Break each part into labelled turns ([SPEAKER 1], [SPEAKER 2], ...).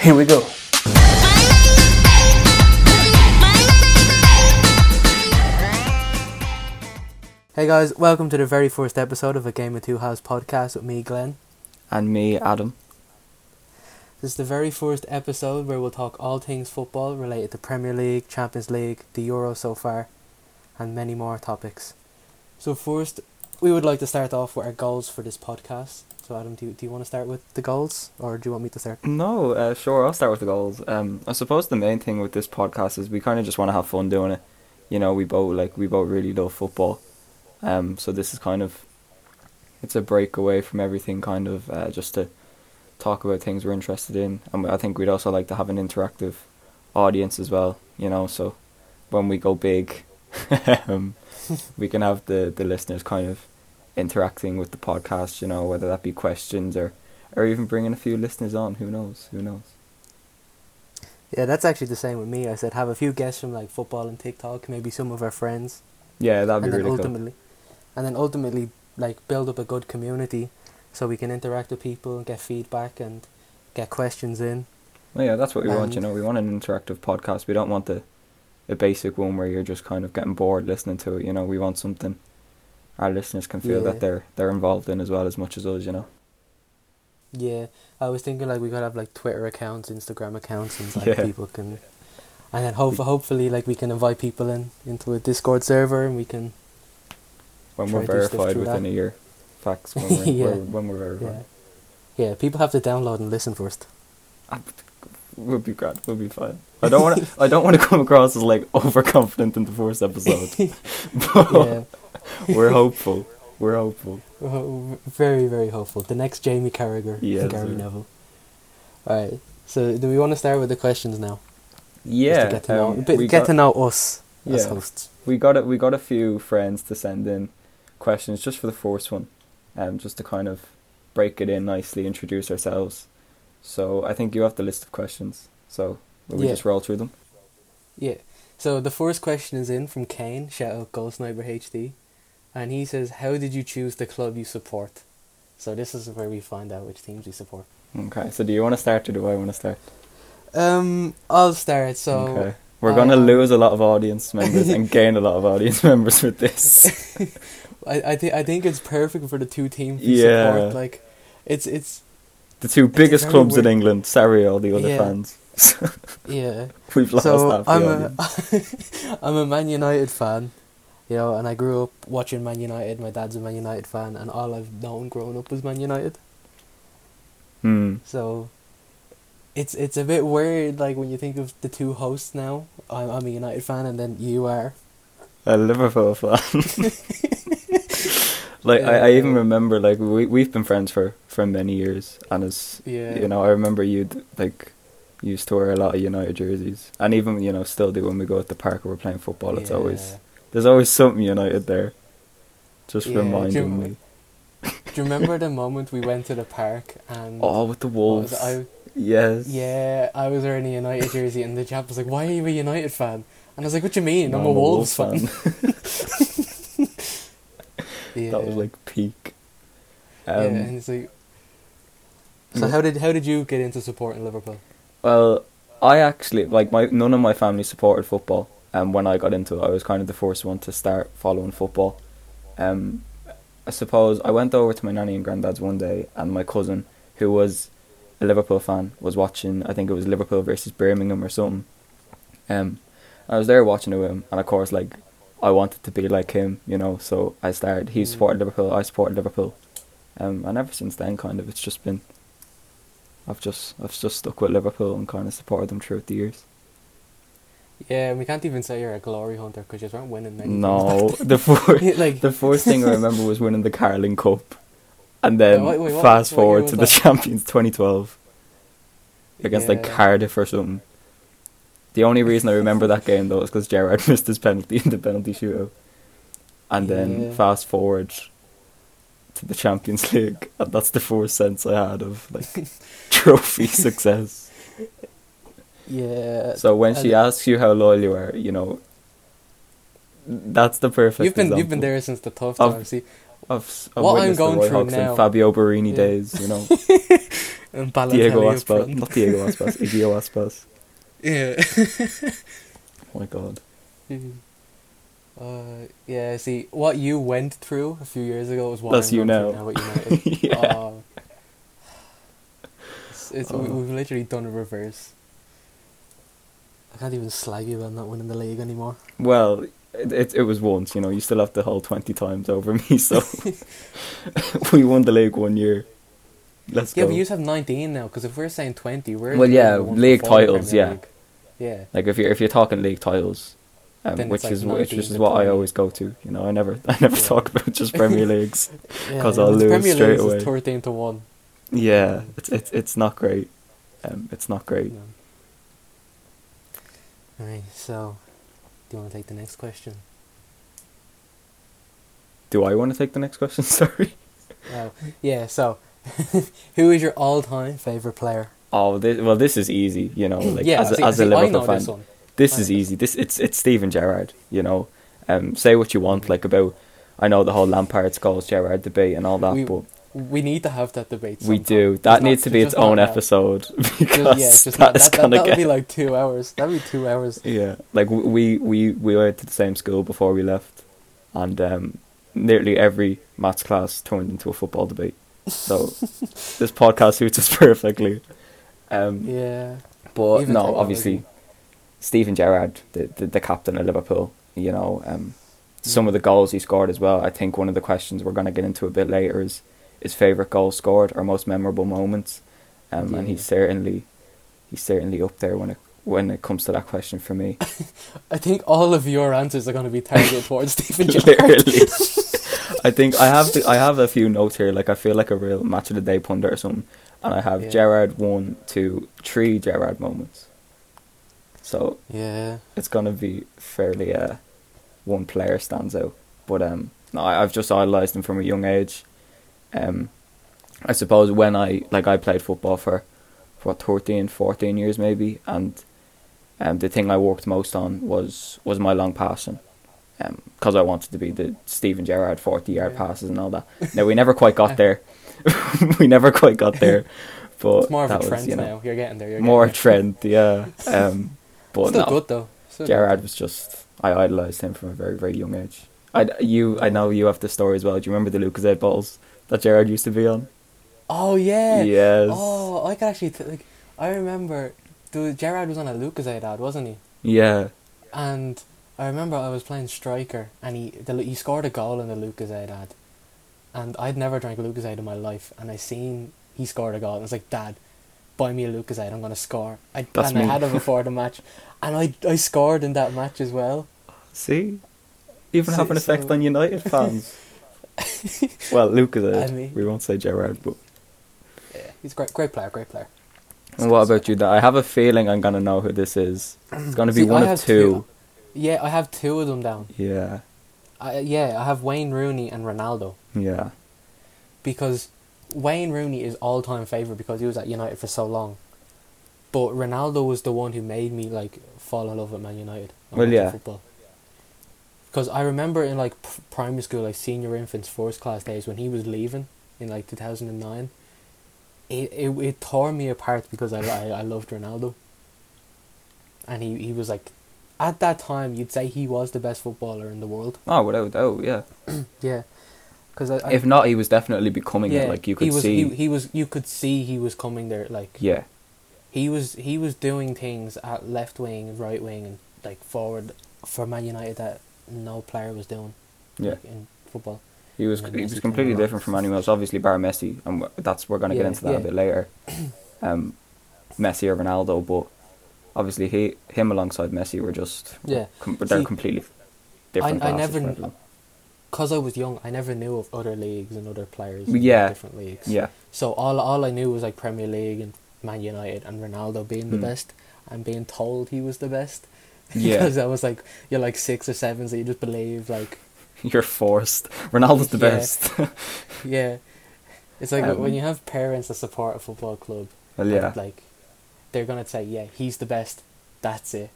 [SPEAKER 1] Here we go. Hey guys, welcome to the very first episode of a Game of Two House podcast with me, Glenn.
[SPEAKER 2] and me, Adam.
[SPEAKER 1] This is the very first episode where we'll talk all things football related to Premier League, Champions League, the Euro so far, and many more topics. So first, we would like to start off with our goals for this podcast. So Adam, do you, do you want to start with the goals, or do you want me to start?
[SPEAKER 2] No, uh, sure, I'll start with the goals. Um, I suppose the main thing with this podcast is we kind of just want to have fun doing it. You know, we both like we both really love football. Um, so this is kind of it's a break away from everything, kind of uh, just to talk about things we're interested in, and I think we'd also like to have an interactive audience as well. You know, so when we go big, um, we can have the the listeners kind of interacting with the podcast. You know, whether that be questions or or even bringing a few listeners on. Who knows? Who knows?
[SPEAKER 1] Yeah, that's actually the same with me. I said have a few guests from like football and TikTok, maybe some of our friends,
[SPEAKER 2] Yeah, that'd be
[SPEAKER 1] and then
[SPEAKER 2] really cool.
[SPEAKER 1] ultimately, and then ultimately, like build up a good community, so we can interact with people, get feedback, and get questions in.
[SPEAKER 2] Well, Oh, yeah, that's what we want. You
[SPEAKER 1] And-
[SPEAKER 2] know, we want an interactive podcast. We don't want the the basic one where you're just kind of getting bored listening to it. You know, we want something our listeners can feel
[SPEAKER 1] Yeah.
[SPEAKER 2] that they're they're involved in as well as much as us. You know.
[SPEAKER 1] Yeah, I was thinking like we could have like Twitter accounts, Instagram accounts, and like
[SPEAKER 2] Yeah.
[SPEAKER 1] people can, and then hope hopefully like we can invite people in into a Discord server and we can
[SPEAKER 2] when
[SPEAKER 1] Try
[SPEAKER 2] we're
[SPEAKER 1] to do stuff
[SPEAKER 2] verified
[SPEAKER 1] through
[SPEAKER 2] within
[SPEAKER 1] that.
[SPEAKER 2] a year. Facts when we're,
[SPEAKER 1] Yeah.
[SPEAKER 2] we're- when we're verified.
[SPEAKER 1] yeah, yeah. People have to download and listen first.
[SPEAKER 2] We'll be grand. We'll be fine. I don't want to. I don't want to come across as like overconfident in the first episode.
[SPEAKER 1] yeah,
[SPEAKER 2] we're hopeful. We're hopeful.
[SPEAKER 1] Ho- very very hopeful. The next Jamie Carragher,
[SPEAKER 2] Yes,
[SPEAKER 1] and Gary
[SPEAKER 2] sir.
[SPEAKER 1] Neville. All right. So do we want to start with the questions now? Just
[SPEAKER 2] Yeah.
[SPEAKER 1] to get to know,
[SPEAKER 2] um,
[SPEAKER 1] bit-
[SPEAKER 2] we
[SPEAKER 1] get
[SPEAKER 2] got-
[SPEAKER 1] to know us as
[SPEAKER 2] Yeah.
[SPEAKER 1] hosts.
[SPEAKER 2] we got a, we got a few friends to send in questions just for the first one, um, just to kind of break it in nicely, introduce ourselves. So I think you have the list of questions. So will we
[SPEAKER 1] Yeah.
[SPEAKER 2] just roll through them?
[SPEAKER 1] Yeah. So the first question is in from Kane, shout out Goal Sniper HD, and he says, "How did you choose the club you support?" So this is where we find out which teams we support.
[SPEAKER 2] Okay. So do you want to start or do I want to start?
[SPEAKER 1] Um, I'll start. So um,
[SPEAKER 2] okay. We're
[SPEAKER 1] I-
[SPEAKER 2] gonna
[SPEAKER 1] I-
[SPEAKER 2] lose a lot of audience members and gain a lot of audience members with this.
[SPEAKER 1] I I think I think it's perfect for the two teams we
[SPEAKER 2] Yeah.
[SPEAKER 1] support. Like, it's it's
[SPEAKER 2] The two biggest
[SPEAKER 1] very
[SPEAKER 2] clubs in
[SPEAKER 1] weird-
[SPEAKER 2] England. Sorry, all the other
[SPEAKER 1] Yeah.
[SPEAKER 2] fans.
[SPEAKER 1] yeah.
[SPEAKER 2] We've lost
[SPEAKER 1] so
[SPEAKER 2] half the
[SPEAKER 1] I'm
[SPEAKER 2] audience.
[SPEAKER 1] a I'm a Man United fan, you know, and I grew up watching Man United. My dad's a Man United fan, and all I've known growing up was Man United.
[SPEAKER 2] Hmm.
[SPEAKER 1] So it's it's a bit weird, like when you think of the two hosts now. I'm, I'm a United fan, and then you are.
[SPEAKER 2] a Liverpool fan. like I, I even
[SPEAKER 1] Yeah.
[SPEAKER 2] remember like we we've been friends for for many years, and as
[SPEAKER 1] Yeah.
[SPEAKER 2] you know, I remember you'd like used to wear a lot of United jerseys, and even you know still do when we go at the park or we're playing football. It's always there's always something United there, just
[SPEAKER 1] Yeah, do you
[SPEAKER 2] reminding
[SPEAKER 1] remember-
[SPEAKER 2] me.
[SPEAKER 1] Do you remember the moment we went to the park and?
[SPEAKER 2] Oh, with the
[SPEAKER 1] what was
[SPEAKER 2] Wolves,
[SPEAKER 1] it? I,
[SPEAKER 2] yes,
[SPEAKER 1] yeah, I was wearing a United jersey, and the chap was like, "Why are you a United fan?" And I was like, "What do you mean?
[SPEAKER 2] No,
[SPEAKER 1] I'm, a Wolves, fan." yeah.
[SPEAKER 2] that was like peak.
[SPEAKER 1] yeah,
[SPEAKER 2] Um,
[SPEAKER 1] and it's like. So
[SPEAKER 2] what-
[SPEAKER 1] how did how did you get into supporting Liverpool?
[SPEAKER 2] Well, I actually like my none of my family supported football, and when I got into it, I was kind of the first one to start following football. Um, I suppose I went over to my nanny and granddad's one day, and my cousin, who was a Liverpool fan, was watching. I think it was Liverpool versus Birmingham or something. Um, I was there watching it with him, and of course, like I wanted to be like him, you know. So I started. He
[SPEAKER 1] Mm.
[SPEAKER 2] supported Liverpool. I supported Liverpool. Um, and ever since then, kind of, it's just been. I've just I've just stuck with Liverpool and kind of supported them throughout the years.
[SPEAKER 1] Yeah, and we can't even say you're a glory hunter because you weren't winning many.
[SPEAKER 2] No, the first
[SPEAKER 1] like
[SPEAKER 2] the first thing I remember was winning the Carling Cup, and then
[SPEAKER 1] wait, wait, what-
[SPEAKER 2] fast
[SPEAKER 1] what year
[SPEAKER 2] forward
[SPEAKER 1] was
[SPEAKER 2] to
[SPEAKER 1] that?
[SPEAKER 2] the Champions 2012 against like
[SPEAKER 1] Yeah.
[SPEAKER 2] Cardiff or something. The only reason I remember that game though is because Gerard missed his penalty in the penalty shootout, and
[SPEAKER 1] Yeah.
[SPEAKER 2] then fast forward to the Champions League, and that's the first sense I had of like trophy success.
[SPEAKER 1] Yeah.
[SPEAKER 2] So when she
[SPEAKER 1] and-
[SPEAKER 2] asks you how loyal you are, you know, that's the perfect.
[SPEAKER 1] you've been you've
[SPEAKER 2] example
[SPEAKER 1] been there since the tough
[SPEAKER 2] Of-
[SPEAKER 1] times. See,
[SPEAKER 2] Of, s- of
[SPEAKER 1] What I'm
[SPEAKER 2] witnessed the
[SPEAKER 1] going
[SPEAKER 2] Roy
[SPEAKER 1] through
[SPEAKER 2] Hodgson,
[SPEAKER 1] now-
[SPEAKER 2] Fabio Barini
[SPEAKER 1] Yeah.
[SPEAKER 2] days, you know.
[SPEAKER 1] and Balotelli
[SPEAKER 2] Diego
[SPEAKER 1] up
[SPEAKER 2] Aspas.
[SPEAKER 1] front.
[SPEAKER 2] Not Diego Aspas. Igio Aspas.
[SPEAKER 1] Yeah.
[SPEAKER 2] Oh my god.
[SPEAKER 1] uh, yeah. See, what you went through a few years ago is what
[SPEAKER 2] That's
[SPEAKER 1] I'm
[SPEAKER 2] you
[SPEAKER 1] going through
[SPEAKER 2] now.
[SPEAKER 1] now at United.
[SPEAKER 2] yeah.
[SPEAKER 1] Oh. It's, it's, we,
[SPEAKER 2] Oh.
[SPEAKER 1] we've literally done a reverse. I can't even slag you about not winning the league anymore.
[SPEAKER 2] Well, it, it it was once, you know. You still have the whole twenty times over me. So we won the league one year. Let's
[SPEAKER 1] Yeah,
[SPEAKER 2] go.
[SPEAKER 1] but you have 19 now, because if we're saying 20, we're.
[SPEAKER 2] Well,
[SPEAKER 1] the
[SPEAKER 2] yeah,
[SPEAKER 1] only ones
[SPEAKER 2] league
[SPEAKER 1] before the
[SPEAKER 2] titles,
[SPEAKER 1] Premier
[SPEAKER 2] yeah.
[SPEAKER 1] League. Yeah.
[SPEAKER 2] Like if you're if you're talking league titles, um,
[SPEAKER 1] Then
[SPEAKER 2] which
[SPEAKER 1] it's like
[SPEAKER 2] is which
[SPEAKER 1] 19
[SPEAKER 2] is
[SPEAKER 1] to
[SPEAKER 2] what I
[SPEAKER 1] 20.
[SPEAKER 2] always go to. You know, I never I never
[SPEAKER 1] Yeah.
[SPEAKER 2] talk about just Premier Leagues.
[SPEAKER 1] Yeah,
[SPEAKER 2] 'Cause I'll
[SPEAKER 1] and the
[SPEAKER 2] lose
[SPEAKER 1] Premier
[SPEAKER 2] straight
[SPEAKER 1] Leagues
[SPEAKER 2] away.
[SPEAKER 1] Is 13 to 1.
[SPEAKER 2] Yeah, it's it's it's not great. Um, it's not great.
[SPEAKER 1] No. Alright, so. Do you want to take the next question?
[SPEAKER 2] Do I want to take the next question? Sorry.
[SPEAKER 1] Oh, yeah, so. who is your all time favourite player?
[SPEAKER 2] Oh, this, well, this is easy. You know, Oh, like
[SPEAKER 1] Mm, yeah,
[SPEAKER 2] as, a
[SPEAKER 1] see-
[SPEAKER 2] as a
[SPEAKER 1] see, I
[SPEAKER 2] Liverpool
[SPEAKER 1] know
[SPEAKER 2] fan,
[SPEAKER 1] this
[SPEAKER 2] this,
[SPEAKER 1] one.
[SPEAKER 2] is
[SPEAKER 1] I-
[SPEAKER 2] easy. This it's it's Steven Gerrard. You know, um, say what you want like about. I know the whole Lampard Scholes Gerrard debate and all that,
[SPEAKER 1] We-
[SPEAKER 2] but
[SPEAKER 1] We need to have that debate.
[SPEAKER 2] we
[SPEAKER 1] sometime.
[SPEAKER 2] do.
[SPEAKER 1] Just
[SPEAKER 2] That
[SPEAKER 1] not-
[SPEAKER 2] needs to be
[SPEAKER 1] just
[SPEAKER 2] its own
[SPEAKER 1] not now.
[SPEAKER 2] episode
[SPEAKER 1] Just-
[SPEAKER 2] because
[SPEAKER 1] yeah, just not-
[SPEAKER 2] that is
[SPEAKER 1] that,
[SPEAKER 2] gonna
[SPEAKER 1] that,
[SPEAKER 2] get
[SPEAKER 1] would be like two hours. That'd be two hours.
[SPEAKER 2] Yeah, like w- we we we went to the same school before we left, and um, nearly every maths class turned into a football debate. So this podcast suits us perfectly. Um,
[SPEAKER 1] Yeah.
[SPEAKER 2] But
[SPEAKER 1] Even
[SPEAKER 2] no,
[SPEAKER 1] technology.
[SPEAKER 2] obviously, Steven Gerrard, the, the the captain of Liverpool, you know, um,
[SPEAKER 1] Mm.
[SPEAKER 2] some of the goals he scored as well. I think one of the questions we're going to get into a bit later is his favorite goal scored or most memorable moments, um, and he's
[SPEAKER 1] Yeah.
[SPEAKER 2] certainly he's certainly up there when it when it comes to that question for me.
[SPEAKER 1] I think all of your answers are going to be targeted towards Stephen Gerrard.
[SPEAKER 2] Literally. I think I have the, I have a few notes here. Like I feel like a real match of the day pundit or something. And I have
[SPEAKER 1] Yeah.
[SPEAKER 2] Gerard one, two, three Gerard moments. So
[SPEAKER 1] Yeah.
[SPEAKER 2] it's gonna be fairly uh, one player stands out. But um, no, I, I've just idolized him from a young age. Um, I suppose when I like I played football for for 13, 14 years maybe, and um, the thing I worked most on was was my long passing. Because I wanted to be the Steven Gerrard forty yard
[SPEAKER 1] Yeah.
[SPEAKER 2] passes and all that. Now we never quite got there. we never quite got there, but
[SPEAKER 1] It's more of a
[SPEAKER 2] that
[SPEAKER 1] trend
[SPEAKER 2] was you know
[SPEAKER 1] now. You're getting there. You're
[SPEAKER 2] more a
[SPEAKER 1] getting
[SPEAKER 2] trend. Yeah, um,
[SPEAKER 1] there.
[SPEAKER 2] but
[SPEAKER 1] Still
[SPEAKER 2] no,
[SPEAKER 1] good though. Still good.
[SPEAKER 2] Gerard was just I idolized him from a very very young age. I you I know you have the story as well. Do you remember the Lucasade bottles that Gerard used to be on?
[SPEAKER 1] Oh yeah.
[SPEAKER 2] Yes.
[SPEAKER 1] Oh, I could actually t- like. I remember, dude. Gerard was on a Lucasade ad, wasn't he?
[SPEAKER 2] Yeah.
[SPEAKER 1] And I remember I was playing striker, and he the, he scored a goal in the Lucasade ad, and I'd never drank Lucasade in my life, and I seen he scored a goal, and I was like, Dad, buy me a Lucasade, I'm gonna score. I,
[SPEAKER 2] That's
[SPEAKER 1] and
[SPEAKER 2] me.
[SPEAKER 1] I had it before the match, and I I scored in that match as well.
[SPEAKER 2] See, even
[SPEAKER 1] So-
[SPEAKER 2] have an effect
[SPEAKER 1] so-
[SPEAKER 2] on United fans. well, Lucasade.
[SPEAKER 1] I mean-
[SPEAKER 2] we won't say Gerard, but.
[SPEAKER 1] Yeah, he's a great, great player, great player.
[SPEAKER 2] And what about you? That I have a feeling I'm gonna know who this is. It's gonna be
[SPEAKER 1] See,
[SPEAKER 2] one
[SPEAKER 1] I
[SPEAKER 2] of
[SPEAKER 1] have
[SPEAKER 2] two.
[SPEAKER 1] Yeah, I have two of them down.
[SPEAKER 2] Yeah.
[SPEAKER 1] I, yeah, I have Wayne Rooney and Ronaldo
[SPEAKER 2] Yeah.
[SPEAKER 1] because Wayne Rooney is all time favorite because he was at United for so long. But Ronaldo was the one who made me like fall in love with Man United. and
[SPEAKER 2] Well,
[SPEAKER 1] watching
[SPEAKER 2] yeah.
[SPEAKER 1] Football. Because I remember in like p- primary school, like senior infants first class days, when he was leaving in like two thousand and nine, it, it it tore me apart because I I, I loved Ronaldo. And he, he was like, at that time you'd say he was the best footballer in the world.
[SPEAKER 2] Oh, without a doubt, yeah.
[SPEAKER 1] Yeah, because I, I
[SPEAKER 2] if not, he was definitely becoming
[SPEAKER 1] yeah,
[SPEAKER 2] it. Like you could
[SPEAKER 1] he was,
[SPEAKER 2] see.
[SPEAKER 1] he, he was you could see he was coming there like
[SPEAKER 2] yeah.
[SPEAKER 1] he was he was doing things at left wing, right wing, and like forward for Man United that no player was doing.
[SPEAKER 2] Yeah.
[SPEAKER 1] like, in football.
[SPEAKER 2] He was
[SPEAKER 1] And
[SPEAKER 2] he
[SPEAKER 1] Messi
[SPEAKER 2] was
[SPEAKER 1] came
[SPEAKER 2] completely
[SPEAKER 1] along.
[SPEAKER 2] different from anyone else. Obviously, bar Messi, and wh- that's we're going to get
[SPEAKER 1] Yeah,
[SPEAKER 2] into that
[SPEAKER 1] yeah.
[SPEAKER 2] a bit later. Um, Messi or Ronaldo, but obviously he him alongside Messi were just
[SPEAKER 1] Yeah.
[SPEAKER 2] com- they're
[SPEAKER 1] See,
[SPEAKER 2] completely different.
[SPEAKER 1] I
[SPEAKER 2] classes
[SPEAKER 1] never
[SPEAKER 2] for
[SPEAKER 1] kn-
[SPEAKER 2] everyone.
[SPEAKER 1] Cause I was young, I never knew of other leagues and other players. in
[SPEAKER 2] Yeah.
[SPEAKER 1] different leagues.
[SPEAKER 2] yeah,
[SPEAKER 1] So all all I knew was like Premier League and Man United and Ronaldo being the
[SPEAKER 2] Hmm.
[SPEAKER 1] best and being told he was the best.
[SPEAKER 2] Yeah.
[SPEAKER 1] because I was like you're like six or seven, so you just believe like
[SPEAKER 2] you're forced. Ronaldo's the
[SPEAKER 1] Yeah.
[SPEAKER 2] best.
[SPEAKER 1] yeah. It's like
[SPEAKER 2] Um,
[SPEAKER 1] when you have parents that support a football club.
[SPEAKER 2] well,
[SPEAKER 1] And,
[SPEAKER 2] yeah,
[SPEAKER 1] like, they're gonna say, yeah, he's the best. That's it,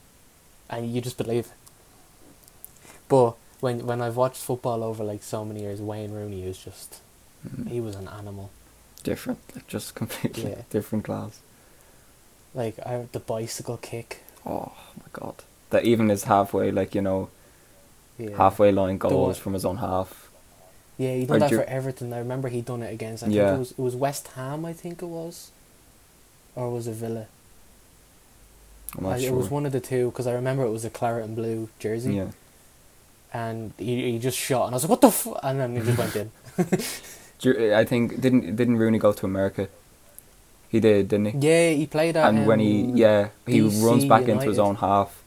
[SPEAKER 1] and you just believe. it. But when when I've watched football over like so many years, Wayne Rooney was just
[SPEAKER 2] Mm.
[SPEAKER 1] he was an animal.
[SPEAKER 2] different, like just completely
[SPEAKER 1] Yeah.
[SPEAKER 2] different class.
[SPEAKER 1] Like I, the bicycle kick.
[SPEAKER 2] Oh my god, that even is halfway, like you know,
[SPEAKER 1] Yeah.
[SPEAKER 2] halfway line
[SPEAKER 1] one-
[SPEAKER 2] goals from his own half.
[SPEAKER 1] Yeah, he
[SPEAKER 2] Or
[SPEAKER 1] done that
[SPEAKER 2] do-
[SPEAKER 1] for Everton. I remember he done it against. I
[SPEAKER 2] Yeah.
[SPEAKER 1] think it was it was West Ham. I think it was, or was it Villa?
[SPEAKER 2] I'm not
[SPEAKER 1] I-
[SPEAKER 2] sure.
[SPEAKER 1] It was one of the two because I remember it was a claret and blue jersey,
[SPEAKER 2] yeah,
[SPEAKER 1] and he, he just shot, and I was like, "What the?" F-? And then he just went in.
[SPEAKER 2] Ju- I think didn't didn't Rooney go to America? He did, didn't he?
[SPEAKER 1] Yeah, he played at.
[SPEAKER 2] and when he
[SPEAKER 1] um,
[SPEAKER 2] yeah he
[SPEAKER 1] BC
[SPEAKER 2] runs back into his
[SPEAKER 1] United.
[SPEAKER 2] own half,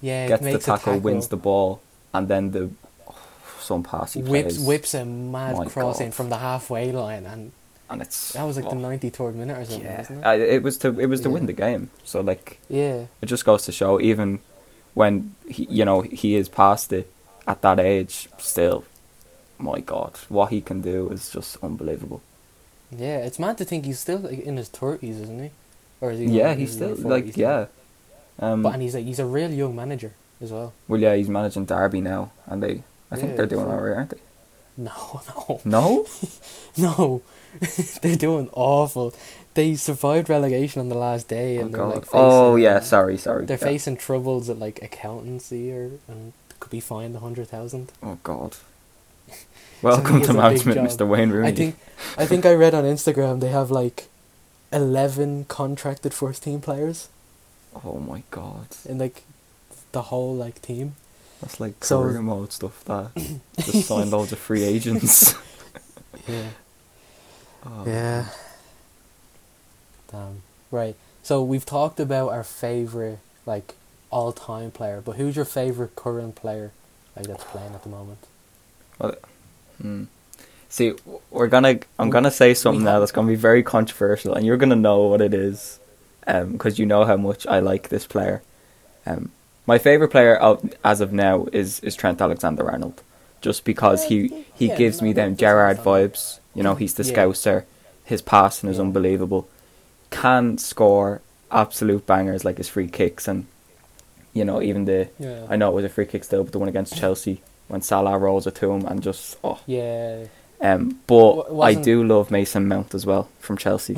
[SPEAKER 1] yeah
[SPEAKER 2] gets the
[SPEAKER 1] makes a
[SPEAKER 2] tackle, wins the ball, and then the oh, some pass he
[SPEAKER 1] whips
[SPEAKER 2] plays,
[SPEAKER 1] whips a mad
[SPEAKER 2] My
[SPEAKER 1] cross in
[SPEAKER 2] God.
[SPEAKER 1] from the halfway line, and
[SPEAKER 2] and it's
[SPEAKER 1] that was like the
[SPEAKER 2] oh,
[SPEAKER 1] ninety third minute or something,
[SPEAKER 2] yeah.
[SPEAKER 1] wasn't it?
[SPEAKER 2] I, it was to it was to
[SPEAKER 1] Yeah.
[SPEAKER 2] win the game. So like
[SPEAKER 1] yeah,
[SPEAKER 2] it just goes to show even when he, you know he is past it at that age still my god what he can do is just unbelievable
[SPEAKER 1] yeah. It's mad to think he's still like, in his thirties, isn't he? Or is he?
[SPEAKER 2] yeah
[SPEAKER 1] like,
[SPEAKER 2] he's
[SPEAKER 1] in
[SPEAKER 2] still
[SPEAKER 1] his
[SPEAKER 2] like
[SPEAKER 1] 40s
[SPEAKER 2] yeah
[SPEAKER 1] now?
[SPEAKER 2] um
[SPEAKER 1] But and he's like he's a real young manager as well.
[SPEAKER 2] well yeah he's managing derby now and they i think
[SPEAKER 1] Yeah,
[SPEAKER 2] they're doing
[SPEAKER 1] so-
[SPEAKER 2] all right aren't they
[SPEAKER 1] No, no,
[SPEAKER 2] no
[SPEAKER 1] no. they're doing awful. They survived relegation on the last day,
[SPEAKER 2] oh,
[SPEAKER 1] and they're
[SPEAKER 2] god.
[SPEAKER 1] like facing,
[SPEAKER 2] oh yeah
[SPEAKER 1] uh,
[SPEAKER 2] sorry sorry
[SPEAKER 1] They're
[SPEAKER 2] yeah.
[SPEAKER 1] facing troubles at like accountancy or and could be fined a hundred thousand.
[SPEAKER 2] oh god welcome
[SPEAKER 1] is
[SPEAKER 2] to
[SPEAKER 1] a big
[SPEAKER 2] management
[SPEAKER 1] job.
[SPEAKER 2] mr wayne rooney
[SPEAKER 1] I think, I think I read on Instagram they have like eleven contracted first team players
[SPEAKER 2] oh my god
[SPEAKER 1] in like the whole like team.
[SPEAKER 2] that's like
[SPEAKER 1] So-
[SPEAKER 2] career mode stuff that just signed loads of free agents
[SPEAKER 1] Yeah.
[SPEAKER 2] oh,
[SPEAKER 1] Yeah. Damn. Right. So we've talked about our favorite like all time player, but who's your favorite current player like that's playing at the moment?
[SPEAKER 2] Hmm. See, w- we're gonna. I'm gonna say something now
[SPEAKER 1] have-
[SPEAKER 2] that's gonna be very controversial, and you're gonna know what it is, because you know how much I like this player. Um, my favorite player out as of now is is Trent Alexander Arnold, just because he he
[SPEAKER 1] Yeah,
[SPEAKER 2] gives
[SPEAKER 1] no,
[SPEAKER 2] me them
[SPEAKER 1] that's what I'm
[SPEAKER 2] Gerard
[SPEAKER 1] saying.
[SPEAKER 2] vibes. You know, he's the
[SPEAKER 1] Yeah.
[SPEAKER 2] scouser. His passing is
[SPEAKER 1] Yeah.
[SPEAKER 2] unbelievable. Can score absolute bangers like his free kicks and, you know, even the
[SPEAKER 1] Yeah.
[SPEAKER 2] I know it was a free kick still, but the one against Chelsea when Salah rolls it to him and just oh.
[SPEAKER 1] Yeah.
[SPEAKER 2] Um, but
[SPEAKER 1] W-
[SPEAKER 2] I
[SPEAKER 1] wasn't-
[SPEAKER 2] do love Mason Mount as well from Chelsea.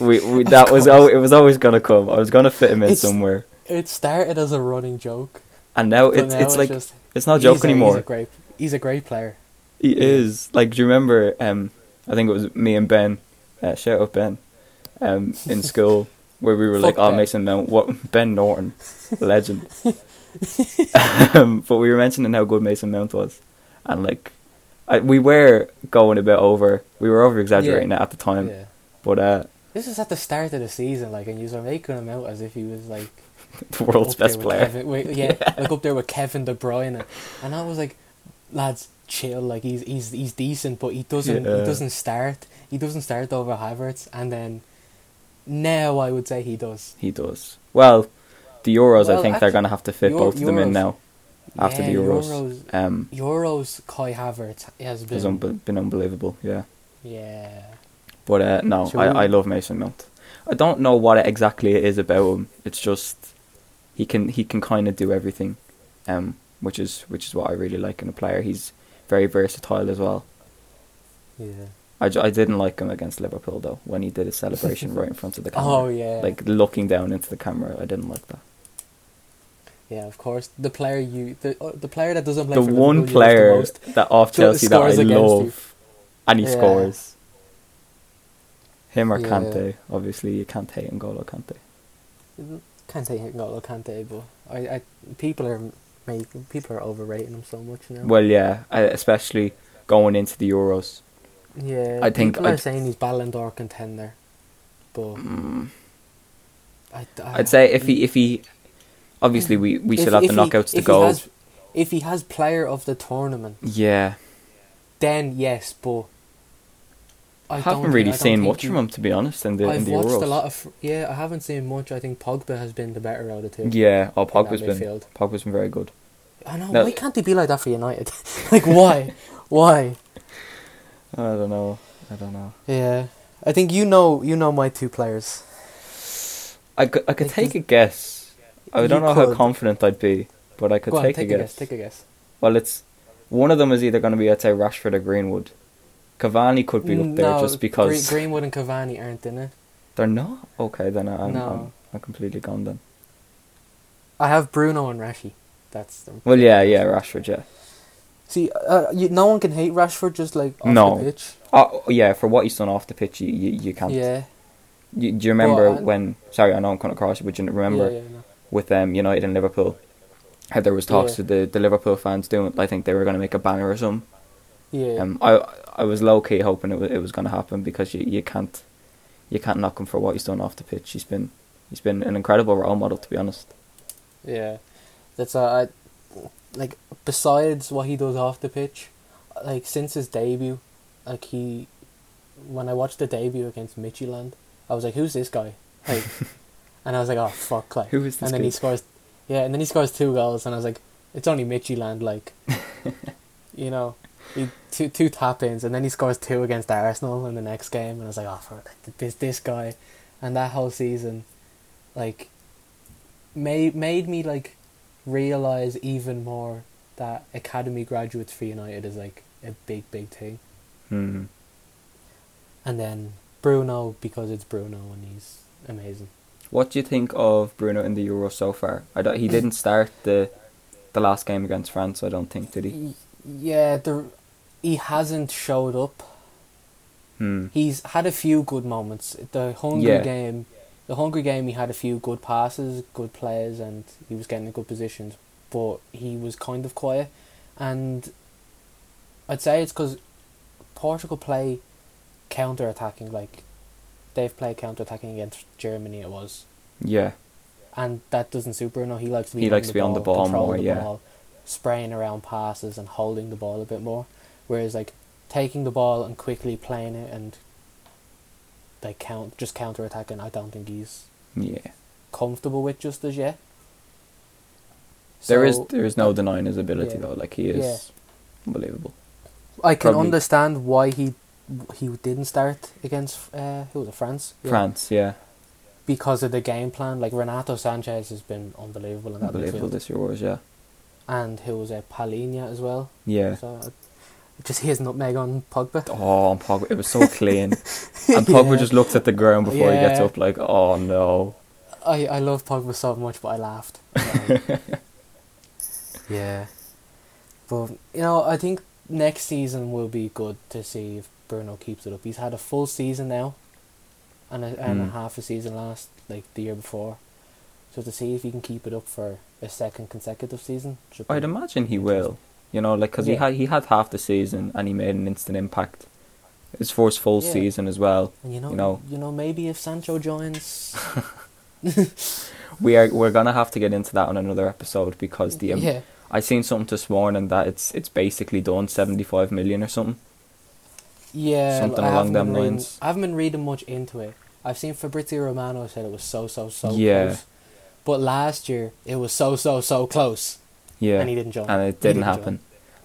[SPEAKER 2] we, we that was al- it was always gonna come. I was gonna fit him in
[SPEAKER 1] It's-
[SPEAKER 2] somewhere,
[SPEAKER 1] It started as a running joke.
[SPEAKER 2] and now
[SPEAKER 1] but
[SPEAKER 2] Oh, it's
[SPEAKER 1] now
[SPEAKER 2] it's like
[SPEAKER 1] just,
[SPEAKER 2] it's not a
[SPEAKER 1] he's
[SPEAKER 2] joke
[SPEAKER 1] a- He's
[SPEAKER 2] anymore.
[SPEAKER 1] a great he's a great player.
[SPEAKER 2] He is like. Do you remember? Um, I think it was me and Ben. Uh, shout out Ben. Um, in school where we were like,
[SPEAKER 1] Fuck
[SPEAKER 2] oh,
[SPEAKER 1] Ben."
[SPEAKER 2] Mason Mount, what Ben Norton, legend. um, but we were mentioning how good Mason Mount was, and like, I, we were going a bit over. We were over exaggerating it at the time,
[SPEAKER 1] yeah.
[SPEAKER 2] but uh,
[SPEAKER 1] This is at the start of the season, like, and you were making him out as if he was like
[SPEAKER 2] the world's
[SPEAKER 1] up there
[SPEAKER 2] best
[SPEAKER 1] with
[SPEAKER 2] player.
[SPEAKER 1] Kevin, with, yeah, like up there with Kevin De Bruyne, and I was like, lads, chill. Like he's he's he's decent, but he doesn't
[SPEAKER 2] Yeah.
[SPEAKER 1] he doesn't start. He doesn't start over Havertz, and then now I would say he does.
[SPEAKER 2] He does well. The Euros, I
[SPEAKER 1] Well,
[SPEAKER 2] think they're
[SPEAKER 1] actually,
[SPEAKER 2] going to have to fit
[SPEAKER 1] Euro-
[SPEAKER 2] both of them in
[SPEAKER 1] Euros-
[SPEAKER 2] now after
[SPEAKER 1] Yeah,
[SPEAKER 2] the Euros.
[SPEAKER 1] Euros-
[SPEAKER 2] um,
[SPEAKER 1] Euros Kai Havertz has been
[SPEAKER 2] has unbe- been unbelievable. Yeah.
[SPEAKER 1] yeah.
[SPEAKER 2] But
[SPEAKER 1] Mm,
[SPEAKER 2] uh, no,
[SPEAKER 1] So we-
[SPEAKER 2] I, I love Mason Mount. I don't know what it exactly it is about him. It's just he can he can kind of do everything, um, which is which is what I really like in a player. He's very versatile as well.
[SPEAKER 1] Yeah.
[SPEAKER 2] I, ju- I didn't like him against Liverpool though when he did his celebration right in front of the camera,
[SPEAKER 1] Oh yeah.
[SPEAKER 2] like looking down into the camera. I didn't like that.
[SPEAKER 1] yeah, of course. The player you the uh, the player that doesn't play
[SPEAKER 2] the
[SPEAKER 1] for
[SPEAKER 2] one
[SPEAKER 1] Liverpool you love the
[SPEAKER 2] player
[SPEAKER 1] most.
[SPEAKER 2] that off
[SPEAKER 1] Th-
[SPEAKER 2] Chelsea that I
[SPEAKER 1] scores against you.
[SPEAKER 2] love, and he
[SPEAKER 1] Yeah.
[SPEAKER 2] scores. Him or
[SPEAKER 1] Yeah.
[SPEAKER 2] Kante, obviously you can't hate N'Golo Kante.
[SPEAKER 1] Can't say N'Golo Kante, but I, I people are making people are overrating him so much now.
[SPEAKER 2] Well, yeah, I- especially going into the Euros.
[SPEAKER 1] Yeah,
[SPEAKER 2] I think
[SPEAKER 1] people
[SPEAKER 2] I'd-
[SPEAKER 1] are saying he's Ballon d'Or contender, but I, I,
[SPEAKER 2] Mm. I'd say if he if he, obviously we we
[SPEAKER 1] if-
[SPEAKER 2] still have
[SPEAKER 1] if
[SPEAKER 2] the
[SPEAKER 1] he-
[SPEAKER 2] knockouts to
[SPEAKER 1] if he
[SPEAKER 2] go.
[SPEAKER 1] has- if he has player of the tournament,
[SPEAKER 2] yeah,
[SPEAKER 1] then yes, but
[SPEAKER 2] I
[SPEAKER 1] don't
[SPEAKER 2] haven't
[SPEAKER 1] thi-
[SPEAKER 2] really
[SPEAKER 1] I don't
[SPEAKER 2] seen
[SPEAKER 1] think
[SPEAKER 2] much
[SPEAKER 1] he-
[SPEAKER 2] from him to be honest in the in
[SPEAKER 1] I've
[SPEAKER 2] the
[SPEAKER 1] watched
[SPEAKER 2] Euros.
[SPEAKER 1] a lot of fr- yeah. I haven't seen much. I think Pogba has been the better out of the two.
[SPEAKER 2] yeah, oh
[SPEAKER 1] that
[SPEAKER 2] Pogba's been
[SPEAKER 1] midfield.
[SPEAKER 2] Pogba's been very good.
[SPEAKER 1] I know.
[SPEAKER 2] No.
[SPEAKER 1] Why can't he be like that for United? like why? why?
[SPEAKER 2] I don't know. I don't know.
[SPEAKER 1] Yeah. I think you know you know my two players.
[SPEAKER 2] I could, I could
[SPEAKER 1] Like,
[SPEAKER 2] take
[SPEAKER 1] does-
[SPEAKER 2] a guess. I
[SPEAKER 1] You
[SPEAKER 2] don't know how
[SPEAKER 1] could.
[SPEAKER 2] confident I'd be, but I could
[SPEAKER 1] Go on,
[SPEAKER 2] take,
[SPEAKER 1] take
[SPEAKER 2] a guess.
[SPEAKER 1] Take a guess.
[SPEAKER 2] Well, it's one of them is either going to be I'd say Rashford or Greenwood, Cavani could be up there
[SPEAKER 1] No,
[SPEAKER 2] just because
[SPEAKER 1] Gre- Greenwood and Cavani aren't in it.
[SPEAKER 2] they're not. Okay, then I'm,
[SPEAKER 1] No.
[SPEAKER 2] I'm I'm completely gone then.
[SPEAKER 1] I have Bruno and Rashi. That's them.
[SPEAKER 2] Well, yeah, yeah, Rashford, yeah.
[SPEAKER 1] See, uh, you, no one can hate Rashford just like off
[SPEAKER 2] No.
[SPEAKER 1] the pitch.
[SPEAKER 2] Oh, yeah, for what he's done off the pitch, you you, you can't.
[SPEAKER 1] Yeah.
[SPEAKER 2] You, do you remember
[SPEAKER 1] Well, I-
[SPEAKER 2] when? Sorry, I know I'm coming across you, but do you remember
[SPEAKER 1] Yeah, yeah, no.
[SPEAKER 2] with um, United and Liverpool, how there was talks
[SPEAKER 1] Yeah.
[SPEAKER 2] to the, the Liverpool fans doing. I think they were going to make a banner or something.
[SPEAKER 1] yeah.
[SPEAKER 2] Um, I I was low key hoping it was, it was going to happen because you, you can't you can't knock him for what he's done off the pitch. He's been he's been an incredible role model to be honest.
[SPEAKER 1] Yeah, that's uh, I, like besides what he does off the pitch, like since his debut, like he, when I watched the debut against Michieland, I was like, who's this guy? Like, and I was like, oh fuck, like,
[SPEAKER 2] Who is this
[SPEAKER 1] and then
[SPEAKER 2] kid?
[SPEAKER 1] he scores, yeah, and then he scores two goals, and I was like, it's only Michieland, like, you know. He, two two tap ins and then he scores two against Arsenal in the next game and I was like oh for this this guy and that whole season like made made me like realize even more that academy graduates for United is like a big big thing.
[SPEAKER 2] Hmm.
[SPEAKER 1] And then Bruno because it's Bruno and he's amazing.
[SPEAKER 2] What do you think of Bruno in the Euro so far? I don't, he didn't start the the last game against France. I don't think did he?
[SPEAKER 1] Y- Yeah, the he hasn't showed up.
[SPEAKER 2] Hmm.
[SPEAKER 1] He's had a few good moments. The Hungary
[SPEAKER 2] Yeah.
[SPEAKER 1] game, the Hungary game, he had a few good passes, good players, and he was getting in good positions. But he was kind of quiet, and I'd say it's because Portugal play counter attacking. Like they've played counter attacking against Germany. It was,
[SPEAKER 2] Yeah.
[SPEAKER 1] and that doesn't suit Bruno. He likes to be
[SPEAKER 2] He
[SPEAKER 1] on
[SPEAKER 2] likes
[SPEAKER 1] the
[SPEAKER 2] to be on the ball
[SPEAKER 1] controlling
[SPEAKER 2] more,
[SPEAKER 1] the
[SPEAKER 2] yeah.
[SPEAKER 1] ball, spraying around passes and holding the ball a bit more. Whereas like taking the ball and quickly playing it and like count just counter attacking, I don't think he's
[SPEAKER 2] Yeah.
[SPEAKER 1] comfortable with just as yet.
[SPEAKER 2] there is
[SPEAKER 1] So,
[SPEAKER 2] there is no denying his ability
[SPEAKER 1] yeah.
[SPEAKER 2] though. Like he is unbelievable.
[SPEAKER 1] I can
[SPEAKER 2] probably-
[SPEAKER 1] understand why he he didn't start against uh, who was it France Yeah.
[SPEAKER 2] France, yeah,
[SPEAKER 1] because of the game plan. Like Renato Sanchez has been unbelievable in that
[SPEAKER 2] unbelievable
[SPEAKER 1] midfield,
[SPEAKER 2] this year was. Yeah.
[SPEAKER 1] and who was it Palinha as well.
[SPEAKER 2] Yeah.
[SPEAKER 1] So uh, just here's nutmeg on Pogba.
[SPEAKER 2] Oh, and Pogba, it was so clean. And Pogba
[SPEAKER 1] Yeah.
[SPEAKER 2] just looks at the ground before he gets
[SPEAKER 1] Yeah.
[SPEAKER 2] up, like, oh no.
[SPEAKER 1] I, I love Pogba so much, but I laughed. yeah, but you know I think next season will be good to see if Bruno keeps it up. He's had a full season now, and a, and a
[SPEAKER 2] Mm.
[SPEAKER 1] half a season last like the year before, so to see if he can keep it up for a second consecutive season. should
[SPEAKER 2] I'd
[SPEAKER 1] be-
[SPEAKER 2] imagine he will. You know, like because he
[SPEAKER 1] Yeah.
[SPEAKER 2] had he had half the season and he made an instant impact. His first full
[SPEAKER 1] Yeah.
[SPEAKER 2] season as well.
[SPEAKER 1] And you know,
[SPEAKER 2] you know.
[SPEAKER 1] you know, maybe if Sancho joins,
[SPEAKER 2] We are we're gonna have to get into that on another episode because the um,
[SPEAKER 1] yeah,
[SPEAKER 2] I seen something this morning that it's it's basically done seventy five million or something.
[SPEAKER 1] Yeah,
[SPEAKER 2] Something
[SPEAKER 1] I
[SPEAKER 2] along
[SPEAKER 1] haven't
[SPEAKER 2] them
[SPEAKER 1] been reading-
[SPEAKER 2] lines.
[SPEAKER 1] I haven't been reading much into it. I've seen Fabrizio Romano said it was so so so
[SPEAKER 2] Yeah.
[SPEAKER 1] close, but last year it was so so so close,
[SPEAKER 2] Yeah,
[SPEAKER 1] and he didn't join.
[SPEAKER 2] and it
[SPEAKER 1] He
[SPEAKER 2] didn't
[SPEAKER 1] join.
[SPEAKER 2] happen.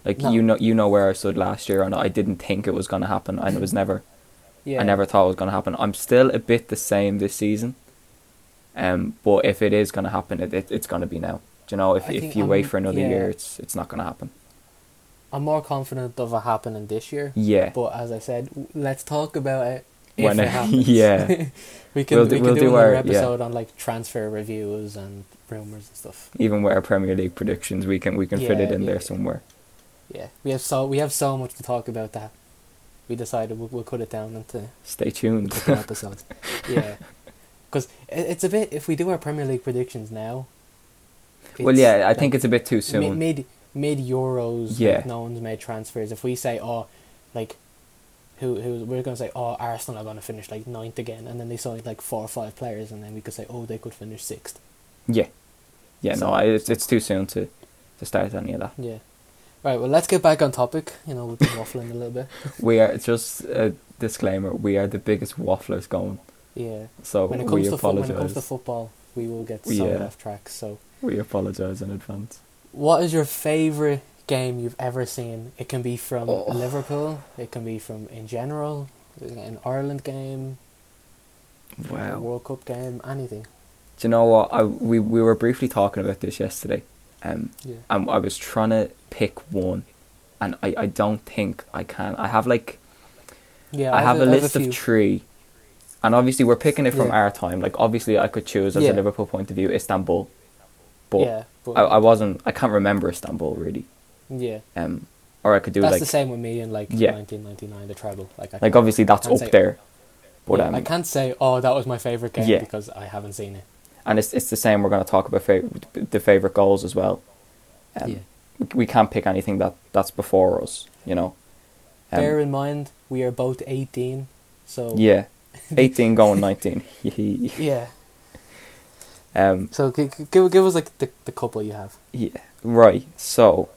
[SPEAKER 2] Like
[SPEAKER 1] No.
[SPEAKER 2] you know you know where I stood last year and I didn't think it was gonna happen and it was never
[SPEAKER 1] Yeah,
[SPEAKER 2] I never thought it was going to happen. I'm still a bit the same this season. Um, but if it is going to happen, it, it, it's going to be now. Do you know, if,
[SPEAKER 1] I
[SPEAKER 2] if
[SPEAKER 1] think
[SPEAKER 2] you wait
[SPEAKER 1] I'm-
[SPEAKER 2] for another
[SPEAKER 1] yeah.
[SPEAKER 2] year, it's it's not going to happen.
[SPEAKER 1] I'm more confident of it happening this year.
[SPEAKER 2] Yeah.
[SPEAKER 1] But as I said, w- let's talk about it if
[SPEAKER 2] When
[SPEAKER 1] it
[SPEAKER 2] it-
[SPEAKER 1] happens.
[SPEAKER 2] yeah.
[SPEAKER 1] we can
[SPEAKER 2] We'll
[SPEAKER 1] we'll
[SPEAKER 2] do-
[SPEAKER 1] do, we can
[SPEAKER 2] we'll
[SPEAKER 1] do,
[SPEAKER 2] do
[SPEAKER 1] another
[SPEAKER 2] our- yeah.
[SPEAKER 1] episode on like transfer reviews and rumors and stuff.
[SPEAKER 2] Even with our Premier League predictions, we can we can fit
[SPEAKER 1] Yeah,
[SPEAKER 2] it in
[SPEAKER 1] yeah,
[SPEAKER 2] there
[SPEAKER 1] yeah.
[SPEAKER 2] somewhere.
[SPEAKER 1] Yeah, we have so we have so much to talk about that. We decided we'll, we'll cut it down into
[SPEAKER 2] Stay tuned.
[SPEAKER 1] couple episodes. Yeah, because it's a bit. If we do our Premier League predictions now,
[SPEAKER 2] well, yeah, I think it's a bit too soon.
[SPEAKER 1] mid mid Euros. Yeah,
[SPEAKER 2] Yeah.
[SPEAKER 1] no one's made transfers. If we say, oh, like, who who we're gonna say, oh, Arsenal are gonna finish like ninth again, and then they signed like four or five players, and then we could say, oh, they could finish sixth.
[SPEAKER 2] yeah. Yeah,
[SPEAKER 1] So-
[SPEAKER 2] no, I, it's, it's too soon to, to start any of that.
[SPEAKER 1] Yeah. Right. Well, let's get back on topic. You know, we've been waffling a little bit.
[SPEAKER 2] We are, just a disclaimer, we are the biggest wafflers going.
[SPEAKER 1] Yeah.
[SPEAKER 2] So
[SPEAKER 1] When it
[SPEAKER 2] we
[SPEAKER 1] comes to fo- when it comes to
[SPEAKER 2] apologise.
[SPEAKER 1] football, we will get so
[SPEAKER 2] Yeah.
[SPEAKER 1] off track. So.
[SPEAKER 2] we apologise in advance.
[SPEAKER 1] What is your favorite game you've ever seen? It can be from
[SPEAKER 2] Oh.
[SPEAKER 1] Liverpool. It can be from in general, an Ireland game, a
[SPEAKER 2] Wow.
[SPEAKER 1] World Cup game, anything.
[SPEAKER 2] Do you know what? I, we, we were briefly talking about this yesterday, um,
[SPEAKER 1] Yeah.
[SPEAKER 2] and I was trying to pick one, and I, I don't think I can. I have like
[SPEAKER 1] Yeah,
[SPEAKER 2] I have a
[SPEAKER 1] I
[SPEAKER 2] list
[SPEAKER 1] few.
[SPEAKER 2] of three, and obviously we're picking it from
[SPEAKER 1] Yeah.
[SPEAKER 2] our time. Like obviously, I could choose as a
[SPEAKER 1] Yeah.
[SPEAKER 2] Liverpool point of view Istanbul, but
[SPEAKER 1] yeah, but
[SPEAKER 2] I, I wasn't. I can't remember Istanbul really.
[SPEAKER 1] yeah,
[SPEAKER 2] Um, or I could do
[SPEAKER 1] that's the
[SPEAKER 2] like
[SPEAKER 1] same with me in like
[SPEAKER 2] Yeah.
[SPEAKER 1] 1999, the treble. Like, I
[SPEAKER 2] like
[SPEAKER 1] can't-
[SPEAKER 2] obviously that's
[SPEAKER 1] can't
[SPEAKER 2] up
[SPEAKER 1] say-
[SPEAKER 2] there, but
[SPEAKER 1] yeah,
[SPEAKER 2] um,
[SPEAKER 1] I can't say oh that was my favorite game
[SPEAKER 2] Yeah.
[SPEAKER 1] because I haven't seen it.
[SPEAKER 2] and it's it's the same. We're going to talk about fav- the favorite goals as well. Um,
[SPEAKER 1] Yeah.
[SPEAKER 2] we, we can't pick anything that that's before us. You know. Um,
[SPEAKER 1] Bear in mind we are both 18, so
[SPEAKER 2] yeah, eighteen going nineteen.
[SPEAKER 1] yeah.
[SPEAKER 2] um,
[SPEAKER 1] So g- g- give give us like the the couple you have.
[SPEAKER 2] Yeah. Right. So,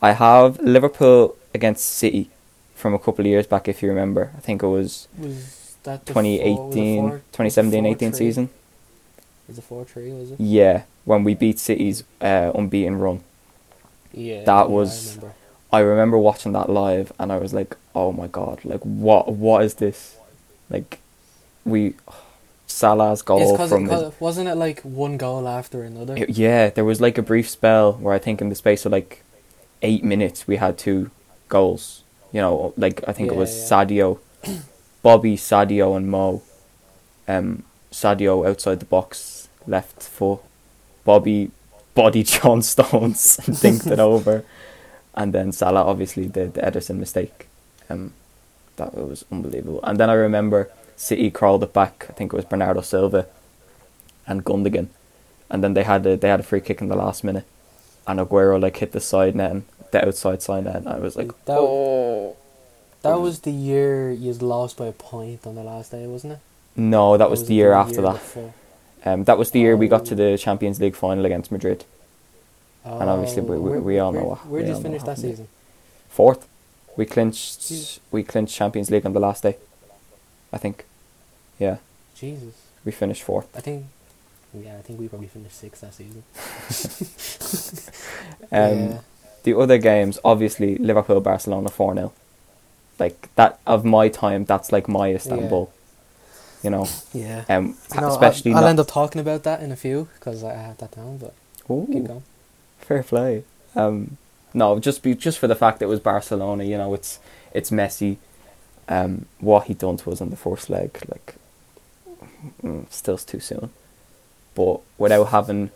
[SPEAKER 2] I have Liverpool against City from a couple of years back, if you remember. I think it was
[SPEAKER 1] Was that the four- was it
[SPEAKER 2] 2018,
[SPEAKER 1] four-
[SPEAKER 2] 2017 18
[SPEAKER 1] 4-3?
[SPEAKER 2] season.
[SPEAKER 1] Is it four three? Was it?
[SPEAKER 2] Yeah, when we beat City's uh, unbeaten run.
[SPEAKER 1] Yeah,
[SPEAKER 2] That
[SPEAKER 1] yeah,
[SPEAKER 2] was-
[SPEAKER 1] I remember.
[SPEAKER 2] I remember watching that live, and I was like, "Oh my god! Like, what? What is this? Like, we Salah's
[SPEAKER 1] It's
[SPEAKER 2] goal
[SPEAKER 1] 'cause it,
[SPEAKER 2] from his-
[SPEAKER 1] 'cause it- wasn't it like one goal after another?
[SPEAKER 2] It- yeah, there was like a brief spell where I think in the space of like eight minutes we had two goals. You know, like I think it
[SPEAKER 1] Yeah,
[SPEAKER 2] was
[SPEAKER 1] yeah.
[SPEAKER 2] Sadio, Bobby, Sadio, and Mo. Um, Sadio outside the box, left foot. Bobby, body John Stones, and dinked it over, and then Salah obviously did the Edison mistake. Um, that was unbelievable. And then I remember City crawled it back. I think it was Bernardo Silva and Gundogan, and then they had a they had a free kick in the last minute, and Aguero like hit the side net, the outside side net. And I was like,
[SPEAKER 1] That-
[SPEAKER 2] oh
[SPEAKER 1] that was the year you lost by a point on the last day, wasn't it?
[SPEAKER 2] no, that
[SPEAKER 1] Or
[SPEAKER 2] was
[SPEAKER 1] it
[SPEAKER 2] the year after that.
[SPEAKER 1] before?
[SPEAKER 2] Um, that was the year we got to
[SPEAKER 1] Oh.
[SPEAKER 2] the Champions League final against Madrid, and obviously we
[SPEAKER 1] Oh,
[SPEAKER 2] we,
[SPEAKER 1] we're-
[SPEAKER 2] we all know
[SPEAKER 1] we're-
[SPEAKER 2] what.
[SPEAKER 1] We're
[SPEAKER 2] we all
[SPEAKER 1] just
[SPEAKER 2] know
[SPEAKER 1] finished
[SPEAKER 2] what
[SPEAKER 1] that
[SPEAKER 2] happened.
[SPEAKER 1] season.
[SPEAKER 2] Fourth, we clinched
[SPEAKER 1] Jeez.
[SPEAKER 2] we clinched Champions League on the last day, I think. Yeah,
[SPEAKER 1] Jesus,
[SPEAKER 2] we finished fourth.
[SPEAKER 1] I think. Yeah, I think we probably finished sixth that season.
[SPEAKER 2] Um,
[SPEAKER 1] Yeah.
[SPEAKER 2] The other games, obviously, Liverpool Barcelona 4 0. Like, that, of my time, that's like my Istanbul. You know?
[SPEAKER 1] Yeah.
[SPEAKER 2] Um,
[SPEAKER 1] You know,
[SPEAKER 2] especially.
[SPEAKER 1] I'll, I'll
[SPEAKER 2] not-
[SPEAKER 1] end up talking about that in a few because I I have that down. But
[SPEAKER 2] Ooh,
[SPEAKER 1] keep going.
[SPEAKER 2] Fair play. Um, no, just be, just for the fact that it was Barcelona, you know, it's it's Messi. Um, what he done to us on the first leg, like, mm, still's too soon. But without having,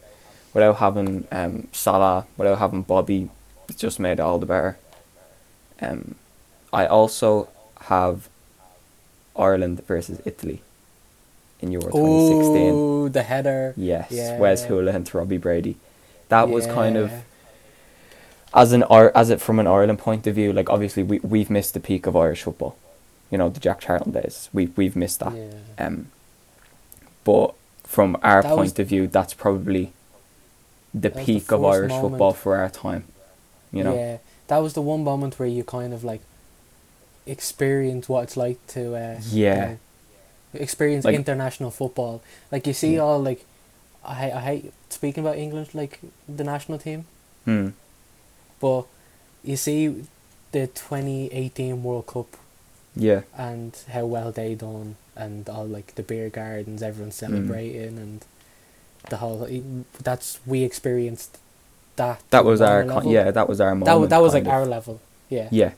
[SPEAKER 2] without having um, Salah, without having Bobby, it just made it all the better. Um, I also have Ireland versus Italy in Euro twenty sixteen.
[SPEAKER 1] Ooh, the header.
[SPEAKER 2] Yes,
[SPEAKER 1] Yeah.
[SPEAKER 2] Wes Houlihan to Robbie Brady. That was kind of
[SPEAKER 1] Yeah.
[SPEAKER 2] as an Ir- as it from an Ireland point of view. Like obviously we we've missed the peak of Irish football. You know the Jack Charlton days. We we've missed that.
[SPEAKER 1] Yeah.
[SPEAKER 2] Um, but from our
[SPEAKER 1] That
[SPEAKER 2] point
[SPEAKER 1] was-
[SPEAKER 2] of view, that's probably the
[SPEAKER 1] That was the
[SPEAKER 2] peak of
[SPEAKER 1] first
[SPEAKER 2] Irish
[SPEAKER 1] moment.
[SPEAKER 2] football for our time. You know.
[SPEAKER 1] Yeah, that was the one moment where you kind of like experience what it's like to uh,
[SPEAKER 2] Yeah.
[SPEAKER 1] uh, experience
[SPEAKER 2] Like-
[SPEAKER 1] international football. Like you see
[SPEAKER 2] Yeah.
[SPEAKER 1] all like I hate- I hate speaking about England like the national team,
[SPEAKER 2] Hmm.
[SPEAKER 1] but you see the 2018 World Cup
[SPEAKER 2] Yeah.
[SPEAKER 1] and how well they done and all like the beer gardens everyone
[SPEAKER 2] Mm.
[SPEAKER 1] celebrating and the whole that's we experienced that
[SPEAKER 2] That
[SPEAKER 1] to
[SPEAKER 2] was
[SPEAKER 1] on
[SPEAKER 2] our
[SPEAKER 1] a
[SPEAKER 2] con-
[SPEAKER 1] level.
[SPEAKER 2] yeah. That was our moment.
[SPEAKER 1] that, wa- that was like
[SPEAKER 2] kind of.
[SPEAKER 1] our level yeah
[SPEAKER 2] Yeah.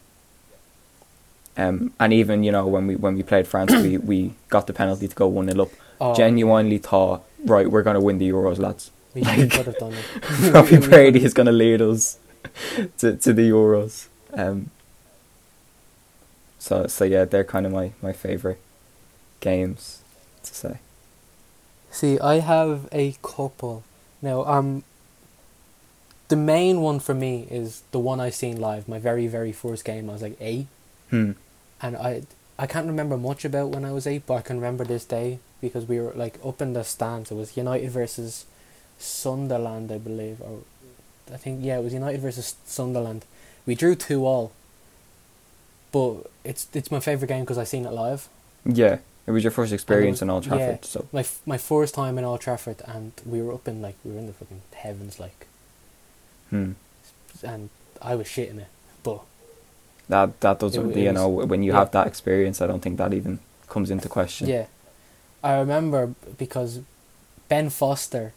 [SPEAKER 2] Um, and even you know when we when we played France, we, we got the penalty to go one 0 up.
[SPEAKER 1] Oh,
[SPEAKER 2] Genuinely thought, right, we're gonna win the Euros, lads.
[SPEAKER 1] We, we
[SPEAKER 2] Like-
[SPEAKER 1] could have done it.
[SPEAKER 2] Robbie Brady is gonna lead us to to the Euros. Um, so so yeah, they're kind of my my favorite games to say.
[SPEAKER 1] See, I have a couple. Now, um, the main one for me is the one I seen live. My very, very first game. I was like eight,
[SPEAKER 2] Hmm.
[SPEAKER 1] and I I can't remember much about when I was eight, but I can remember this day because we were like up in the stands. It was United versus Sunderland, I believe, or I think yeah, it was United versus Sunderland. We drew two all, but it's it's my favorite game because I seen it live.
[SPEAKER 2] Yeah, it was your first experience
[SPEAKER 1] was-
[SPEAKER 2] in Old
[SPEAKER 1] yeah.
[SPEAKER 2] Trafford, so
[SPEAKER 1] my f- my first time in Old Trafford, and we were up in like we were in the fucking heavens, like,
[SPEAKER 2] hmm.
[SPEAKER 1] and I was shitting it, but
[SPEAKER 2] that that doesn't
[SPEAKER 1] It
[SPEAKER 2] you
[SPEAKER 1] was-
[SPEAKER 2] know when you
[SPEAKER 1] yeah.
[SPEAKER 2] have that experience, I don't think that even comes into question.
[SPEAKER 1] yeah, I remember because Ben Foster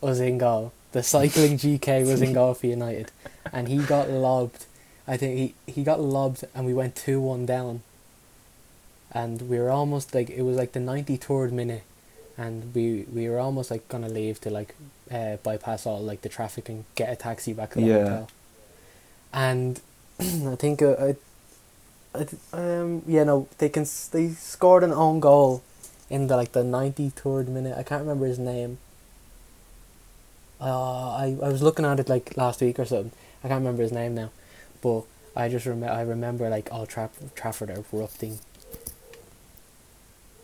[SPEAKER 1] was in goal. The cycling GK was in goal for United, and he got lobbed. I think he, he got lobbed, and we went two one down, and we were almost like it was like the ninety third minute, and we we were almost like gonna leave to like uh, bypass all like the traffic and get a taxi back to the
[SPEAKER 2] Yeah.
[SPEAKER 1] hotel. And I think uh, I, I th- um yeah no they can s- they scored an own goal in the like the ninety third minute. I can't remember his name. Uh, I I was looking at it like last week or something. I can't remember his name now, but I just remember I remember like all Tra- Trafford erupting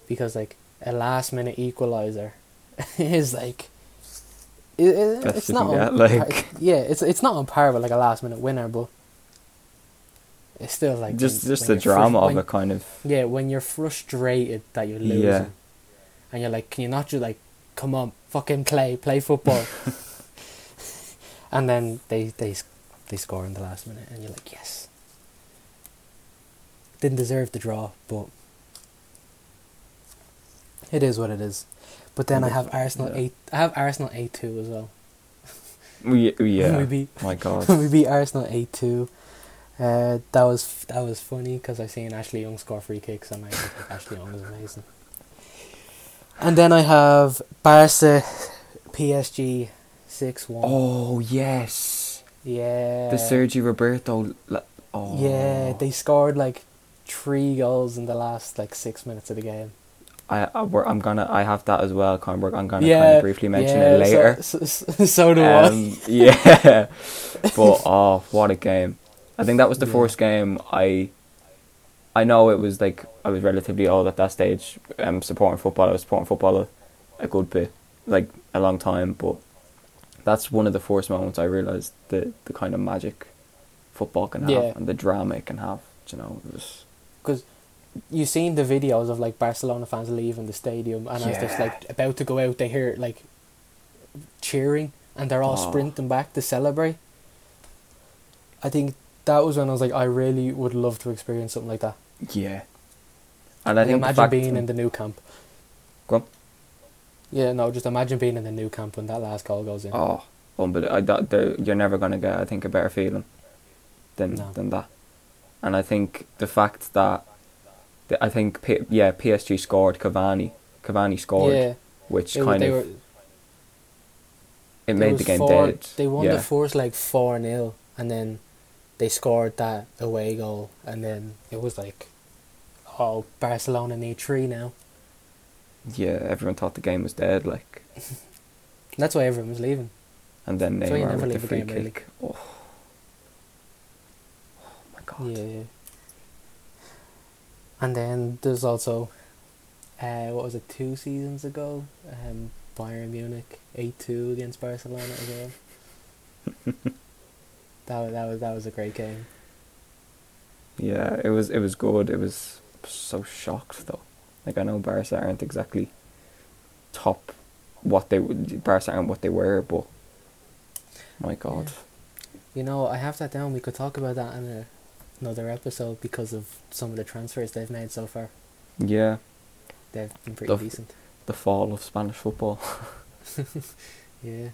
[SPEAKER 1] because like a last minute equalizer is like it, it,
[SPEAKER 2] That's
[SPEAKER 1] it's
[SPEAKER 2] what
[SPEAKER 1] not
[SPEAKER 2] you get,
[SPEAKER 1] on,
[SPEAKER 2] like-
[SPEAKER 1] yeah it's it's not on par with like a last minute winner, but it's still like
[SPEAKER 2] just
[SPEAKER 1] when-
[SPEAKER 2] just
[SPEAKER 1] when
[SPEAKER 2] the
[SPEAKER 1] you're frus-
[SPEAKER 2] drama
[SPEAKER 1] when-
[SPEAKER 2] of it, kind of.
[SPEAKER 1] yeah, when you're frustrated that you're losing,
[SPEAKER 2] Yeah.
[SPEAKER 1] and you're like, can you not just like, come on, fucking play, play football, and then they they s- they score in the last minute, and you're like, yes, didn't deserve the draw, but it is what it is. But then I have Arsenal
[SPEAKER 2] Yeah.
[SPEAKER 1] eight. I have Arsenal eight two as well.
[SPEAKER 2] We, yeah.
[SPEAKER 1] we beat
[SPEAKER 2] My God.
[SPEAKER 1] we beat Arsenal eight two. Uh, that was that was funny because I seen Ashley Young score free kicks and I was like, Ashley Young is amazing. And then I have Barca, PSG, six one.
[SPEAKER 2] Oh yes,
[SPEAKER 1] yeah.
[SPEAKER 2] the Sergio Roberto. la- Oh
[SPEAKER 1] Yeah, they scored like three goals in the last like six minutes of the game.
[SPEAKER 2] I, I we're, I'm gonna I have that as well, Cornberg. I'm gonna kind
[SPEAKER 1] Yeah,
[SPEAKER 2] of briefly mention
[SPEAKER 1] yeah,
[SPEAKER 2] it later.
[SPEAKER 1] So, so, so do I.
[SPEAKER 2] Um, yeah, but oh, what a game! I think that was the
[SPEAKER 1] Yeah.
[SPEAKER 2] first game I. I know it was like I was relatively old at that stage. Um, supporting football, I was supporting football a, a good bit, like a long time. But that's one of the first moments I realized the the kind of magic football can have
[SPEAKER 1] Yeah.
[SPEAKER 2] and the drama it can have. do You know, it was
[SPEAKER 1] because you seen the videos of like Barcelona fans leaving the stadium and as they're
[SPEAKER 2] Yeah.
[SPEAKER 1] like about to go out, they hear like cheering and they're all
[SPEAKER 2] Oh.
[SPEAKER 1] sprinting back to celebrate. I think that was when I was like, I really would love to experience something like that.
[SPEAKER 2] yeah. And I
[SPEAKER 1] Like,
[SPEAKER 2] think the
[SPEAKER 1] imagine
[SPEAKER 2] fact-
[SPEAKER 1] being in the Mm. new camp.
[SPEAKER 2] Go on.
[SPEAKER 1] Yeah, no, just imagine being in the new camp when that last goal goes in.
[SPEAKER 2] Oh, unbelievable! I, that, there- you're never gonna get, I think, a better feeling than
[SPEAKER 1] No.
[SPEAKER 2] than that. And I think the fact that, that I think, P, yeah, PSG scored Cavani. Cavani scored,
[SPEAKER 1] yeah,
[SPEAKER 2] which
[SPEAKER 1] it,
[SPEAKER 2] kind
[SPEAKER 1] they
[SPEAKER 2] of
[SPEAKER 1] were.
[SPEAKER 2] it
[SPEAKER 1] It
[SPEAKER 2] made
[SPEAKER 1] was
[SPEAKER 2] the game
[SPEAKER 1] four,
[SPEAKER 2] dead.
[SPEAKER 1] They won
[SPEAKER 2] yeah.
[SPEAKER 1] the first like four 0 and then they scored that away goal, and then it was like, oh, Barcelona need three now.
[SPEAKER 2] yeah, everyone thought the game was dead. Like,
[SPEAKER 1] That's why everyone was leaving.
[SPEAKER 2] and then
[SPEAKER 1] So you
[SPEAKER 2] Neymar
[SPEAKER 1] never
[SPEAKER 2] with the
[SPEAKER 1] leave a
[SPEAKER 2] free
[SPEAKER 1] game early.
[SPEAKER 2] kick. Oh. oh my god!
[SPEAKER 1] Yeah. And then there's also, uh, what was it, two seasons ago? Um, Bayern Munich eight two against Barcelona as well. that was, that was that was a great game.
[SPEAKER 2] Yeah, it was it was good. It was so shocked though. Like I know Barca aren't exactly top what they would Barca aren't what they were, but my God,
[SPEAKER 1] You know, I have that down. We could talk about that in a, another episode because of some of the transfers they've made so far.
[SPEAKER 2] yeah,
[SPEAKER 1] They've been pretty
[SPEAKER 2] Def-
[SPEAKER 1] decent.
[SPEAKER 2] the fall of Spanish football.
[SPEAKER 1] Yeah.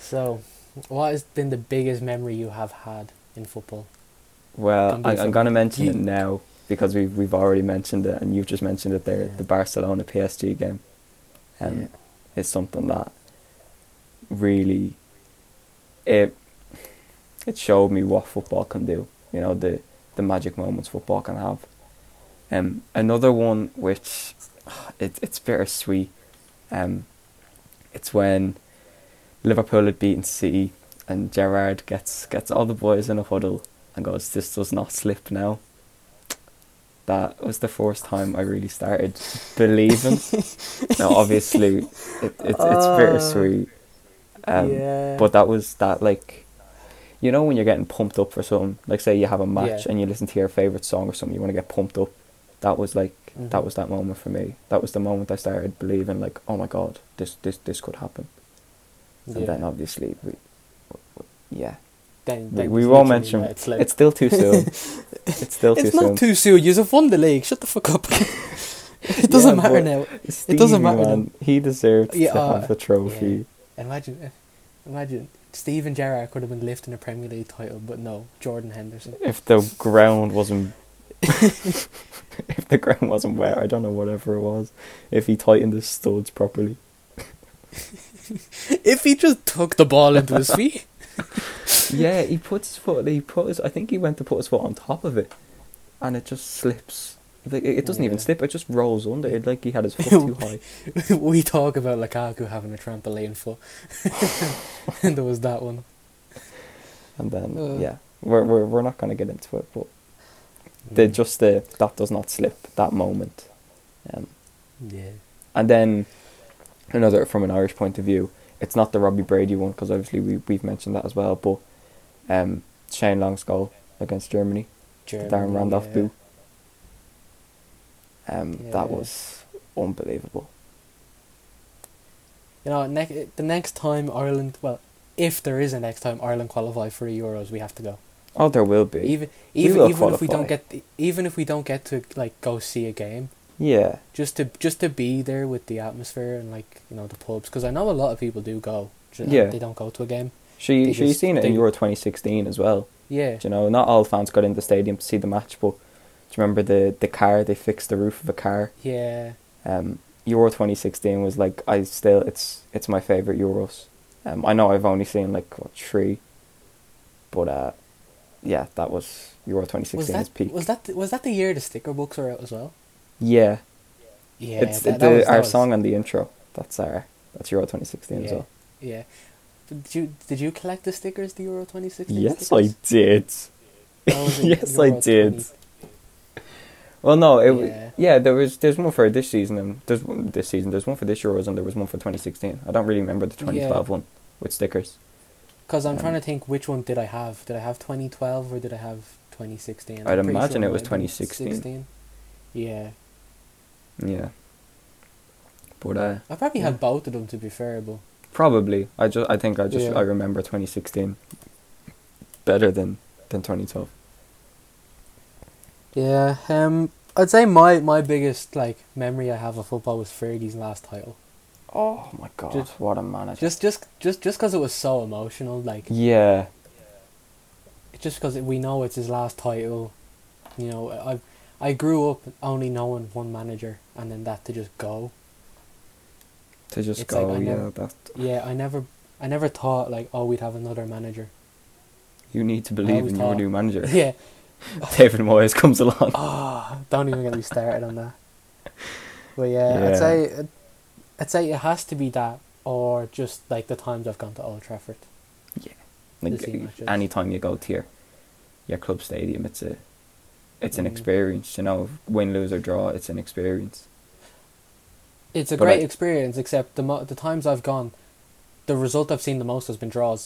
[SPEAKER 1] So, what has been the biggest memory you have had in football?
[SPEAKER 2] Well,
[SPEAKER 1] Don't be
[SPEAKER 2] I, I'm gonna
[SPEAKER 1] offended.
[SPEAKER 2] mention it
[SPEAKER 1] Ye-
[SPEAKER 2] now because we've we've already mentioned it and you've just mentioned it there.
[SPEAKER 1] Yeah.
[SPEAKER 2] The Barcelona PSG game, um,
[SPEAKER 1] Yeah.
[SPEAKER 2] is something that really it it showed me what football can do. You know the the magic moments football can have. Um, another one which it, it's bittersweet. Um, it's when Liverpool had beaten City and Gerard gets gets all the boys in a huddle and goes, "This does not slip now." That was the first time I really started believing. now, obviously, it, it, it's it's
[SPEAKER 1] Uh,
[SPEAKER 2] bittersweet. Um,
[SPEAKER 1] yeah.
[SPEAKER 2] But that was that like, you know, when you're getting pumped up for something, like say you have a match
[SPEAKER 1] Yeah.
[SPEAKER 2] and you listen to your favorite song or something, you want to get pumped up. That was like
[SPEAKER 1] Mhm.
[SPEAKER 2] that was that moment for me. That was the moment I started believing, like, oh my god, this this this could happen.
[SPEAKER 1] Yeah.
[SPEAKER 2] And then obviously we, yeah,
[SPEAKER 1] Then-
[SPEAKER 2] we,
[SPEAKER 1] then
[SPEAKER 2] we
[SPEAKER 1] just
[SPEAKER 2] won't
[SPEAKER 1] literally
[SPEAKER 2] mention.
[SPEAKER 1] let it slip.
[SPEAKER 2] It's still too soon. it's still
[SPEAKER 1] It's
[SPEAKER 2] too
[SPEAKER 1] not
[SPEAKER 2] soon.
[SPEAKER 1] too soon. You've won the league. Shut the fuck up. it doesn't
[SPEAKER 2] Yeah,
[SPEAKER 1] matter
[SPEAKER 2] but-
[SPEAKER 1] now.
[SPEAKER 2] Stevie,
[SPEAKER 1] doesn't matter
[SPEAKER 2] Man, he deserved
[SPEAKER 1] Yeah,
[SPEAKER 2] to
[SPEAKER 1] uh,
[SPEAKER 2] have the trophy.
[SPEAKER 1] Imagine, eh, imagine Steven Gerrard could have been lifting a Premier League title, but no, Jordan Henderson.
[SPEAKER 2] If the ground wasn't if the ground wasn't wet, I don't know whatever it was. If he tightened his studs properly,
[SPEAKER 1] If he just took the ball into his feet,
[SPEAKER 2] yeah, he puts his foot. He put his. I think he went to put his foot on top of it, and it just slips. Like it, it doesn't even
[SPEAKER 1] Yeah.
[SPEAKER 2] slip. It just rolls under. It like he had his foot too high.
[SPEAKER 1] we talk about Lukaku having a trampoline foot. and there was that one.
[SPEAKER 2] And then
[SPEAKER 1] Uh.
[SPEAKER 2] yeah, we're we're we're not gonna get into it, but the Mm. just the that does not slip that moment. Um,
[SPEAKER 1] Yeah.
[SPEAKER 2] and then another from an Irish point of view, it's not the Robbie Brady one because obviously we we've mentioned that as well. But um, Shane Long's goal against Germany, the Darren
[SPEAKER 1] Germany,
[SPEAKER 2] Randolph
[SPEAKER 1] yeah.
[SPEAKER 2] boo. Um,
[SPEAKER 1] Yeah.
[SPEAKER 2] that was unbelievable.
[SPEAKER 1] You know, ne- the next time Ireland, well, if there is a next time Ireland qualify for the Euros, we have to go.
[SPEAKER 2] Oh, there will be.
[SPEAKER 1] Even
[SPEAKER 2] We
[SPEAKER 1] even
[SPEAKER 2] will
[SPEAKER 1] even if we
[SPEAKER 2] qualify.
[SPEAKER 1] don't get the- even if we don't get to like go see a game,
[SPEAKER 2] yeah,
[SPEAKER 1] just to just to be there with the atmosphere and like you know the pubs because I know a lot of people do go. ju-
[SPEAKER 2] Yeah.
[SPEAKER 1] They don't go to a game.
[SPEAKER 2] she
[SPEAKER 1] They
[SPEAKER 2] she
[SPEAKER 1] just-
[SPEAKER 2] seen it in
[SPEAKER 1] they-
[SPEAKER 2] Euro twenty sixteen as well.
[SPEAKER 1] Yeah.
[SPEAKER 2] Do you know, not all fans got in the stadium to see the match, but do you remember the the car? They fixed the roof of a car.
[SPEAKER 1] Yeah.
[SPEAKER 2] Um, Euro 2016 was like I still it's it's my favorite Euros. Um, I know I've only seen like what, three, but uh, yeah, that was Euro
[SPEAKER 1] Was
[SPEAKER 2] 2016 was
[SPEAKER 1] that
[SPEAKER 2] peak.
[SPEAKER 1] was that the- was that the year the sticker books were out as well?
[SPEAKER 2] yeah,
[SPEAKER 1] Yeah.
[SPEAKER 2] it's the,
[SPEAKER 1] that- that was- that
[SPEAKER 2] our
[SPEAKER 1] was-
[SPEAKER 2] song on the intro. That's our that's Euro 2016 as
[SPEAKER 1] Yeah.
[SPEAKER 2] well.
[SPEAKER 1] Yeah. Did you did you collect the stickers the Euro twenty sixteen?
[SPEAKER 2] Yes, I did. yes, I did. Well, no, it w
[SPEAKER 1] Yeah.
[SPEAKER 2] yeah. There was there's one for this season and there's one this season there's one for this Euros and there was one for 2016. I don't really remember the 2012 one with stickers.
[SPEAKER 1] Because I'm trying
[SPEAKER 2] Um,
[SPEAKER 1] to think which one did I have? Did I have 2012 or did I have 2016?
[SPEAKER 2] I'd
[SPEAKER 1] I'm pretty
[SPEAKER 2] imagine it
[SPEAKER 1] might
[SPEAKER 2] was
[SPEAKER 1] have been
[SPEAKER 2] 2016.
[SPEAKER 1] 16. Yeah,
[SPEAKER 2] Yeah. But uh,
[SPEAKER 1] I probably
[SPEAKER 2] Yeah.
[SPEAKER 1] had both of them to be fair, but
[SPEAKER 2] probably I just I think I just
[SPEAKER 1] Yeah.
[SPEAKER 2] I remember 2016 better than than 2012.
[SPEAKER 1] yeah. Um, I'd say my my biggest like memory I have of football was Fergie's last title.
[SPEAKER 2] Oh my god,
[SPEAKER 1] Just-
[SPEAKER 2] what a manager!
[SPEAKER 1] Just just just just because it was so emotional, like
[SPEAKER 2] yeah,
[SPEAKER 1] just because we know it's his last title. You know, I I grew up only knowing one manager, and then that to just go.
[SPEAKER 2] to just
[SPEAKER 1] It's like
[SPEAKER 2] go
[SPEAKER 1] I
[SPEAKER 2] yeah
[SPEAKER 1] never-
[SPEAKER 2] that
[SPEAKER 1] Yeah, I never, I never thought like, oh, we'd have another manager.
[SPEAKER 2] you need to believe
[SPEAKER 1] always
[SPEAKER 2] in your
[SPEAKER 1] thought-
[SPEAKER 2] new manager.
[SPEAKER 1] yeah.
[SPEAKER 2] David Moyes comes along.
[SPEAKER 1] Oh, don't even get me started on that. But yeah,
[SPEAKER 2] Yeah.
[SPEAKER 1] I'd say, I'd say it has to be that, or just like the times I've gone to Old Trafford.
[SPEAKER 2] Like
[SPEAKER 1] see matches.
[SPEAKER 2] anytime you go to your your club stadium, it's a it's an
[SPEAKER 1] Mm.
[SPEAKER 2] experience. You know, win, lose or draw, it's an experience.
[SPEAKER 1] It's a
[SPEAKER 2] But
[SPEAKER 1] great
[SPEAKER 2] I-
[SPEAKER 1] experience, except the mo- the times I've gone, the result I've seen the most has been draws.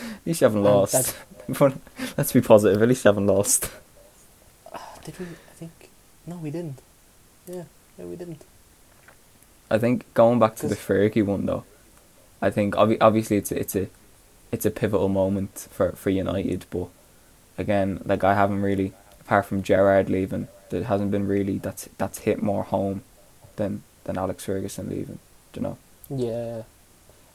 [SPEAKER 2] At least you haven't
[SPEAKER 1] And
[SPEAKER 2] lost. But Let's be positive. At least you haven't lost.
[SPEAKER 1] Did we? I think no, we didn't. Yeah, yeah, we didn't.
[SPEAKER 2] I think going back to the
[SPEAKER 1] Does-
[SPEAKER 2] Fergie one though, I think obvi- obviously it's a, it's a it's a pivotal moment for for United. But again, like I haven't really, apart from Gerard leaving, there hasn't been really that's that's hit more home than than Alex Ferguson leaving. Do you know?
[SPEAKER 1] Yeah,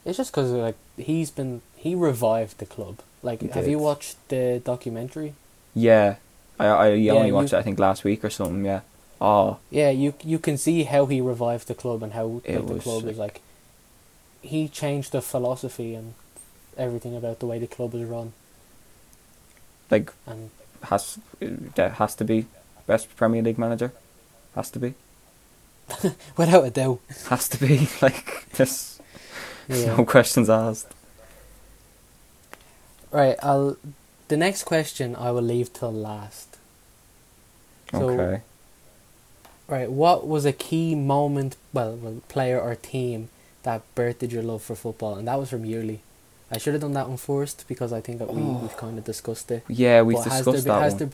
[SPEAKER 1] it's just because like he's been he revived the club. Like,
[SPEAKER 2] He
[SPEAKER 1] have you
[SPEAKER 2] did.
[SPEAKER 1] watched the documentary?
[SPEAKER 2] Yeah, I I
[SPEAKER 1] Yeah,
[SPEAKER 2] only
[SPEAKER 1] you-
[SPEAKER 2] watched it I think last week or something. Yeah. Oh,
[SPEAKER 1] Yeah, you you can see how he revived the club and how
[SPEAKER 2] It
[SPEAKER 1] like, the
[SPEAKER 2] was
[SPEAKER 1] club is like. He changed the philosophy and everything about the way the club is run,
[SPEAKER 2] like
[SPEAKER 1] and
[SPEAKER 2] has that has to be best Premier League manager, has to be,
[SPEAKER 1] without a doubt,
[SPEAKER 2] has to be like this.
[SPEAKER 1] yeah.
[SPEAKER 2] No questions asked.
[SPEAKER 1] right, I'll. The next question I will leave till last. So,
[SPEAKER 2] okay.
[SPEAKER 1] Right, what was a key moment, well, well, player or team that birthed your love for football? And that was from Yuli. I should have done that one first because I think that we,
[SPEAKER 2] Oh.
[SPEAKER 1] we've kind of discussed it.
[SPEAKER 2] Yeah, we've
[SPEAKER 1] But
[SPEAKER 2] discussed
[SPEAKER 1] has there been,
[SPEAKER 2] that
[SPEAKER 1] has
[SPEAKER 2] one.
[SPEAKER 1] There,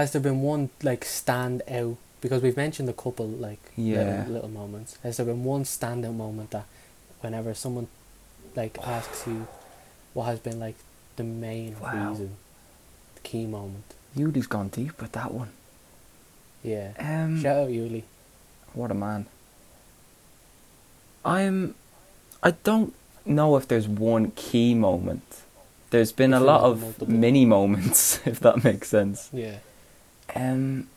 [SPEAKER 1] has there been one like stand out? Because we've mentioned a couple like
[SPEAKER 2] Yeah.
[SPEAKER 1] little, little moments. Has there been one standout moment that, whenever someone, like asks you, what has been like the main
[SPEAKER 2] Wow.
[SPEAKER 1] reason, the key moment?
[SPEAKER 2] Yuli's gone deep with that one.
[SPEAKER 1] Yeah.
[SPEAKER 2] Um,
[SPEAKER 1] Shout out Yuli.
[SPEAKER 2] what a man. I'm. I don't know if there's one key moment. There's been
[SPEAKER 1] I
[SPEAKER 2] a
[SPEAKER 1] feel
[SPEAKER 2] lot
[SPEAKER 1] like
[SPEAKER 2] of
[SPEAKER 1] multiple.
[SPEAKER 2] mini moments, if that makes sense.
[SPEAKER 1] Yeah.
[SPEAKER 2] Um,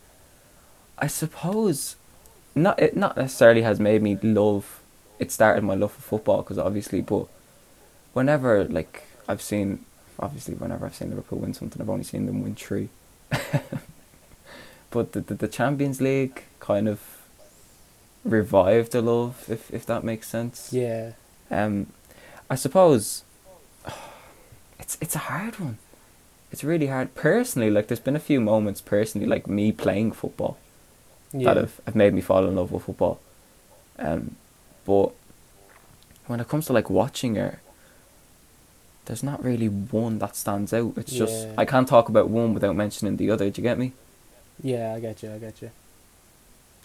[SPEAKER 2] I suppose not. It not necessarily has made me love. It started my love for football because obviously, but whenever like I've seen, obviously whenever I've seen Liverpool win something, I've only seen them win three. but the, the the Champions League kind of revived the love, if if that makes sense.
[SPEAKER 1] Yeah.
[SPEAKER 2] Um, I suppose it's it's a hard one. It's really hard. Personally, like there's been a few moments personally, like me playing football
[SPEAKER 1] Yeah.
[SPEAKER 2] that have, have made me fall in love with football. Um, but when it comes to like watching it, there's not really one that stands out. It's just
[SPEAKER 1] Yeah.
[SPEAKER 2] I can't talk about one without mentioning the other. Do you get me?
[SPEAKER 1] yeah, I get you. I get you.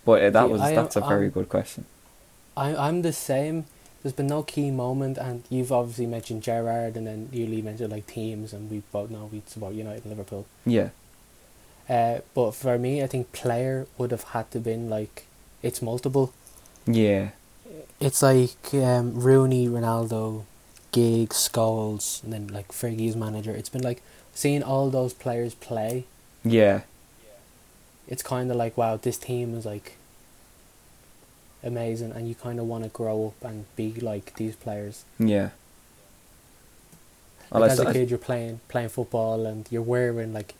[SPEAKER 2] But uh, that
[SPEAKER 1] See,
[SPEAKER 2] was
[SPEAKER 1] I am-
[SPEAKER 2] that's a very
[SPEAKER 1] I'm-
[SPEAKER 2] good question.
[SPEAKER 1] I, I'm the same. There's been no key moment, and you've obviously mentioned Gerrard, and then you Lee mentioned like teams, and we both know we support United and Liverpool.
[SPEAKER 2] Yeah,
[SPEAKER 1] Uh, but for me, I think player would have had to been like it's multiple.
[SPEAKER 2] yeah,
[SPEAKER 1] It's like um, Rooney, Ronaldo, Giggs, Scholes, and then like Fergie's manager. It's been like seeing all those players play.
[SPEAKER 2] yeah,
[SPEAKER 1] It's kind of like wow, this team is like amazing, and you kind of want to grow up and be like these players.
[SPEAKER 2] yeah. Well,
[SPEAKER 1] Like
[SPEAKER 2] I
[SPEAKER 1] as
[SPEAKER 2] s-
[SPEAKER 1] a
[SPEAKER 2] I-
[SPEAKER 1] kid, you're playing playing football and you're wearing like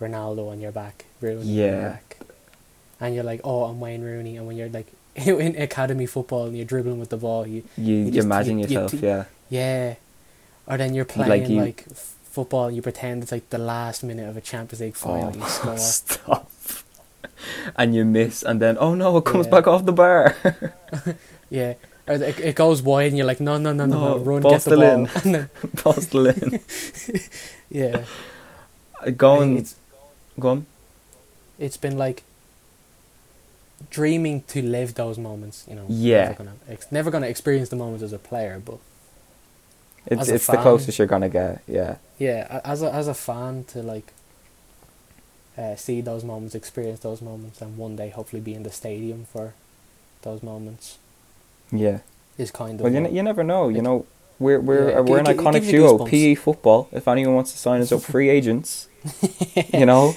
[SPEAKER 1] Ronaldo on your back, Rooney on
[SPEAKER 2] Yeah.
[SPEAKER 1] your back, and you're like, oh, I'm Wayne Rooney. And when you're like in academy football and you're dribbling with the ball, you
[SPEAKER 2] you, you
[SPEAKER 1] just-
[SPEAKER 2] imagine
[SPEAKER 1] you- you
[SPEAKER 2] yourself,
[SPEAKER 1] t-
[SPEAKER 2] yeah.
[SPEAKER 1] yeah, or then you're
[SPEAKER 2] Like
[SPEAKER 1] playing like,
[SPEAKER 2] you-
[SPEAKER 1] f- football and you pretend it's like the last minute of a Champions League final. you
[SPEAKER 2] Oh,
[SPEAKER 1] score.
[SPEAKER 2] stop. And you miss, and then oh no, it comes
[SPEAKER 1] Yeah.
[SPEAKER 2] back off the bar.
[SPEAKER 1] Yeah. Or it, it goes wide and you're like, no, no, no, no, no,
[SPEAKER 2] No,
[SPEAKER 1] run,
[SPEAKER 2] ball
[SPEAKER 1] get the
[SPEAKER 2] still
[SPEAKER 1] ball.
[SPEAKER 2] in.
[SPEAKER 1] And then,
[SPEAKER 2] Postal in.
[SPEAKER 1] yeah.
[SPEAKER 2] Uh, Going,
[SPEAKER 1] It's,
[SPEAKER 2] going.
[SPEAKER 1] it's been like dreaming to live those moments, you know.
[SPEAKER 2] Yeah.
[SPEAKER 1] Never gonna, ex- never gonna experience the moments as a player, but
[SPEAKER 2] It's
[SPEAKER 1] As a
[SPEAKER 2] it's the
[SPEAKER 1] fan.
[SPEAKER 2] closest you're gonna get. Yeah,
[SPEAKER 1] yeah, a- as a, as a fan to like uh, see those moments, experience those moments, and one day hopefully be in the stadium for those moments
[SPEAKER 2] yeah.
[SPEAKER 1] is kind of
[SPEAKER 2] Well, you,
[SPEAKER 1] what-
[SPEAKER 2] ne- you never know. You
[SPEAKER 1] It-
[SPEAKER 2] know, we're we're
[SPEAKER 1] Yeah,
[SPEAKER 2] uh,
[SPEAKER 1] it gi-
[SPEAKER 2] we're an
[SPEAKER 1] it gi- it
[SPEAKER 2] iconic
[SPEAKER 1] gives you
[SPEAKER 2] duo.
[SPEAKER 1] goosebumps.
[SPEAKER 2] PE football. If anyone wants to sign us up, free agents. you know,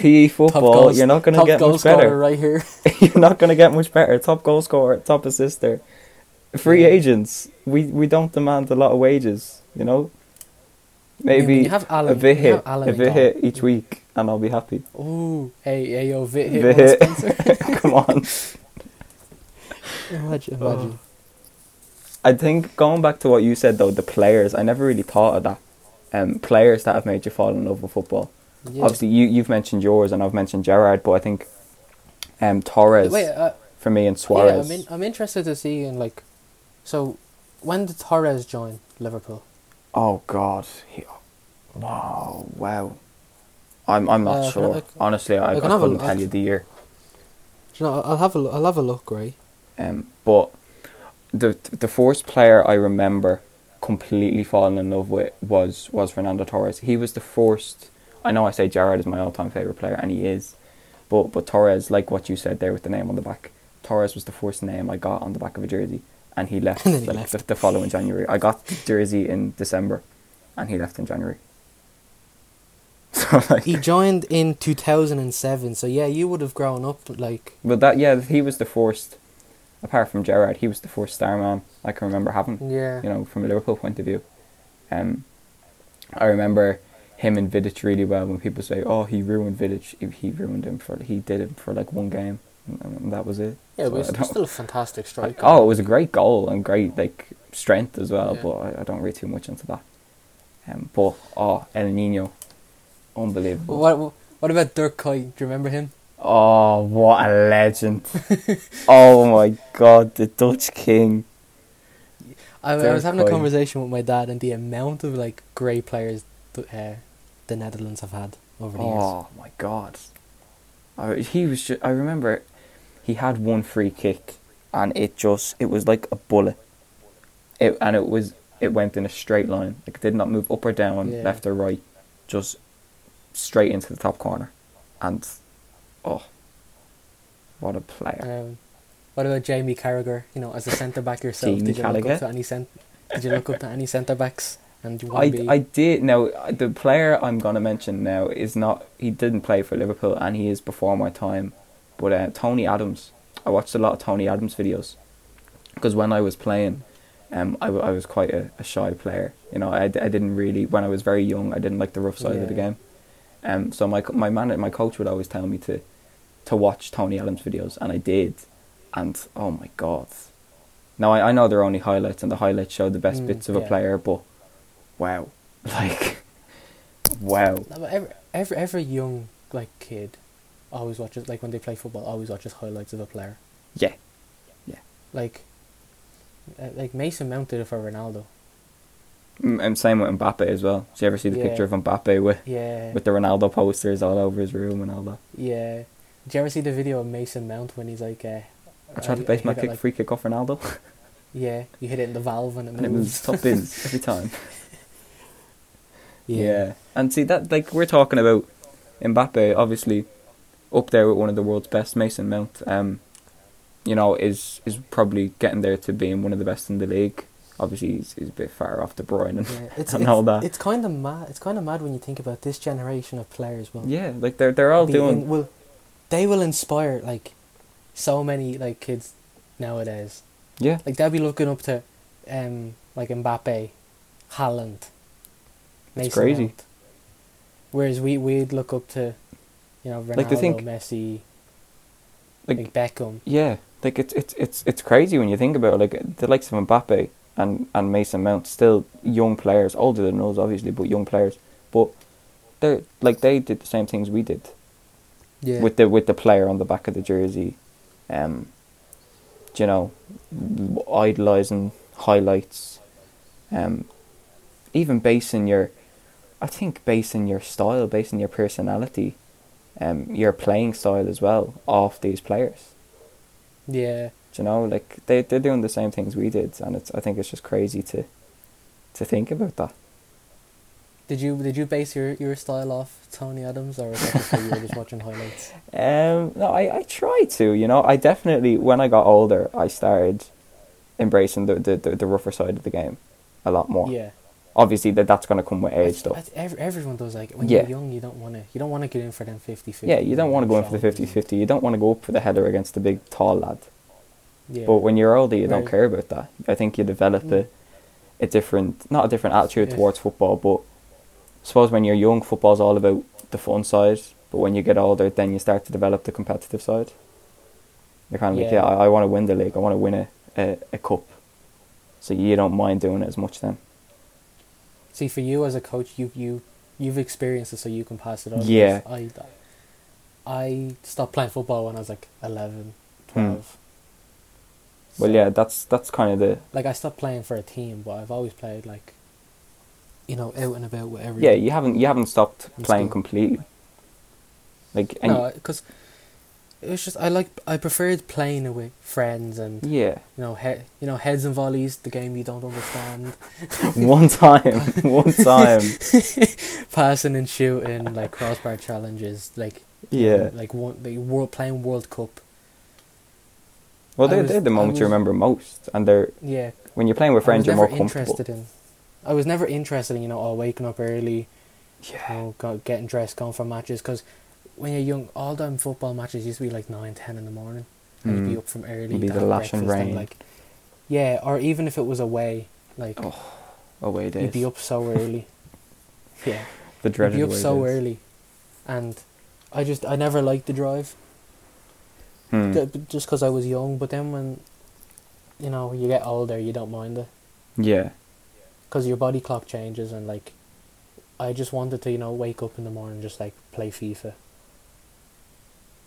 [SPEAKER 2] PE football.
[SPEAKER 1] goals-
[SPEAKER 2] you're not gonna
[SPEAKER 1] top
[SPEAKER 2] get
[SPEAKER 1] goal
[SPEAKER 2] much
[SPEAKER 1] scorer
[SPEAKER 2] better.
[SPEAKER 1] right here.
[SPEAKER 2] you're not gonna get much better. Top goal scorer, top assister, free
[SPEAKER 1] Yeah.
[SPEAKER 2] agents. We we don't demand a lot of wages. You know,
[SPEAKER 1] Yeah, when
[SPEAKER 2] maybe
[SPEAKER 1] you have Alan,
[SPEAKER 2] a bit
[SPEAKER 1] when you have
[SPEAKER 2] hit,
[SPEAKER 1] Alan
[SPEAKER 2] a
[SPEAKER 1] in
[SPEAKER 2] bit
[SPEAKER 1] goal.
[SPEAKER 2] hit each week, and I'll be happy.
[SPEAKER 1] Ooh, hey, hey, yo, Vit hit,
[SPEAKER 2] Bit
[SPEAKER 1] one,
[SPEAKER 2] hit.
[SPEAKER 1] Spencer.
[SPEAKER 2] Come on.
[SPEAKER 1] imagine,
[SPEAKER 2] Oh.
[SPEAKER 1] imagine.
[SPEAKER 2] I think going back to what you said though, the players. I never really thought of that. Um, players that have made you fall in love with football.
[SPEAKER 1] Yeah.
[SPEAKER 2] Obviously, you you've mentioned yours, and I've mentioned Gerard, but I think um Torres
[SPEAKER 1] Wait, uh,
[SPEAKER 2] for me and Suarez.
[SPEAKER 1] Yeah, I'm, in, I'm interested to see in like, so when did Torres join Liverpool?
[SPEAKER 2] Oh God! He, wow! Wow! I'm I'm not
[SPEAKER 1] Uh,
[SPEAKER 2] sure.
[SPEAKER 1] like-
[SPEAKER 2] Honestly, I, I,
[SPEAKER 1] like another-
[SPEAKER 2] couldn't tell you the year.
[SPEAKER 1] Do you know, I'll have a l- I'll have a look, right?
[SPEAKER 2] Um, but the the first player I remember completely falling in love with was was Fernando Torres. He was the first. I know I say Gerard is my all time favorite player, and he is. But but Torres, like what you said there with the name on the back, Torres was the first name I got on the back of a jersey, and he left
[SPEAKER 1] And then he
[SPEAKER 2] like,
[SPEAKER 1] left.
[SPEAKER 2] The, the following January. I got the jersey in December, and he left in January. So like,
[SPEAKER 1] He joined in two thousand and seven. So yeah, you would have grown up like
[SPEAKER 2] but that yeah, he was the first. Apart from Gerard, he was the first star man I can remember having.
[SPEAKER 1] yeah.
[SPEAKER 2] you know, from a Liverpool point of view. Um, I remember him and Vidic really well when people say, "Oh, he ruined Vidic. He- He ruined him for he did him for like one game, and, and that was it."
[SPEAKER 1] yeah,
[SPEAKER 2] So
[SPEAKER 1] but
[SPEAKER 2] I
[SPEAKER 1] it's
[SPEAKER 2] don't-
[SPEAKER 1] still a fantastic
[SPEAKER 2] I-
[SPEAKER 1] strike.
[SPEAKER 2] oh, it was a great goal and great like strength as well,
[SPEAKER 1] Yeah.
[SPEAKER 2] but I, I don't read too much into that. Um, but oh, El Nino, unbelievable.
[SPEAKER 1] What what about Dirk Kuyt? Do you remember him?
[SPEAKER 2] Oh, what a legend! oh my God, the Dutch king.
[SPEAKER 1] I, I
[SPEAKER 2] Dirk
[SPEAKER 1] was having
[SPEAKER 2] Kuyt.
[SPEAKER 1] a conversation with my dad, and the amount of like great players th- uh, the Netherlands have had over the years.
[SPEAKER 2] Oh my god! I, he was. Just, I remember he had one free kick, and it just it was like a bullet. It and it was it went in a straight line. Like it did not move up or down,
[SPEAKER 1] Yeah.
[SPEAKER 2] left or right, just straight into the top corner, and oh, what a player!
[SPEAKER 1] Um, what about Jamie Carragher? You know, as a centre back yourself,
[SPEAKER 2] Jamie
[SPEAKER 1] did you look
[SPEAKER 2] Carragher?
[SPEAKER 1] up to any cent- Did you look up to any centre backs? And you want
[SPEAKER 2] I,
[SPEAKER 1] to be
[SPEAKER 2] I did now the player I'm gonna mention now is not he didn't play for Liverpool and he is before my time, but uh, Tony Adams. I watched a lot of Tony Adams videos, because when I was playing, um, I, w- I was quite a, a shy player. You know, I, d- I didn't really when I was very young I didn't like the rough side of the
[SPEAKER 1] Yeah.
[SPEAKER 2] game, um. So my co- my man my coach would always tell me to, to watch Tony Adams videos and I did, and oh my god. Now I, I know they're only highlights and the highlights show the best
[SPEAKER 1] Mm,
[SPEAKER 2] bits of a
[SPEAKER 1] yeah.
[SPEAKER 2] player, but wow like wow
[SPEAKER 1] No, but every, every every young like kid always watches like when they play football always watches highlights of a player.
[SPEAKER 2] yeah
[SPEAKER 1] Like uh, like Mason Mount did it for Ronaldo.
[SPEAKER 2] Mm, and same with Mbappe as well did you ever see the picture of
[SPEAKER 1] Yeah.
[SPEAKER 2] Mbappe with
[SPEAKER 1] Yeah.
[SPEAKER 2] with the Ronaldo posters all over his room and all that
[SPEAKER 1] yeah. Did you ever see the video of Mason Mount when he's like uh,
[SPEAKER 2] I tried to
[SPEAKER 1] I
[SPEAKER 2] base my
[SPEAKER 1] hit it
[SPEAKER 2] kick
[SPEAKER 1] like-
[SPEAKER 2] free kick off Ronaldo
[SPEAKER 1] Yeah, you hit it in the valve and it
[SPEAKER 2] and
[SPEAKER 1] moves.
[SPEAKER 2] it moves top bins every time yeah. and see that like we're talking about Mbappe obviously up there with one of the world's best Mason Mount um you know is is probably getting there to being one of the best in the league obviously he's, he's a bit far off De Bruyne and,
[SPEAKER 1] Yeah, It's,
[SPEAKER 2] and
[SPEAKER 1] it's,
[SPEAKER 2] all that
[SPEAKER 1] it's kind of mad. It's kind of mad when you think about this generation of players. Will
[SPEAKER 2] yeah like they're they're all
[SPEAKER 1] be
[SPEAKER 2] doing
[SPEAKER 1] in- will they will inspire like so many like kids nowadays.
[SPEAKER 2] yeah
[SPEAKER 1] Like they'll be looking up to um like Mbappe, Haaland, Mason
[SPEAKER 2] crazy.
[SPEAKER 1] Mount. Whereas we we'd look up to you know Ronaldo,
[SPEAKER 2] Like, they think-
[SPEAKER 1] Messi,
[SPEAKER 2] like
[SPEAKER 1] like Beckham.
[SPEAKER 2] Yeah, like it's it's it's it's crazy when you think about it. Like the likes of Mbappe and and Mason Mount, still young players, older than us obviously, but young players. But they're like they did the same things we did
[SPEAKER 1] Yeah.
[SPEAKER 2] with the with the player on the back of the jersey, um, you know, idolizing highlights, um, even basing your, I think basing your style, basing your personality, um, your playing style as well off these players.
[SPEAKER 1] yeah.
[SPEAKER 2] Do you know, like they they're doing the same things we did, and it's I think it's just crazy to to think about that.
[SPEAKER 1] Did you did you base your, your style off Tony Adams or is that just how you were just watching highlights?
[SPEAKER 2] Um, no, I I try to, you know, I definitely when I got older, I started embracing the the, the, the rougher side of the game a lot more.
[SPEAKER 1] Yeah.
[SPEAKER 2] Obviously, that that's gonna come with
[SPEAKER 1] I
[SPEAKER 2] age,
[SPEAKER 1] th-
[SPEAKER 2] though.
[SPEAKER 1] I th- ev- everyone does like when
[SPEAKER 2] Yeah.
[SPEAKER 1] you're young you don't want to you don't want to get in for them 50-50
[SPEAKER 2] yeah, you don't want to go in for the
[SPEAKER 1] shots
[SPEAKER 2] 50-50. You don't want to go up for the header against the big tall lad.
[SPEAKER 1] and- yeah.
[SPEAKER 2] But when you're older, you don't
[SPEAKER 1] Right.
[SPEAKER 2] care about that. I think you develop
[SPEAKER 1] Mm.
[SPEAKER 2] a, a different, not a different attitude
[SPEAKER 1] Yeah.
[SPEAKER 2] towards football, but I suppose when you're young, football's all about the fun side. But when you get older, then you start to develop the competitive side. You're kind of like,
[SPEAKER 1] Yeah.
[SPEAKER 2] yeah, I, I want to win the league. I want to win a, a, a cup. So you don't mind doing it as much then.
[SPEAKER 1] see for you as a coach you you you've experienced it so you can pass it on
[SPEAKER 2] Yeah.
[SPEAKER 1] I I stopped playing football when I was like 11
[SPEAKER 2] Hmm.
[SPEAKER 1] 12
[SPEAKER 2] Well,
[SPEAKER 1] So,
[SPEAKER 2] yeah, that's that's kind of the
[SPEAKER 1] like I stopped playing for a team but I've always played like you know out and about with
[SPEAKER 2] yeah.
[SPEAKER 1] everyone
[SPEAKER 2] You haven't you haven't stopped
[SPEAKER 1] In
[SPEAKER 2] playing
[SPEAKER 1] school.
[SPEAKER 2] completely. Like and
[SPEAKER 1] no because it was just I like I preferred playing with friends and
[SPEAKER 2] yeah,
[SPEAKER 1] you know he- you know heads and volleys the game you don't understand
[SPEAKER 2] one time, one time,
[SPEAKER 1] passing and shooting like crossbar challenges like
[SPEAKER 2] yeah.
[SPEAKER 1] like one like world playing World Cup
[SPEAKER 2] Well,
[SPEAKER 1] I
[SPEAKER 2] they're,
[SPEAKER 1] was-
[SPEAKER 2] they're the
[SPEAKER 1] I
[SPEAKER 2] moments you
[SPEAKER 1] was-
[SPEAKER 2] remember most, and they're
[SPEAKER 1] yeah
[SPEAKER 2] when you're playing with friends,
[SPEAKER 1] I
[SPEAKER 2] you're
[SPEAKER 1] was
[SPEAKER 2] more
[SPEAKER 1] never
[SPEAKER 2] comfortable.
[SPEAKER 1] interested in I was never interested in you know oh, waking up early you
[SPEAKER 2] Yeah,
[SPEAKER 1] know go, getting dressed going for matches because when you're young all them football matches used to be like 9 10 in the morning and you'd be
[SPEAKER 2] Mm.
[SPEAKER 1] up from early
[SPEAKER 2] It'd be
[SPEAKER 1] to
[SPEAKER 2] the
[SPEAKER 1] have
[SPEAKER 2] lash and
[SPEAKER 1] breakfast
[SPEAKER 2] rain.
[SPEAKER 1] like yeah or even if it was away like
[SPEAKER 2] Oh, away days.
[SPEAKER 1] you'd be up so early yeah
[SPEAKER 2] the
[SPEAKER 1] You'd
[SPEAKER 2] dreaded
[SPEAKER 1] be up
[SPEAKER 2] away
[SPEAKER 1] so
[SPEAKER 2] days.
[SPEAKER 1] early, and I just I never liked the drive,
[SPEAKER 2] Hmm.
[SPEAKER 1] ju- b- just because I was young. But then when, you know, you get older, you don't mind it,
[SPEAKER 2] yeah,
[SPEAKER 1] because your body clock changes and like, I just wanted to you know wake up in the morning just like play FIFA.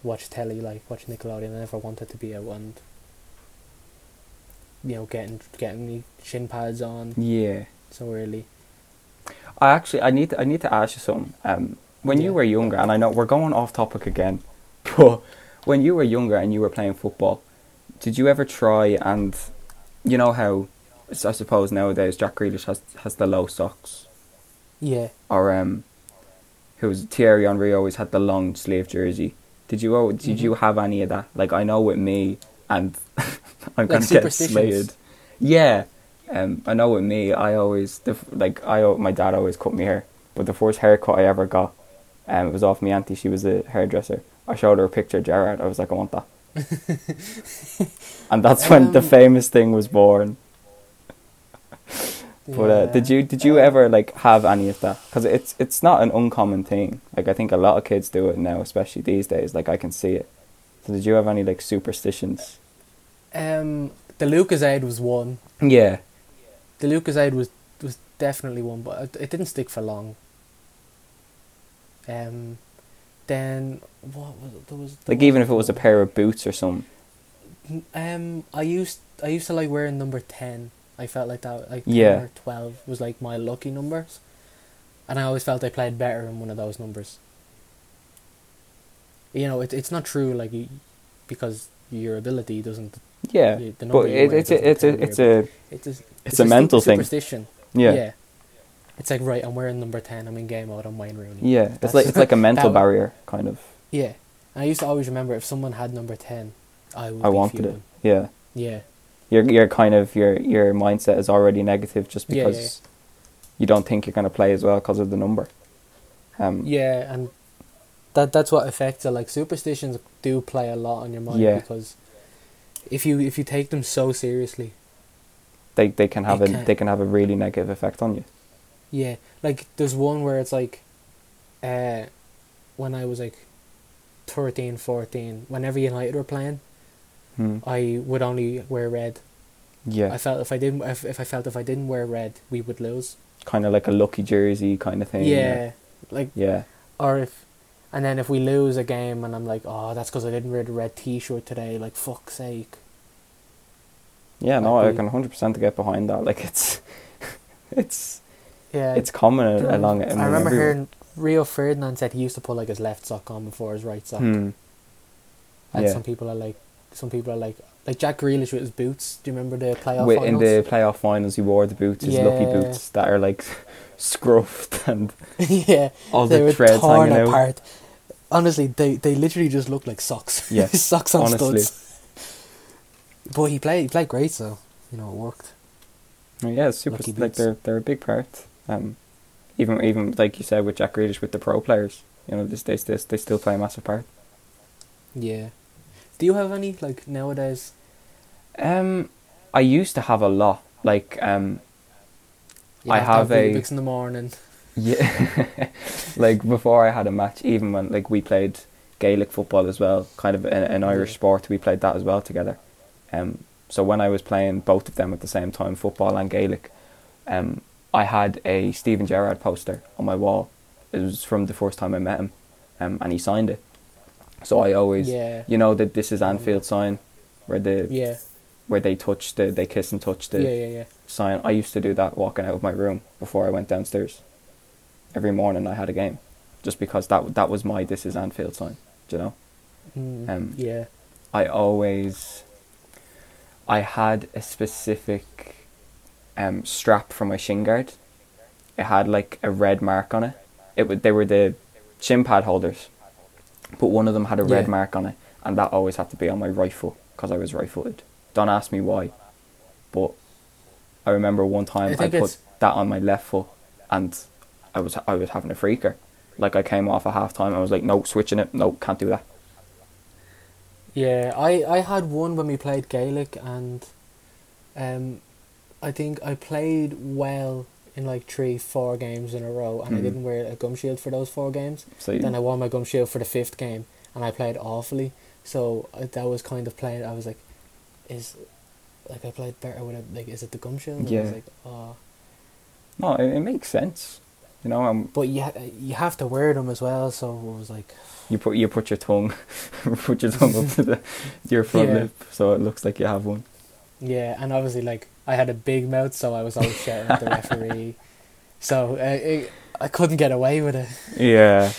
[SPEAKER 1] Watch telly like watch Nickelodeon. I never wanted to be out and. You know, getting getting the shin pads on
[SPEAKER 2] yeah.
[SPEAKER 1] so early.
[SPEAKER 2] I actually, I need, to, I need to ask you something. Um, when
[SPEAKER 1] Yeah.
[SPEAKER 2] you were younger, and I know we're going off topic again, but when you were younger and you were playing football, did you ever try and, you know how, s- I suppose nowadays Jack Grealish has has the low socks,
[SPEAKER 1] Yeah,
[SPEAKER 2] or um, who was Thierry Henry always had the long sleeve jersey. Did you al- did
[SPEAKER 1] Mhm.
[SPEAKER 2] you have any of that? Like I know with me, and I'm
[SPEAKER 1] Like
[SPEAKER 2] gonna get
[SPEAKER 1] superstitions.
[SPEAKER 2] slated. Yeah, Um, I know with me, I always the f- like I al- my dad always cut my hair, but the first haircut I ever got, um, it was off my auntie. She was a hairdresser. I showed her a picture of Gerard. I was like, I want that. and that's when the
[SPEAKER 1] Um,
[SPEAKER 2] famous thing was born. But uh,
[SPEAKER 1] Yeah.
[SPEAKER 2] did you did you ever like have any of that? Because it's it's not an uncommon thing. Like I think a lot of kids do it now, especially these days. Like I can see it. So did you have any like superstitions?
[SPEAKER 1] Um, the Lucasade was one.
[SPEAKER 2] Yeah.
[SPEAKER 1] The Lucasade was was definitely one, but it, it didn't stick for long. Um, then what was it? There was there
[SPEAKER 2] Like even if it was a pair of boots or something.
[SPEAKER 1] N- Um, I used I used to like wearing number ten. I felt like that like 10
[SPEAKER 2] Yeah.
[SPEAKER 1] or twelve was like my lucky numbers, and I always felt I played better in one of those numbers. You know, it, it's not true like you, because your ability doesn't.
[SPEAKER 2] Yeah.
[SPEAKER 1] you- the number
[SPEAKER 2] But
[SPEAKER 1] you
[SPEAKER 2] it,
[SPEAKER 1] wear
[SPEAKER 2] it's a,
[SPEAKER 1] doesn't
[SPEAKER 2] it's a
[SPEAKER 1] determine
[SPEAKER 2] it's
[SPEAKER 1] your-
[SPEAKER 2] a
[SPEAKER 1] it's a it's,
[SPEAKER 2] it's
[SPEAKER 1] a
[SPEAKER 2] a mental
[SPEAKER 1] stu-
[SPEAKER 2] thing.
[SPEAKER 1] Superstition.
[SPEAKER 2] yeah. Yeah.
[SPEAKER 1] yeah. It's like right, I'm wearing number ten. I'm in game mode. I'm Wayne Rooney.
[SPEAKER 2] It's
[SPEAKER 1] That's-
[SPEAKER 2] like it's like a mental
[SPEAKER 1] that-
[SPEAKER 2] barrier kind of.
[SPEAKER 1] Yeah, and I used to always remember if someone had number ten, I would.
[SPEAKER 2] I
[SPEAKER 1] be
[SPEAKER 2] wanted it.
[SPEAKER 1] fuming.
[SPEAKER 2] Yeah.
[SPEAKER 1] Yeah,
[SPEAKER 2] Your your kind of your your mindset is already negative just
[SPEAKER 1] Yeah, yeah,
[SPEAKER 2] because you don't think you're gonna play as well because of the number. Um.
[SPEAKER 1] yeah, and that that's what affects it. Like superstitions do play a lot on your mind
[SPEAKER 2] Yeah.
[SPEAKER 1] because if you if you take them so seriously,
[SPEAKER 2] They they can have
[SPEAKER 1] It
[SPEAKER 2] a
[SPEAKER 1] can-
[SPEAKER 2] they can have a really negative effect on you.
[SPEAKER 1] yeah, like there's one where it's like, uh, when I was like 13, 14, whenever United were playing,
[SPEAKER 2] Hmm.
[SPEAKER 1] I would only wear red.
[SPEAKER 2] Yeah.
[SPEAKER 1] I felt if I didn't if, if I felt if I didn't wear red, we would lose.
[SPEAKER 2] kind of like a lucky jersey kind of thing.
[SPEAKER 1] yeah, like
[SPEAKER 2] Yeah.
[SPEAKER 1] or if and then if we lose a game and I'm like, oh, that's because I didn't wear the red T-shirt today. Like fuck's sake.
[SPEAKER 2] Yeah, no,
[SPEAKER 1] Like
[SPEAKER 2] I
[SPEAKER 1] the-
[SPEAKER 2] can 100% get behind that. Like it's it's
[SPEAKER 1] Yeah,
[SPEAKER 2] it's common a- along
[SPEAKER 1] I remember
[SPEAKER 2] everywhere.
[SPEAKER 1] hearing Rio Ferdinand said he used to put like his left sock on before his right sock,
[SPEAKER 2] Hmm.
[SPEAKER 1] and
[SPEAKER 2] yeah.
[SPEAKER 1] some people are like, some people are like, like Jack Grealish with his boots. Do you remember the playoff
[SPEAKER 2] Wi- in
[SPEAKER 1] finals?
[SPEAKER 2] the playoff finals, he wore the boots, his lucky
[SPEAKER 1] Yeah.
[SPEAKER 2] boots that are like scruffed and
[SPEAKER 1] yeah,
[SPEAKER 2] all
[SPEAKER 1] they
[SPEAKER 2] the
[SPEAKER 1] were
[SPEAKER 2] threads
[SPEAKER 1] torn
[SPEAKER 2] hanging out.
[SPEAKER 1] apart. Honestly, they they literally just looked like socks.
[SPEAKER 2] Yeah,
[SPEAKER 1] socks on
[SPEAKER 2] honestly.
[SPEAKER 1] studs. But he played he played great, so you know it worked.
[SPEAKER 2] Well, Oh, Yeah, it's super.
[SPEAKER 1] Lucky
[SPEAKER 2] Like
[SPEAKER 1] boots.
[SPEAKER 2] they're they're a big part. Um, even even like you said with Jack Grealish with the pro players, you know, this they, they, they still play a massive part.
[SPEAKER 1] Yeah. Do you have any like nowadays?
[SPEAKER 2] Um, I used to have a lot. Like um,
[SPEAKER 1] You
[SPEAKER 2] I have
[SPEAKER 1] have, to
[SPEAKER 2] a-
[SPEAKER 1] Weetabix in the morning.
[SPEAKER 2] Yeah, like before I had a match, even when like we played Gaelic football as well, kind of an, an Irish
[SPEAKER 1] Yeah.
[SPEAKER 2] sport, we played that as well together. Um, so when I was playing both of them at the same time, football and Gaelic, um, I had a Stephen Gerrard poster on my wall. It was from the first time I met him, um, and he signed it. So I always,
[SPEAKER 1] Yeah.
[SPEAKER 2] you know, that this is Anfield sign, where the
[SPEAKER 1] Yeah.
[SPEAKER 2] where they touch the they kiss and touch
[SPEAKER 1] Yeah.
[SPEAKER 2] the
[SPEAKER 1] Yeah. Yeah.
[SPEAKER 2] sign. I used to do that walking out of my room before I went downstairs. Every morning I had a game, just because that that was my this is Anfield sign. Do you know?
[SPEAKER 1] Mm,
[SPEAKER 2] Um,
[SPEAKER 1] yeah.
[SPEAKER 2] I always, I had a specific, um, strap for my shin guard. It had like a red mark on it. It would they were the shin pad holders, but one of them had a red
[SPEAKER 1] Yeah.
[SPEAKER 2] mark on it, and that always had to be on my right foot because I was right footed. Don't ask me why, but I remember one time I,
[SPEAKER 1] think
[SPEAKER 2] put
[SPEAKER 1] it's-
[SPEAKER 2] that on my left foot, and I was I was having a freaker. Like I came off at half time, I was like, no, switching it, no, can't do that.
[SPEAKER 1] Yeah, I, I had one when we played Gaelic, and um, I think I played well in like three, four games in a row, and I
[SPEAKER 2] Mhm.
[SPEAKER 1] didn't wear a gum shield for those four games.
[SPEAKER 2] So you-
[SPEAKER 1] Then I wore my gum shield for the fifth game, and I played awfully. So I, that was kind of playing. I was like, is like I played better with it. Like, is it the gum shield? And I
[SPEAKER 2] Yeah.
[SPEAKER 1] was like, oh.
[SPEAKER 2] No, it, it makes sense. You know, um,
[SPEAKER 1] But you ha- you have to wear them as well. So it was like,
[SPEAKER 2] you put you put your tongue, put your tongue up to the, your front
[SPEAKER 1] Yeah.
[SPEAKER 2] lip, so it looks like you have one.
[SPEAKER 1] Yeah, and obviously, like I had a big mouth, so I was always shouting at the referee. So uh, it, I couldn't get away with it
[SPEAKER 2] Yeah.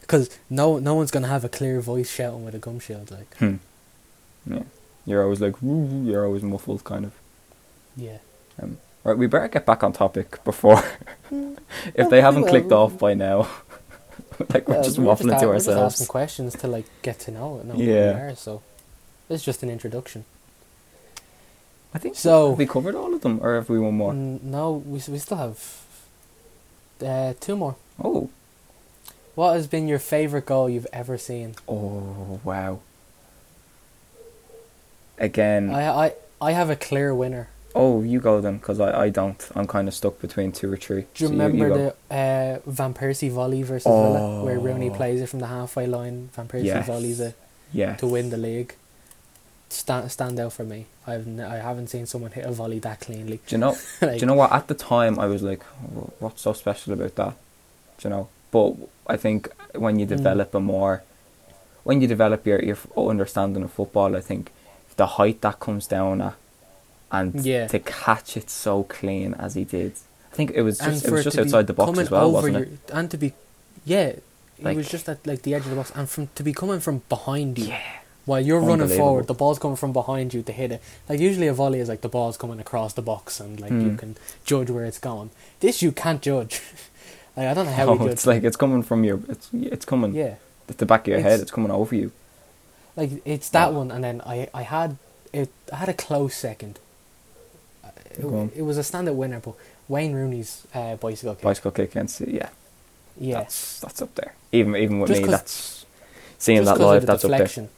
[SPEAKER 1] because no, no one's gonna have a clear voice shouting with a gum shield. Like,
[SPEAKER 2] Hmm. Yeah. You're always like, "Woo, woo," you're always muffled, kind of.
[SPEAKER 1] yeah,
[SPEAKER 2] Um, right, we better get back on topic before, if they
[SPEAKER 1] we
[SPEAKER 2] haven't
[SPEAKER 1] will.
[SPEAKER 2] clicked off by now, like we're
[SPEAKER 1] Well,
[SPEAKER 2] just
[SPEAKER 1] we were
[SPEAKER 2] waffling
[SPEAKER 1] a-
[SPEAKER 2] to
[SPEAKER 1] we were
[SPEAKER 2] ourselves.
[SPEAKER 1] asking questions to like get to know it. No,
[SPEAKER 2] Yeah.
[SPEAKER 1] yeah. Are, so it's just an introduction.
[SPEAKER 2] I think
[SPEAKER 1] So-
[SPEAKER 2] have we covered all of them, or have we one more?
[SPEAKER 1] Mm, no, we, s- we still have uh, two more.
[SPEAKER 2] Oh,
[SPEAKER 1] What has been your favourite goal you've ever seen?
[SPEAKER 2] oh wow. Again,
[SPEAKER 1] I, I, I have a clear winner.
[SPEAKER 2] oh you go then, because I, I don't. I'm kind of stustuck between two or three.
[SPEAKER 1] Do you
[SPEAKER 2] So
[SPEAKER 1] remember
[SPEAKER 2] go.
[SPEAKER 1] the uh, Van Persie volley versus Villa, where Rooney
[SPEAKER 2] Oh.
[SPEAKER 1] plays it from the halfway line? Van Persie
[SPEAKER 2] Yes.
[SPEAKER 1] volleys it
[SPEAKER 2] Yeah.
[SPEAKER 1] to win the league. Stand, stand out for me. I've n- I haven't seen someone hit a volley that cleanly.
[SPEAKER 2] Do you know?
[SPEAKER 1] like,
[SPEAKER 2] Do you know what? At the time, I was like, "Wha- "What's so special about that?" Do you know? But I think when you
[SPEAKER 1] Mm.
[SPEAKER 2] develop a more, when you develop your your f- understanding of football, I think the height that comes down at, and
[SPEAKER 1] Yeah.
[SPEAKER 2] to catch it so clean as he did, I think it was
[SPEAKER 1] and
[SPEAKER 2] just it
[SPEAKER 1] for
[SPEAKER 2] was just
[SPEAKER 1] to be
[SPEAKER 2] outside the box
[SPEAKER 1] coming
[SPEAKER 2] as well,
[SPEAKER 1] over
[SPEAKER 2] wasn't it?
[SPEAKER 1] your- And to be, yeah, he
[SPEAKER 2] Like-
[SPEAKER 1] was just at like the edge of the box, and from to be coming from behind you.
[SPEAKER 2] Yeah,
[SPEAKER 1] While you're running
[SPEAKER 2] Unbelievable.
[SPEAKER 1] forward, the ball's coming from behind you to hit it. Like usually a volley is like the ball's coming across the box and like you
[SPEAKER 2] Hmm.
[SPEAKER 1] can judge where it's going. This you can't judge. like I don't know how
[SPEAKER 2] oh,
[SPEAKER 1] we judge.
[SPEAKER 2] it's like it's coming from your it's it's coming
[SPEAKER 1] yeah,
[SPEAKER 2] at the back of your head.
[SPEAKER 1] It's-
[SPEAKER 2] It's coming over you.
[SPEAKER 1] like it's that
[SPEAKER 2] Wow.
[SPEAKER 1] one, and then I I had it I had a close second. Uh,
[SPEAKER 2] Go on.
[SPEAKER 1] It, it was a standout winner, but Wayne Rooney's uh, bicycle kick.
[SPEAKER 2] Bicycle kick against it, yeah,
[SPEAKER 1] yeah,
[SPEAKER 2] that's that's up there. Even even with
[SPEAKER 1] Just
[SPEAKER 2] me,
[SPEAKER 1] 'cause-
[SPEAKER 2] that's seeing
[SPEAKER 1] Just
[SPEAKER 2] that
[SPEAKER 1] 'cause of
[SPEAKER 2] live.
[SPEAKER 1] the
[SPEAKER 2] That's
[SPEAKER 1] deflection.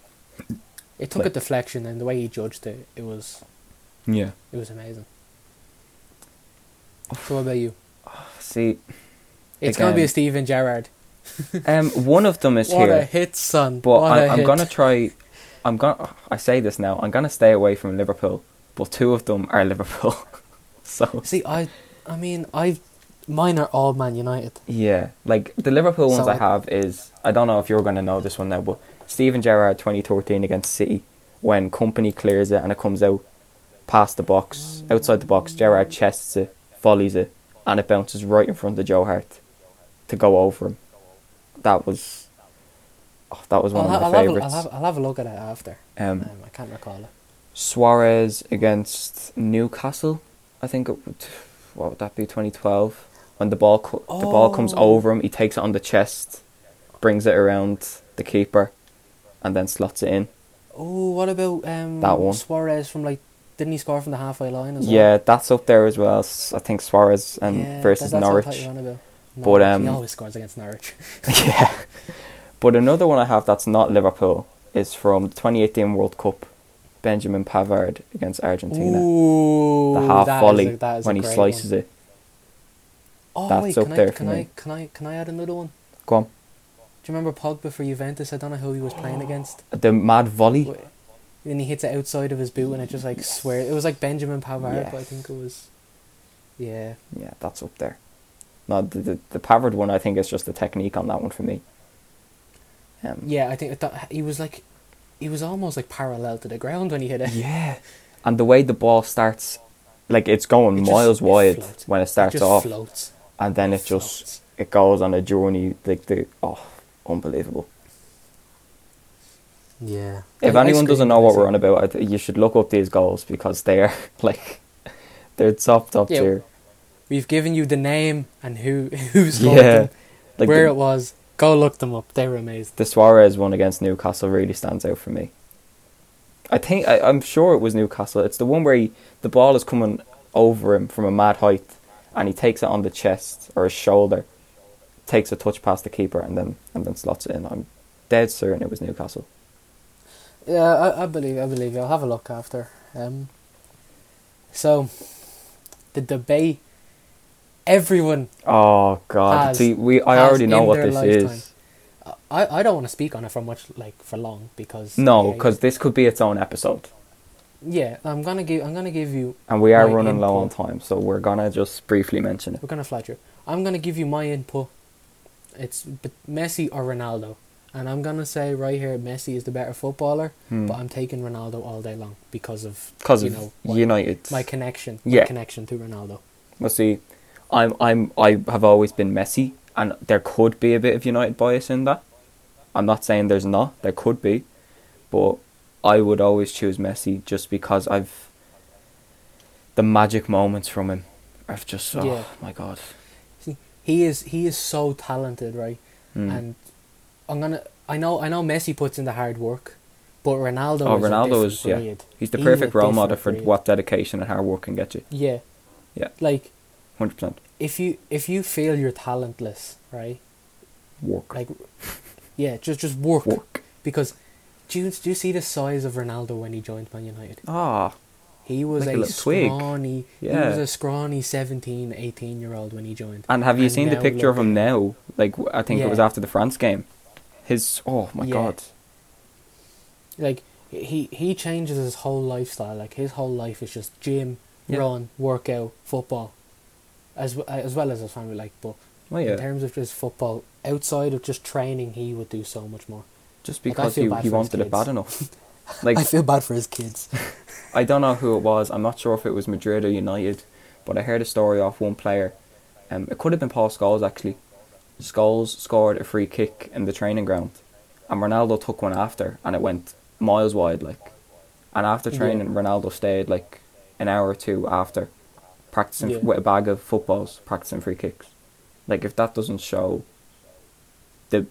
[SPEAKER 1] It took a
[SPEAKER 2] Like-
[SPEAKER 1] deflection, and the way he judged it, it was
[SPEAKER 2] up there. Yeah.
[SPEAKER 1] it was amazing. So what about you?
[SPEAKER 2] See,
[SPEAKER 1] It's gonna be
[SPEAKER 2] Again.
[SPEAKER 1] a Steven Gerrard.
[SPEAKER 2] um, one of them is
[SPEAKER 1] what a
[SPEAKER 2] here,
[SPEAKER 1] hit, son!
[SPEAKER 2] but
[SPEAKER 1] what
[SPEAKER 2] I,
[SPEAKER 1] a
[SPEAKER 2] I'm
[SPEAKER 1] hit.
[SPEAKER 2] gonna try. I'm gonna. I say this now. I'm gonna stay away from Liverpool, but two of them are Liverpool. so
[SPEAKER 1] see. I, I mean, I, mine are all Man United.
[SPEAKER 2] yeah, like the Liverpool ones
[SPEAKER 1] So-
[SPEAKER 2] I have is I don't know if you're gonna know this one now, but Steven Gerrard 2013 against City when company clears it and it comes out past the box, outside the box. Gerrard chests it, volleys it, and it bounces right in front of Joe Hart to go over him. That was. Oh, that was one
[SPEAKER 1] I'll,
[SPEAKER 2] of
[SPEAKER 1] ha-
[SPEAKER 2] my
[SPEAKER 1] I'll, have, a-
[SPEAKER 2] favorites.
[SPEAKER 1] I'll, have, I'll have a look at it after.
[SPEAKER 2] Um,
[SPEAKER 1] Um, I can't recall it.
[SPEAKER 2] Suarez against Newcastle, I think it would. What would that be? Twenty twelve. When the ball co- the ball comes
[SPEAKER 1] Oh.
[SPEAKER 2] over him, he takes it on the chest, brings it around the keeper, and then slots it in.
[SPEAKER 1] Oh, what about um,
[SPEAKER 2] That one.
[SPEAKER 1] Suarez from like? Didn't he score from the halfway line as well?
[SPEAKER 2] Yeah, that's up there as well. S- I think Suarez and
[SPEAKER 1] Yeah,
[SPEAKER 2] versus
[SPEAKER 1] that- that's what I thought
[SPEAKER 2] Norwich.
[SPEAKER 1] you were on about.
[SPEAKER 2] But,
[SPEAKER 1] Norwich, he
[SPEAKER 2] um,
[SPEAKER 1] always scores against Norwich.
[SPEAKER 2] yeah. But another one I have that's not Liverpool is from the 2018 World Cup, Benjamin Pavard against Argentina.
[SPEAKER 1] Ooh,
[SPEAKER 2] the half
[SPEAKER 1] that is
[SPEAKER 2] volley
[SPEAKER 1] a- that is a
[SPEAKER 2] when he
[SPEAKER 1] great
[SPEAKER 2] slices
[SPEAKER 1] one.
[SPEAKER 2] it.
[SPEAKER 1] Oh
[SPEAKER 2] That's
[SPEAKER 1] wait,
[SPEAKER 2] up
[SPEAKER 1] can I
[SPEAKER 2] there for
[SPEAKER 1] can I
[SPEAKER 2] me.
[SPEAKER 1] can I can I add another one?
[SPEAKER 2] Go on.
[SPEAKER 1] Do you remember Pogba for Juventus? I don't know who he was playing against.
[SPEAKER 2] The mad volley.
[SPEAKER 1] Wh- And he hits it outside of his boot, and it just like
[SPEAKER 2] Yes.
[SPEAKER 1] swear. It was like Benjamin Pavard, but I
[SPEAKER 2] Yes.
[SPEAKER 1] think it was. Yeah,
[SPEAKER 2] Yeah, that's up there. No, the the, the Pavard one I think is just the technique on that one for me. Um,
[SPEAKER 1] yeah. I think it th- he was like, he was almost like parallel to the ground when he hit it.
[SPEAKER 2] Yeah. And the way the ball starts, like it's going
[SPEAKER 1] It just-
[SPEAKER 2] miles
[SPEAKER 1] it
[SPEAKER 2] wide
[SPEAKER 1] floats.
[SPEAKER 2] when it
[SPEAKER 1] It
[SPEAKER 2] starts
[SPEAKER 1] just
[SPEAKER 2] off,
[SPEAKER 1] floats.
[SPEAKER 2] and then it just
[SPEAKER 1] floats.
[SPEAKER 2] it goes on a journey like the oh, unbelievable.
[SPEAKER 1] Yeah.
[SPEAKER 2] If
[SPEAKER 1] I- I
[SPEAKER 2] anyone doesn't
[SPEAKER 1] screamed
[SPEAKER 2] know
[SPEAKER 1] when I
[SPEAKER 2] what we're
[SPEAKER 1] seen
[SPEAKER 2] on about, I th- you should look up these goals because they are like they're top top
[SPEAKER 1] Yeah,
[SPEAKER 2] tier.
[SPEAKER 1] it. We've given you the name and who who scored
[SPEAKER 2] Yeah,
[SPEAKER 1] them,
[SPEAKER 2] Like
[SPEAKER 1] where
[SPEAKER 2] the-
[SPEAKER 1] it was. Go look them up. They were amazing.
[SPEAKER 2] the Suarez one against Newcastle really stands out for me. I think I, I'm sure it was Newcastle. It's the one where he, the ball is coming over him from a mad height, and he takes it on the chest or his shoulder, takes a touch past the keeper, and then and then slots it in. I'm dead certain it was Newcastle.
[SPEAKER 1] Yeah, I, I believe I believe you. I'll have a look after. Um, so, the debate everyone
[SPEAKER 2] Oh God!
[SPEAKER 1] Has-
[SPEAKER 2] See, we I
[SPEAKER 1] has
[SPEAKER 2] already know
[SPEAKER 1] in
[SPEAKER 2] what
[SPEAKER 1] their
[SPEAKER 2] this
[SPEAKER 1] lifetime.
[SPEAKER 2] is.
[SPEAKER 1] I, I don't want to speak on it for much like for long because
[SPEAKER 2] No,
[SPEAKER 1] yeah,
[SPEAKER 2] because this could be its own episode,
[SPEAKER 1] yeah I'm gonna give I'm gonna give you
[SPEAKER 2] and we are
[SPEAKER 1] My
[SPEAKER 2] running low on
[SPEAKER 1] input.
[SPEAKER 2] time, so we're gonna just briefly mention it.
[SPEAKER 1] we're gonna fly through I'm gonna give you my input it's b- Messi or Ronaldo and I'm gonna say right here Messi is the better footballer
[SPEAKER 2] Hmm.
[SPEAKER 1] but I'm taking Ronaldo all day long because of
[SPEAKER 2] Because
[SPEAKER 1] you
[SPEAKER 2] of
[SPEAKER 1] know what-
[SPEAKER 2] United,
[SPEAKER 1] my connection my
[SPEAKER 2] Yeah.
[SPEAKER 1] connection to Ronaldo
[SPEAKER 2] Well, see, I'm I'm I have always been messy, and there could be a bit of United bias in that. I'm not saying there's not. There could be, but I would always choose Messi just because I've the magic moments from him. I've just oh
[SPEAKER 1] Yeah.
[SPEAKER 2] my god.
[SPEAKER 1] he is he is so talented right
[SPEAKER 2] Mm.
[SPEAKER 1] and I'm gonna. I know. I know. Messi puts in the hard work, But Ronaldo.
[SPEAKER 2] Oh,
[SPEAKER 1] is a
[SPEAKER 2] Ronaldo
[SPEAKER 1] different
[SPEAKER 2] is- yeah.
[SPEAKER 1] breed.
[SPEAKER 2] He's the
[SPEAKER 1] He's a
[SPEAKER 2] perfect role
[SPEAKER 1] different
[SPEAKER 2] model for
[SPEAKER 1] breed.
[SPEAKER 2] what dedication and hard work can get you.
[SPEAKER 1] Yeah.
[SPEAKER 2] Yeah.
[SPEAKER 1] Like
[SPEAKER 2] Hundred percent
[SPEAKER 1] if you if you feel you're talentless, right?
[SPEAKER 2] work.
[SPEAKER 1] Like, yeah, just just work,
[SPEAKER 2] work.
[SPEAKER 1] because. Do you, do you see the size of Ronaldo when he joined Man United?
[SPEAKER 2] Ah,
[SPEAKER 1] He was
[SPEAKER 2] Like a
[SPEAKER 1] a,
[SPEAKER 2] little twig.
[SPEAKER 1] scrawny, he
[SPEAKER 2] Yeah.
[SPEAKER 1] was a scrawny 17, 18 year old when he joined.
[SPEAKER 2] and have you
[SPEAKER 1] And
[SPEAKER 2] seen the
[SPEAKER 1] now
[SPEAKER 2] picture of
[SPEAKER 1] look.
[SPEAKER 2] him now? Like w- I think it was
[SPEAKER 1] Yeah.
[SPEAKER 2] after the France game. His oh my
[SPEAKER 1] Yeah.
[SPEAKER 2] god.
[SPEAKER 1] like he he changes his whole lifestyle. Like his whole life is just gym,
[SPEAKER 2] Yeah.
[SPEAKER 1] run, workout, football, as w- as well as his family. Like, but
[SPEAKER 2] Well,
[SPEAKER 1] in
[SPEAKER 2] Oh, yeah,
[SPEAKER 1] terms of just football, outside of just training, he would do so much more.
[SPEAKER 2] just
[SPEAKER 1] Like, I
[SPEAKER 2] because
[SPEAKER 1] feel
[SPEAKER 2] he,
[SPEAKER 1] bad
[SPEAKER 2] he
[SPEAKER 1] for his
[SPEAKER 2] wanted it
[SPEAKER 1] kids.
[SPEAKER 2] bad enough. like
[SPEAKER 1] I feel bad for his kids.
[SPEAKER 2] I don't know who it was. I'm not sure if it was Madrid or United, but I heard a story off one player. Um, it could have been Paul Scholes actually. Scholes scored a free kick in the training ground, and Ronaldo took one after, and it went miles wide. Like, and after
[SPEAKER 1] Yeah.
[SPEAKER 2] training, Ronaldo stayed like an hour or two after practicing
[SPEAKER 1] Yeah.
[SPEAKER 2] with a bag of footballs, practicing free kicks. Like, if that doesn't show the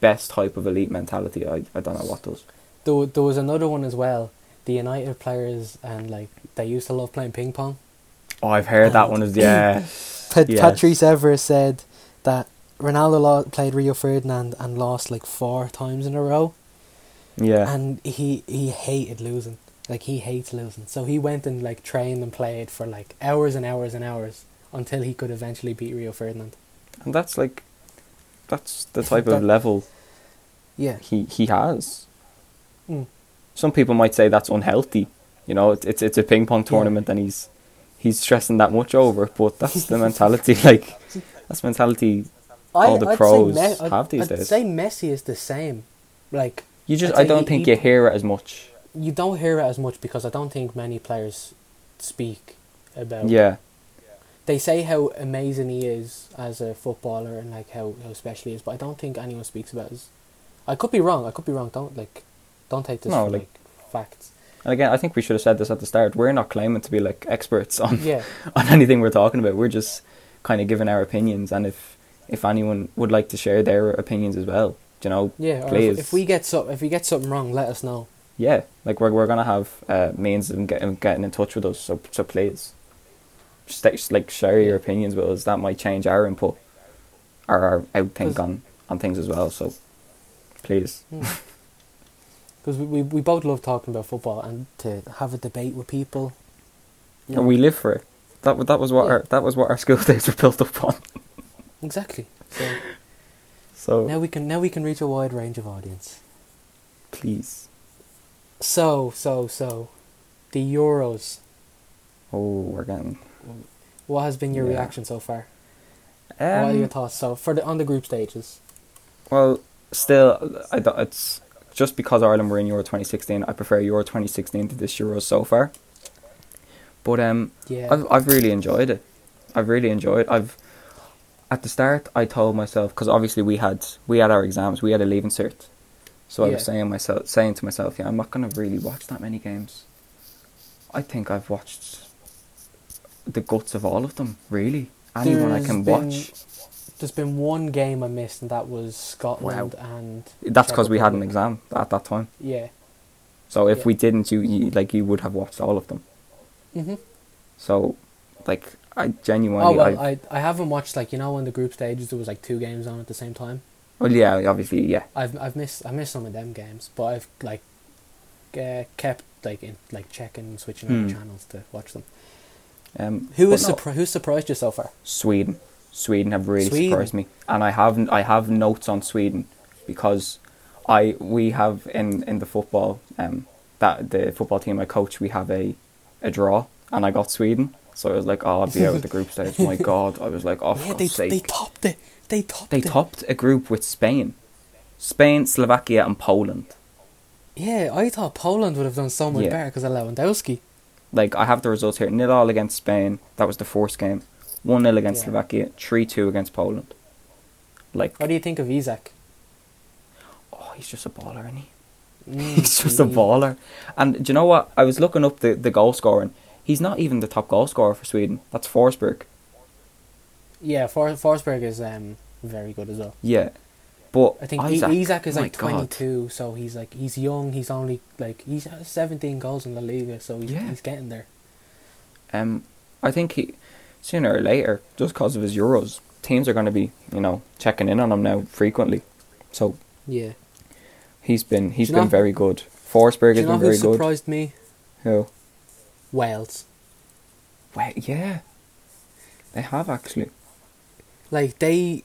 [SPEAKER 2] best type of elite mentality, I, I don't know what does.
[SPEAKER 1] There, wa- there was another one as well. The United players and like they used to love playing ping pong.
[SPEAKER 2] Oh, I've heard that one is yeah.
[SPEAKER 1] Pat-
[SPEAKER 2] Yes.
[SPEAKER 1] Patrice Evra said that Ronaldo lo- played Rio Ferdinand and lost like four times in a row.
[SPEAKER 2] Yeah.
[SPEAKER 1] and he he hated losing like he hates losing so he went and like trained and played for like hours and hours and hours until he could eventually beat rio ferdinand
[SPEAKER 2] And that's like, that's the type of
[SPEAKER 1] That-
[SPEAKER 2] level
[SPEAKER 1] yeah
[SPEAKER 2] he, he has.
[SPEAKER 1] Mm.
[SPEAKER 2] Some people might say that's unhealthy. You know, it's it's, it's a ping pong
[SPEAKER 1] Yeah.
[SPEAKER 2] tournament, and he's he's stressing that much over it. But that's the mentality. Like, that's mentality. All the pros have these
[SPEAKER 1] I'd
[SPEAKER 2] days.
[SPEAKER 1] say messi is the same like
[SPEAKER 2] You just
[SPEAKER 1] I'd say
[SPEAKER 2] I don't
[SPEAKER 1] he-
[SPEAKER 2] think
[SPEAKER 1] he-
[SPEAKER 2] you hear it as much.
[SPEAKER 1] you don't hear it as much because i don't think many players speak about
[SPEAKER 2] Yeah,
[SPEAKER 1] they say how amazing he is as a footballer and like how, how special he is but i don't think anyone speaks about his i could be wrong i could be wrong don't like don't take this
[SPEAKER 2] No,
[SPEAKER 1] for
[SPEAKER 2] like-
[SPEAKER 1] like facts
[SPEAKER 2] and again, I think we should have said this at the start. We're not claiming to be like experts on
[SPEAKER 1] yeah
[SPEAKER 2] on anything we're talking about. We're just kind of giving our opinions, and if if anyone would like to share their opinions as well, you know,
[SPEAKER 1] Yeah, or
[SPEAKER 2] please.
[SPEAKER 1] if, if we get so if we get something wrong, let us know.
[SPEAKER 2] yeah, like we're we're gonna have uh, means of getting getting in touch with us. So so please, just, like- just like share your opinions with us. That might change our input or our outthink
[SPEAKER 1] Cause-
[SPEAKER 2] on on things as well. So please,
[SPEAKER 1] Because Hmm. we, we, we both love talking about football and to have a debate with people. you
[SPEAKER 2] and
[SPEAKER 1] know.
[SPEAKER 2] we live for it. That wa- that was what
[SPEAKER 1] Yeah.
[SPEAKER 2] our that was what our school days were built up on.
[SPEAKER 1] exactly. So
[SPEAKER 2] So
[SPEAKER 1] now we can now we can reach a wide range of audience.
[SPEAKER 2] please,
[SPEAKER 1] So so so, the Euros.
[SPEAKER 2] oh, we're getting.
[SPEAKER 1] What has been your
[SPEAKER 2] Yeah.
[SPEAKER 1] reaction so far? what are your
[SPEAKER 2] Um,
[SPEAKER 1] thoughts so for the on the group stages?
[SPEAKER 2] well, still, I don't, it's just because Ireland were in Euro 2016. I prefer Euro 2016 to this Euro so far. But um,
[SPEAKER 1] Yeah.
[SPEAKER 2] I've I've really enjoyed it. I've really enjoyed. I've at the start I told myself because obviously we had we had our exams, we had a leaving cert, so I was
[SPEAKER 1] Yeah.
[SPEAKER 2] saying myself saying to myself, yeah, I'm not gonna really watch that many games. I think I've watched the guts of all of them. Really, anyone I
[SPEAKER 1] There's
[SPEAKER 2] can
[SPEAKER 1] been-
[SPEAKER 2] watch.
[SPEAKER 1] There's been one game I missed, and that was Scotland and.
[SPEAKER 2] That's because
[SPEAKER 1] Czech
[SPEAKER 2] we had an
[SPEAKER 1] Republic.
[SPEAKER 2] exam at that time.
[SPEAKER 1] Yeah.
[SPEAKER 2] So if
[SPEAKER 1] Yeah.
[SPEAKER 2] we didn't, you, you like you would have watched all of them.
[SPEAKER 1] Mm-hmm.
[SPEAKER 2] So, like I genuinely,
[SPEAKER 1] Oh well,
[SPEAKER 2] I've-
[SPEAKER 1] I I haven't watched like you know on the group stages there was like two games on at the same time.
[SPEAKER 2] well, yeah, obviously, yeah.
[SPEAKER 1] I've I've missed I missed some of them games, but I've like uh, kept like in, like checking and switching
[SPEAKER 2] Hmm.
[SPEAKER 1] on channels to watch them.
[SPEAKER 2] Um,
[SPEAKER 1] Who
[SPEAKER 2] but
[SPEAKER 1] is
[SPEAKER 2] no.
[SPEAKER 1] surpri- who surprised you so far?
[SPEAKER 2] Sweden. Sweden have really
[SPEAKER 1] Sweden.
[SPEAKER 2] surprised me, and I have I have notes on Sweden because I we have in in the football um that the football team I coach we have a a draw, and I got Sweden, so I was like, oh, I'll be out of the group stage. My God, I was like, oh, for
[SPEAKER 1] yeah, they
[SPEAKER 2] God's sake.
[SPEAKER 1] they topped it. They topped.
[SPEAKER 2] They
[SPEAKER 1] it.
[SPEAKER 2] topped a group with Spain, Spain, Slovakia, and Poland.
[SPEAKER 1] Yeah, I thought Poland would have done so much
[SPEAKER 2] Yeah.
[SPEAKER 1] better because of Lewandowski.
[SPEAKER 2] Like I have the results here: nil all against Spain. That was the first game. One 0 against
[SPEAKER 1] Yeah.
[SPEAKER 2] Slovakia. Three two against Poland. Like
[SPEAKER 1] What do you think of Isaac?
[SPEAKER 2] oh, he's just a baller, isn't he?
[SPEAKER 1] Mm,
[SPEAKER 2] He's just a
[SPEAKER 1] he-
[SPEAKER 2] baller. And do you know what? I was looking up the, the goal scoring. He's not even the top goal scorer for Sweden. That's Forsberg.
[SPEAKER 1] Yeah, For- Forsberg is um very good as well.
[SPEAKER 2] Yeah. But
[SPEAKER 1] I think
[SPEAKER 2] Isaac, Oh
[SPEAKER 1] Isaac, Isaac is
[SPEAKER 2] my
[SPEAKER 1] like
[SPEAKER 2] God.
[SPEAKER 1] 22, so he's like he's young. He's only like he's has 17 goals in the Liga, so he's,
[SPEAKER 2] Yeah.
[SPEAKER 1] he's getting there.
[SPEAKER 2] Um, I think he sooner or later, just because of his Euros, teams are going to be you know checking in on him now frequently. So
[SPEAKER 1] Yeah.
[SPEAKER 2] he's been he's
[SPEAKER 1] Do you
[SPEAKER 2] been
[SPEAKER 1] know-
[SPEAKER 2] very good.
[SPEAKER 1] Do
[SPEAKER 2] Forsberg
[SPEAKER 1] you
[SPEAKER 2] has
[SPEAKER 1] know
[SPEAKER 2] been
[SPEAKER 1] who
[SPEAKER 2] very good.
[SPEAKER 1] surprised me?
[SPEAKER 2] Who?
[SPEAKER 1] Wales.
[SPEAKER 2] Well, yeah, they have actually.
[SPEAKER 1] Like they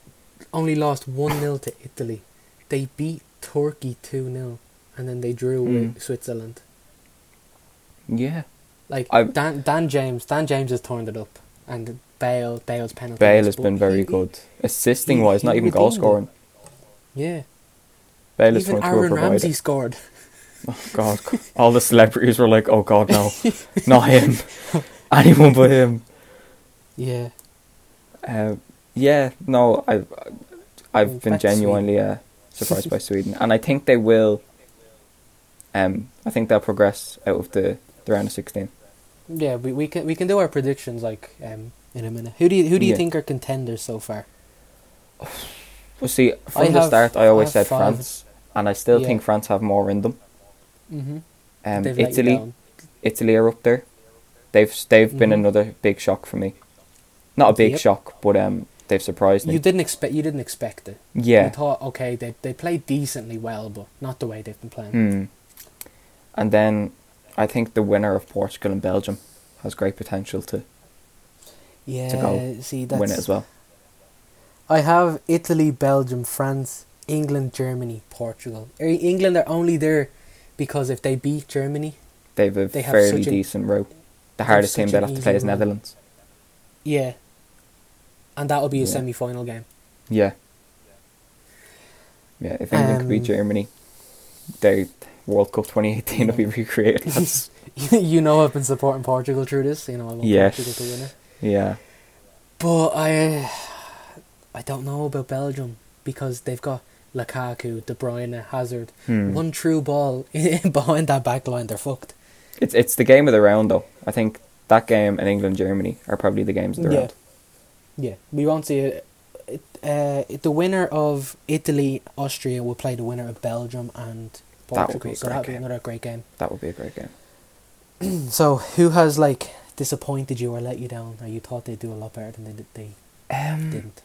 [SPEAKER 1] only lost one 0 to Italy. They beat Turkey two 0 and then they drew
[SPEAKER 2] Mm.
[SPEAKER 1] with Switzerland.
[SPEAKER 2] Yeah,
[SPEAKER 1] Like
[SPEAKER 2] I-
[SPEAKER 1] Dan Dan James, Dan James has turned it up, and Bale Bale's penalty.
[SPEAKER 2] Bale has been very good, assisting
[SPEAKER 1] he-
[SPEAKER 2] wise, not
[SPEAKER 1] he
[SPEAKER 2] even goal
[SPEAKER 1] redeemed it.
[SPEAKER 2] scoring.
[SPEAKER 1] Yeah,
[SPEAKER 2] Bale has
[SPEAKER 1] even
[SPEAKER 2] turned to a
[SPEAKER 1] Aaron
[SPEAKER 2] provider.
[SPEAKER 1] Ramsey scored.
[SPEAKER 2] God, all the celebrities were like, "Oh God, no, not him, anyone but him."
[SPEAKER 1] Yeah,
[SPEAKER 2] Uh, yeah, no, I've I've
[SPEAKER 1] Mm,
[SPEAKER 2] been
[SPEAKER 1] back to Sweden.
[SPEAKER 2] genuinely uh, surprised by Sweden, and I think they will. Um, I think they'll progress out of the, the round of sixteen.
[SPEAKER 1] yeah. We, we can we can do our predictions like um in a minute. Who do you who do you
[SPEAKER 2] Yeah.
[SPEAKER 1] think are contenders so far?
[SPEAKER 2] Well, see, from
[SPEAKER 1] I
[SPEAKER 2] the
[SPEAKER 1] have-
[SPEAKER 2] start, I
[SPEAKER 1] I
[SPEAKER 2] always said
[SPEAKER 1] have five.
[SPEAKER 2] France, and I still
[SPEAKER 1] Yeah.
[SPEAKER 2] think France have more in them.
[SPEAKER 1] Mm-hmm.
[SPEAKER 2] Um, Italy, Italy are up there. They've they've been
[SPEAKER 1] Mhm.
[SPEAKER 2] another big shock for me. Not a big
[SPEAKER 1] Yep.
[SPEAKER 2] shock, but um, they've surprised me.
[SPEAKER 1] You didn't expect you didn't expect it.
[SPEAKER 2] yeah.
[SPEAKER 1] You thought okay they they played decently well, but not the way they've been playing.
[SPEAKER 2] Hmm. And then I think the winner of Portugal and Belgium has great potential to
[SPEAKER 1] Yeah,
[SPEAKER 2] go
[SPEAKER 1] see that's
[SPEAKER 2] win it as well.
[SPEAKER 1] I have Italy, Belgium, France, England, Germany, Portugal. Er, England are only there because if they beat Germany,
[SPEAKER 2] They've a
[SPEAKER 1] they have
[SPEAKER 2] fairly
[SPEAKER 1] such a-
[SPEAKER 2] decent row. The
[SPEAKER 1] have
[SPEAKER 2] hardest team
[SPEAKER 1] such
[SPEAKER 2] they'll
[SPEAKER 1] an
[SPEAKER 2] have to play
[SPEAKER 1] easy
[SPEAKER 2] is
[SPEAKER 1] run.
[SPEAKER 2] Netherlands.
[SPEAKER 1] yeah, and that will be a
[SPEAKER 2] Yeah.
[SPEAKER 1] semi-final game.
[SPEAKER 2] Yeah. Yeah, if England could beat
[SPEAKER 1] Um,
[SPEAKER 2] Germany, their World Cup 2018 will be recreated. That's-
[SPEAKER 1] you know, I've been supporting Portugal through this. You know, I want
[SPEAKER 2] Yes.
[SPEAKER 1] Portugal to win it.
[SPEAKER 2] yeah.
[SPEAKER 1] But I, I don't know about Belgium because they've got Lukaku, De Bruyne, Hazard.
[SPEAKER 2] Hmm.
[SPEAKER 1] One true ball behind that back line, they're fucked.
[SPEAKER 2] It's it's the game of the round though. I think that game and England Germany are probably the games of the
[SPEAKER 1] Yeah.
[SPEAKER 2] round.
[SPEAKER 1] Yeah, we won't see it. it uh, the winner of Italy, Austria will play the winner of Belgium and
[SPEAKER 2] That would
[SPEAKER 1] Portugal.
[SPEAKER 2] be a
[SPEAKER 1] so
[SPEAKER 2] great
[SPEAKER 1] that'll be
[SPEAKER 2] game.
[SPEAKER 1] another great game.
[SPEAKER 2] That would be a great game.
[SPEAKER 1] So, who has like disappointed you or let you down, or you thought they'd do a lot better than they did? They
[SPEAKER 2] Um,
[SPEAKER 1] didn't.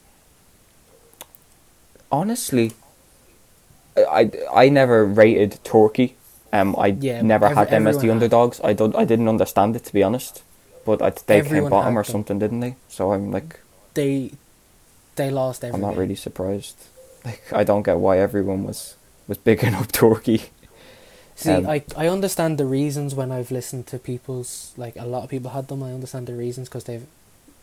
[SPEAKER 2] honestly, I, I I never rated Turkey. Um, I
[SPEAKER 1] Yeah,
[SPEAKER 2] never had
[SPEAKER 1] every-
[SPEAKER 2] them as the
[SPEAKER 1] everyone had.
[SPEAKER 2] underdogs. I don't. I didn't understand it to be honest. But I, they
[SPEAKER 1] Everyone
[SPEAKER 2] came bottom
[SPEAKER 1] had
[SPEAKER 2] or
[SPEAKER 1] them.
[SPEAKER 2] something, didn't they? So I'm like,
[SPEAKER 1] They, they lost every
[SPEAKER 2] I'm not
[SPEAKER 1] game.
[SPEAKER 2] really surprised. Like, I don't get why everyone was was bigging up Turkey.
[SPEAKER 1] See,
[SPEAKER 2] Um,
[SPEAKER 1] I I understand the reasons when I've listened to people's like a lot of people had them. I understand the reasons because they've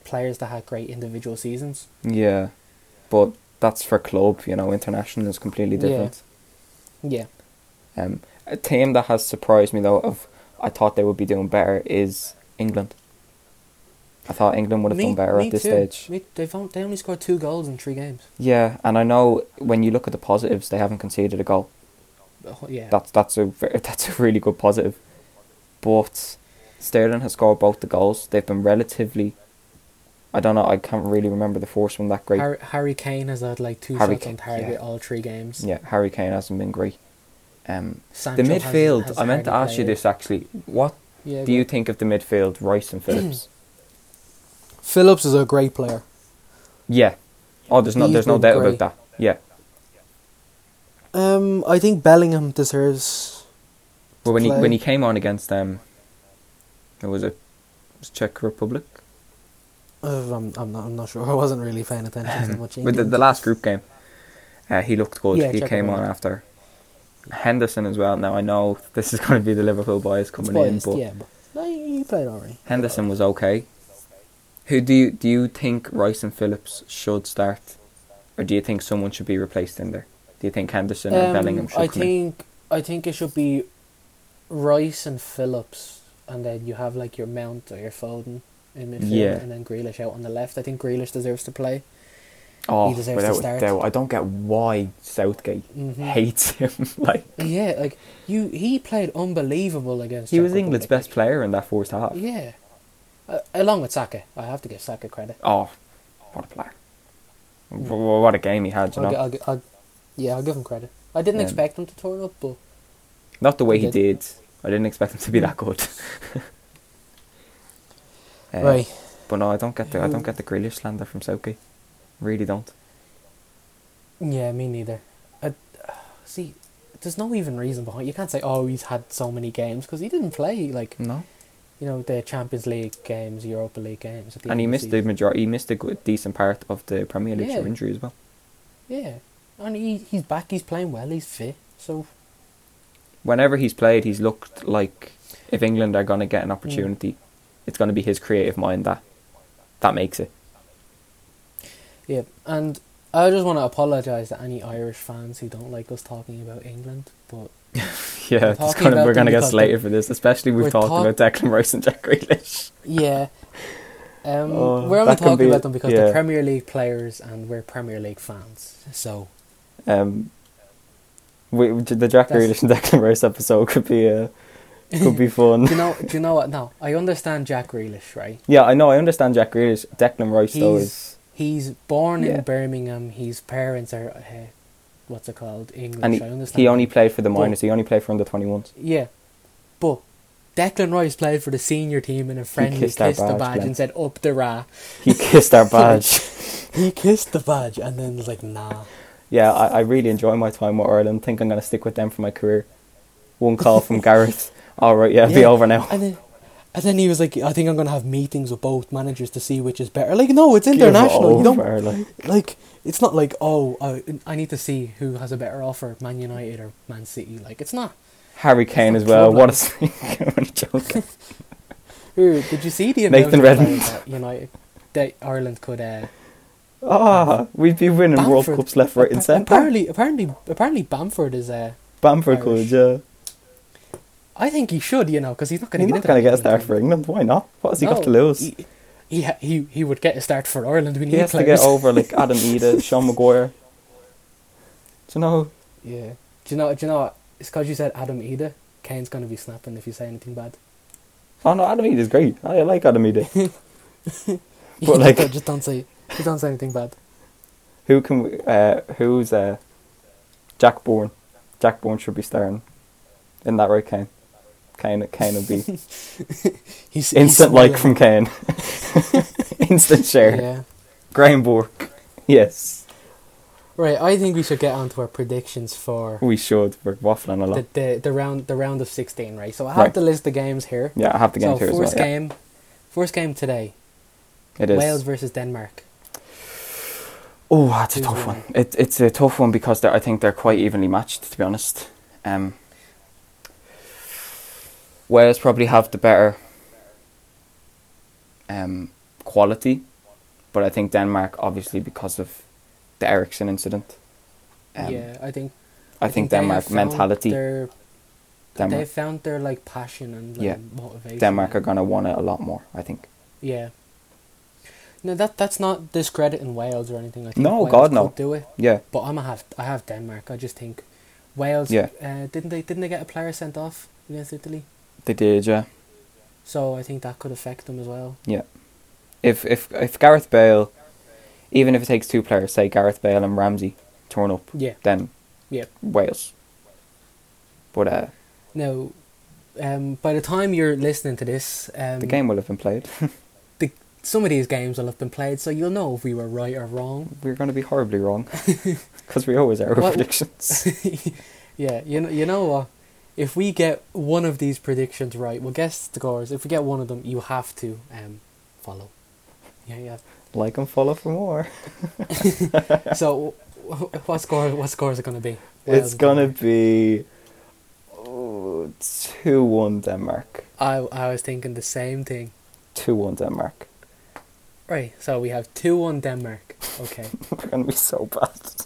[SPEAKER 1] players that had great individual seasons.
[SPEAKER 2] Yeah, but that's for club. You know, international is completely
[SPEAKER 1] Yeah.
[SPEAKER 2] different.
[SPEAKER 1] Yeah,
[SPEAKER 2] Um, a team that has surprised me though, of I thought they would be doing better is England. I thought England would have done better at this
[SPEAKER 1] too.
[SPEAKER 2] stage.
[SPEAKER 1] Me, they've on, they only scored two goals in three games.
[SPEAKER 2] Yeah, and I know when you look at the positives, they haven't conceded a goal.
[SPEAKER 1] Oh, yeah,
[SPEAKER 2] That's that's a ver- that's a really good positive. But Sterling has scored both the goals. They've been relatively. I don't know. I can't really remember the first one that great.
[SPEAKER 1] Har- Harry Kane has had like two
[SPEAKER 2] Harry
[SPEAKER 1] shots
[SPEAKER 2] Kane,
[SPEAKER 1] on
[SPEAKER 2] yeah.
[SPEAKER 1] target all three games.
[SPEAKER 2] yeah, Harry Kane hasn't been great. Um, the
[SPEAKER 1] Sancho has-
[SPEAKER 2] midfield.
[SPEAKER 1] has
[SPEAKER 2] I meant to
[SPEAKER 1] hardly
[SPEAKER 2] ask you
[SPEAKER 1] played.
[SPEAKER 2] this actually. What
[SPEAKER 1] Yeah,
[SPEAKER 2] do you
[SPEAKER 1] go-
[SPEAKER 2] think of the midfield, Rice and Phillips?
[SPEAKER 1] Phillips is a great player.
[SPEAKER 2] yeah. Oh, there's no
[SPEAKER 1] He's
[SPEAKER 2] there's no
[SPEAKER 1] been
[SPEAKER 2] doubt
[SPEAKER 1] great.
[SPEAKER 2] about that. Yeah,
[SPEAKER 1] Um, I think Bellingham deserves.
[SPEAKER 2] but when he
[SPEAKER 1] Play.
[SPEAKER 2] when he came on against um, it was it was Czech Republic.
[SPEAKER 1] Uh, I'm, I'm not. I'm not sure. I wasn't really paying attention to much.
[SPEAKER 2] With Um, the, the last group game, uh, he looked good.
[SPEAKER 1] Yeah,
[SPEAKER 2] he
[SPEAKER 1] check
[SPEAKER 2] came
[SPEAKER 1] him
[SPEAKER 2] on
[SPEAKER 1] out.
[SPEAKER 2] after Henderson as well. Now I know this is going to be the Liverpool bias
[SPEAKER 1] It's
[SPEAKER 2] coming
[SPEAKER 1] biased,
[SPEAKER 2] in, but
[SPEAKER 1] yeah, but no, he he played alright.
[SPEAKER 2] Henderson was okay. Who do you do you think Rice and Phillips should start, or do you think someone should be replaced in there? Do you think Henderson and Bellingham should
[SPEAKER 1] Um, I
[SPEAKER 2] come
[SPEAKER 1] think I think it should be Rice and Phillips, and then you have like your Mount or your Foden in midfield,
[SPEAKER 2] Yeah.
[SPEAKER 1] and then Grealish out on the left. I think Grealish deserves to play.
[SPEAKER 2] in? Oh,
[SPEAKER 1] he deserves to
[SPEAKER 2] without a
[SPEAKER 1] start.
[SPEAKER 2] doubt. I don't get why Southgate
[SPEAKER 1] Mhm.
[SPEAKER 2] hates him. like
[SPEAKER 1] Yeah, like you, he played unbelievable against.
[SPEAKER 2] he
[SPEAKER 1] Czech
[SPEAKER 2] was England's
[SPEAKER 1] Republic.
[SPEAKER 2] best player in that first half.
[SPEAKER 1] Yeah, uh, along with Saka, I have to give Saka credit.
[SPEAKER 2] Oh, what a player! Wh- wh- What a game he had, you know.
[SPEAKER 1] I'll, gi- I'll, gi- I'll Yeah, I'll give him credit. I didn't
[SPEAKER 2] Um,
[SPEAKER 1] expect him to turn up, but
[SPEAKER 2] Not the way he
[SPEAKER 1] He
[SPEAKER 2] did.
[SPEAKER 1] did.
[SPEAKER 2] I didn't expect him to be that
[SPEAKER 1] Mm.
[SPEAKER 2] good. Uh,
[SPEAKER 1] right.
[SPEAKER 2] But no, I don't get the I don't
[SPEAKER 1] Who-
[SPEAKER 2] get the Grealish slander from Southgate. Really don't.
[SPEAKER 1] Yeah, me neither. I, see, there's no even reason behind. You can't say, "Oh, he's had so many games," because he didn't play like
[SPEAKER 2] No.
[SPEAKER 1] you know the Champions League games, Europa League games. At the
[SPEAKER 2] And he
[SPEAKER 1] end of
[SPEAKER 2] missed the
[SPEAKER 1] season.
[SPEAKER 2] majority. He missed a good, decent part of the Premier League through
[SPEAKER 1] Yeah.
[SPEAKER 2] injury as well.
[SPEAKER 1] Yeah, and he he's back. He's playing well. He's fit. So
[SPEAKER 2] Whenever he's played, he's looked like if England are going to
[SPEAKER 1] Mm.
[SPEAKER 2] get an opportunity, it's going to be his creative mind that that makes it.
[SPEAKER 1] yeah, and I just want to apologise to any Irish fans who don't like us talking about England, but
[SPEAKER 2] Yeah,
[SPEAKER 1] We're
[SPEAKER 2] it's
[SPEAKER 1] talking
[SPEAKER 2] gonna,
[SPEAKER 1] about
[SPEAKER 2] we're going to
[SPEAKER 1] them
[SPEAKER 2] get
[SPEAKER 1] because
[SPEAKER 2] slated for this, especially we've
[SPEAKER 1] we're
[SPEAKER 2] talked
[SPEAKER 1] talk-
[SPEAKER 2] about Declan Rice and Jack Grealish.
[SPEAKER 1] yeah. Um,
[SPEAKER 2] Oh,
[SPEAKER 1] we're only
[SPEAKER 2] that can
[SPEAKER 1] talking
[SPEAKER 2] be-
[SPEAKER 1] about them because
[SPEAKER 2] yeah.
[SPEAKER 1] they're Premier League players and we're Premier League fans. So
[SPEAKER 2] Um, we, the Jack
[SPEAKER 1] That's-
[SPEAKER 2] Grealish and Declan Rice episode could be uh, could be fun.
[SPEAKER 1] do you know? Do you know what? No, I understand Jack Grealish, right?
[SPEAKER 2] Yeah, I know. I understand Jack Grealish. Declan Rice though is,
[SPEAKER 1] He's he's born
[SPEAKER 2] Yeah.
[SPEAKER 1] in Birmingham. His parents are uh, what's it called English.
[SPEAKER 2] and
[SPEAKER 1] I
[SPEAKER 2] he,
[SPEAKER 1] understand.
[SPEAKER 2] he only played for the
[SPEAKER 1] But-
[SPEAKER 2] minors. He only played for under twenty ones.
[SPEAKER 1] yeah, but Declan Rice played for the senior team in a friendly
[SPEAKER 2] kissed
[SPEAKER 1] kissed,
[SPEAKER 2] our
[SPEAKER 1] the
[SPEAKER 2] badge,
[SPEAKER 1] badge
[SPEAKER 2] Glenn.
[SPEAKER 1] and said up the ra.
[SPEAKER 2] He kissed our badge.
[SPEAKER 1] He kissed the badge and then was like nah.
[SPEAKER 2] yeah, I, I really enjoy my time with Ireland. Think I'm gonna stick with them for my career. One call from Gareth. All right, yeah, be
[SPEAKER 1] Yeah,
[SPEAKER 2] over now.
[SPEAKER 1] And then. And then he was like, "I think I'm gonna have meetings with both managers to see which is better." Like, no, it's international.
[SPEAKER 2] Give
[SPEAKER 1] You don't
[SPEAKER 2] over, like,
[SPEAKER 1] like. It's not like, oh, I, I need to see who has a better offer, Man United or Man City. Like, it's not.
[SPEAKER 2] Harry Kane
[SPEAKER 1] not
[SPEAKER 2] as well.
[SPEAKER 1] club
[SPEAKER 2] What a swing. I'm only joking.
[SPEAKER 1] Ooh, did you see the
[SPEAKER 2] Nathan
[SPEAKER 1] amount of
[SPEAKER 2] Redmond.
[SPEAKER 1] players that United that Ireland could uh,
[SPEAKER 2] Ah, we'd be winning World
[SPEAKER 1] Bamford. Oh,
[SPEAKER 2] Cups left, right, and
[SPEAKER 1] appa-
[SPEAKER 2] centre.
[SPEAKER 1] Apparently, apparently, apparently, Bamford is. Uh,
[SPEAKER 2] Bamford could,
[SPEAKER 1] Irish.
[SPEAKER 2] yeah.
[SPEAKER 1] I think he should, you know, because he's not going
[SPEAKER 2] He's
[SPEAKER 1] to
[SPEAKER 2] not
[SPEAKER 1] get
[SPEAKER 2] going to get a
[SPEAKER 1] into the
[SPEAKER 2] start for
[SPEAKER 1] England
[SPEAKER 2] England. Why not? What has he got
[SPEAKER 1] No,
[SPEAKER 2] to lose?
[SPEAKER 1] team. He, he, he, he would get a start for Ireland. We need
[SPEAKER 2] He has to
[SPEAKER 1] players.
[SPEAKER 2] get over like Adam Eda, Sean Maguire. Do you know?
[SPEAKER 1] Yeah. Do you know? Do you know? What? It's because you said Adam Eder. Kane's going to be snapping if you say anything bad.
[SPEAKER 2] Oh no, Adam Eda's great. I like Adam Eda. But,
[SPEAKER 1] But
[SPEAKER 2] like-
[SPEAKER 1] like, just don't say, just don't say anything bad.
[SPEAKER 2] Who can? we- Uh, who's uh, Jack Bourne? Jack Bourne should be starting. Isn't that right, Kane? Kane, Kane will be
[SPEAKER 1] He's he's
[SPEAKER 2] instant
[SPEAKER 1] somebody
[SPEAKER 2] like
[SPEAKER 1] I-
[SPEAKER 2] from Kane. instant share.
[SPEAKER 1] Yeah.
[SPEAKER 2] Graham Bourke. Yes,
[SPEAKER 1] Right. I think we should get on to our predictions for
[SPEAKER 2] we should. We're waffling a lot.
[SPEAKER 1] the, the the round the round of sixteen, right? So I have
[SPEAKER 2] Right.
[SPEAKER 1] to list the games here.
[SPEAKER 2] yeah, I have the game
[SPEAKER 1] so
[SPEAKER 2] here as well.
[SPEAKER 1] first
[SPEAKER 2] yeah.
[SPEAKER 1] game, first game today,
[SPEAKER 2] it is.
[SPEAKER 1] Wales versus Denmark.
[SPEAKER 2] Oh, that's a
[SPEAKER 1] Who's
[SPEAKER 2] tough one.
[SPEAKER 1] winning?
[SPEAKER 2] It, it's a tough one because they're- I think they're quite evenly matched, to be honest. Um, Wales probably have the better um, quality, but I think Denmark, obviously, because of the Ericsson incident. Um,
[SPEAKER 1] yeah, I think.
[SPEAKER 2] I, think,
[SPEAKER 1] they have
[SPEAKER 2] Denmark
[SPEAKER 1] found
[SPEAKER 2] mentality.
[SPEAKER 1] Their, They've
[SPEAKER 2] Denmark,
[SPEAKER 1] found their like passion and like,
[SPEAKER 2] Yeah.
[SPEAKER 1] motivation.
[SPEAKER 2] Denmark are
[SPEAKER 1] and-
[SPEAKER 2] going to want it a lot more, I think.
[SPEAKER 1] Yeah. No, that that's not discrediting Wales or anything. I think
[SPEAKER 2] No,
[SPEAKER 1] Wales
[SPEAKER 2] God,
[SPEAKER 1] could
[SPEAKER 2] no.
[SPEAKER 1] Do it,
[SPEAKER 2] Yeah,
[SPEAKER 1] but I'm a have I have Denmark. I just think Wales.
[SPEAKER 2] Yeah.
[SPEAKER 1] Uh, didn't they didn't they get a player sent off against Italy?
[SPEAKER 2] they did, yeah.
[SPEAKER 1] So I think that could affect them as well.
[SPEAKER 2] Yeah. If if if Gareth Bale, even if it takes two players, say Gareth Bale and Ramsey turn up,
[SPEAKER 1] Yeah.
[SPEAKER 2] then
[SPEAKER 1] Yeah.
[SPEAKER 2] Wales. But uh,
[SPEAKER 1] Now, um, by the time you're listening to this, um,
[SPEAKER 2] the game will have been played.
[SPEAKER 1] the, some of these games will have been played, so you'll know if we were right or wrong.
[SPEAKER 2] We're going to be horribly wrong because we always are with
[SPEAKER 1] What-
[SPEAKER 2] predictions.
[SPEAKER 1] yeah, you know, you know what? If we get one of these predictions right, we'll guess the scores. If we get one of them, you have to um, follow. Yeah, yeah.
[SPEAKER 2] like and follow for more.
[SPEAKER 1] So, wh- wh- what score? What scores are going to be?
[SPEAKER 2] it's going to be oh, two one Denmark,
[SPEAKER 1] I I was thinking the same thing.
[SPEAKER 2] two one Denmark.
[SPEAKER 1] Right. So we have two one Denmark. Okay.
[SPEAKER 2] We're going to be so bad.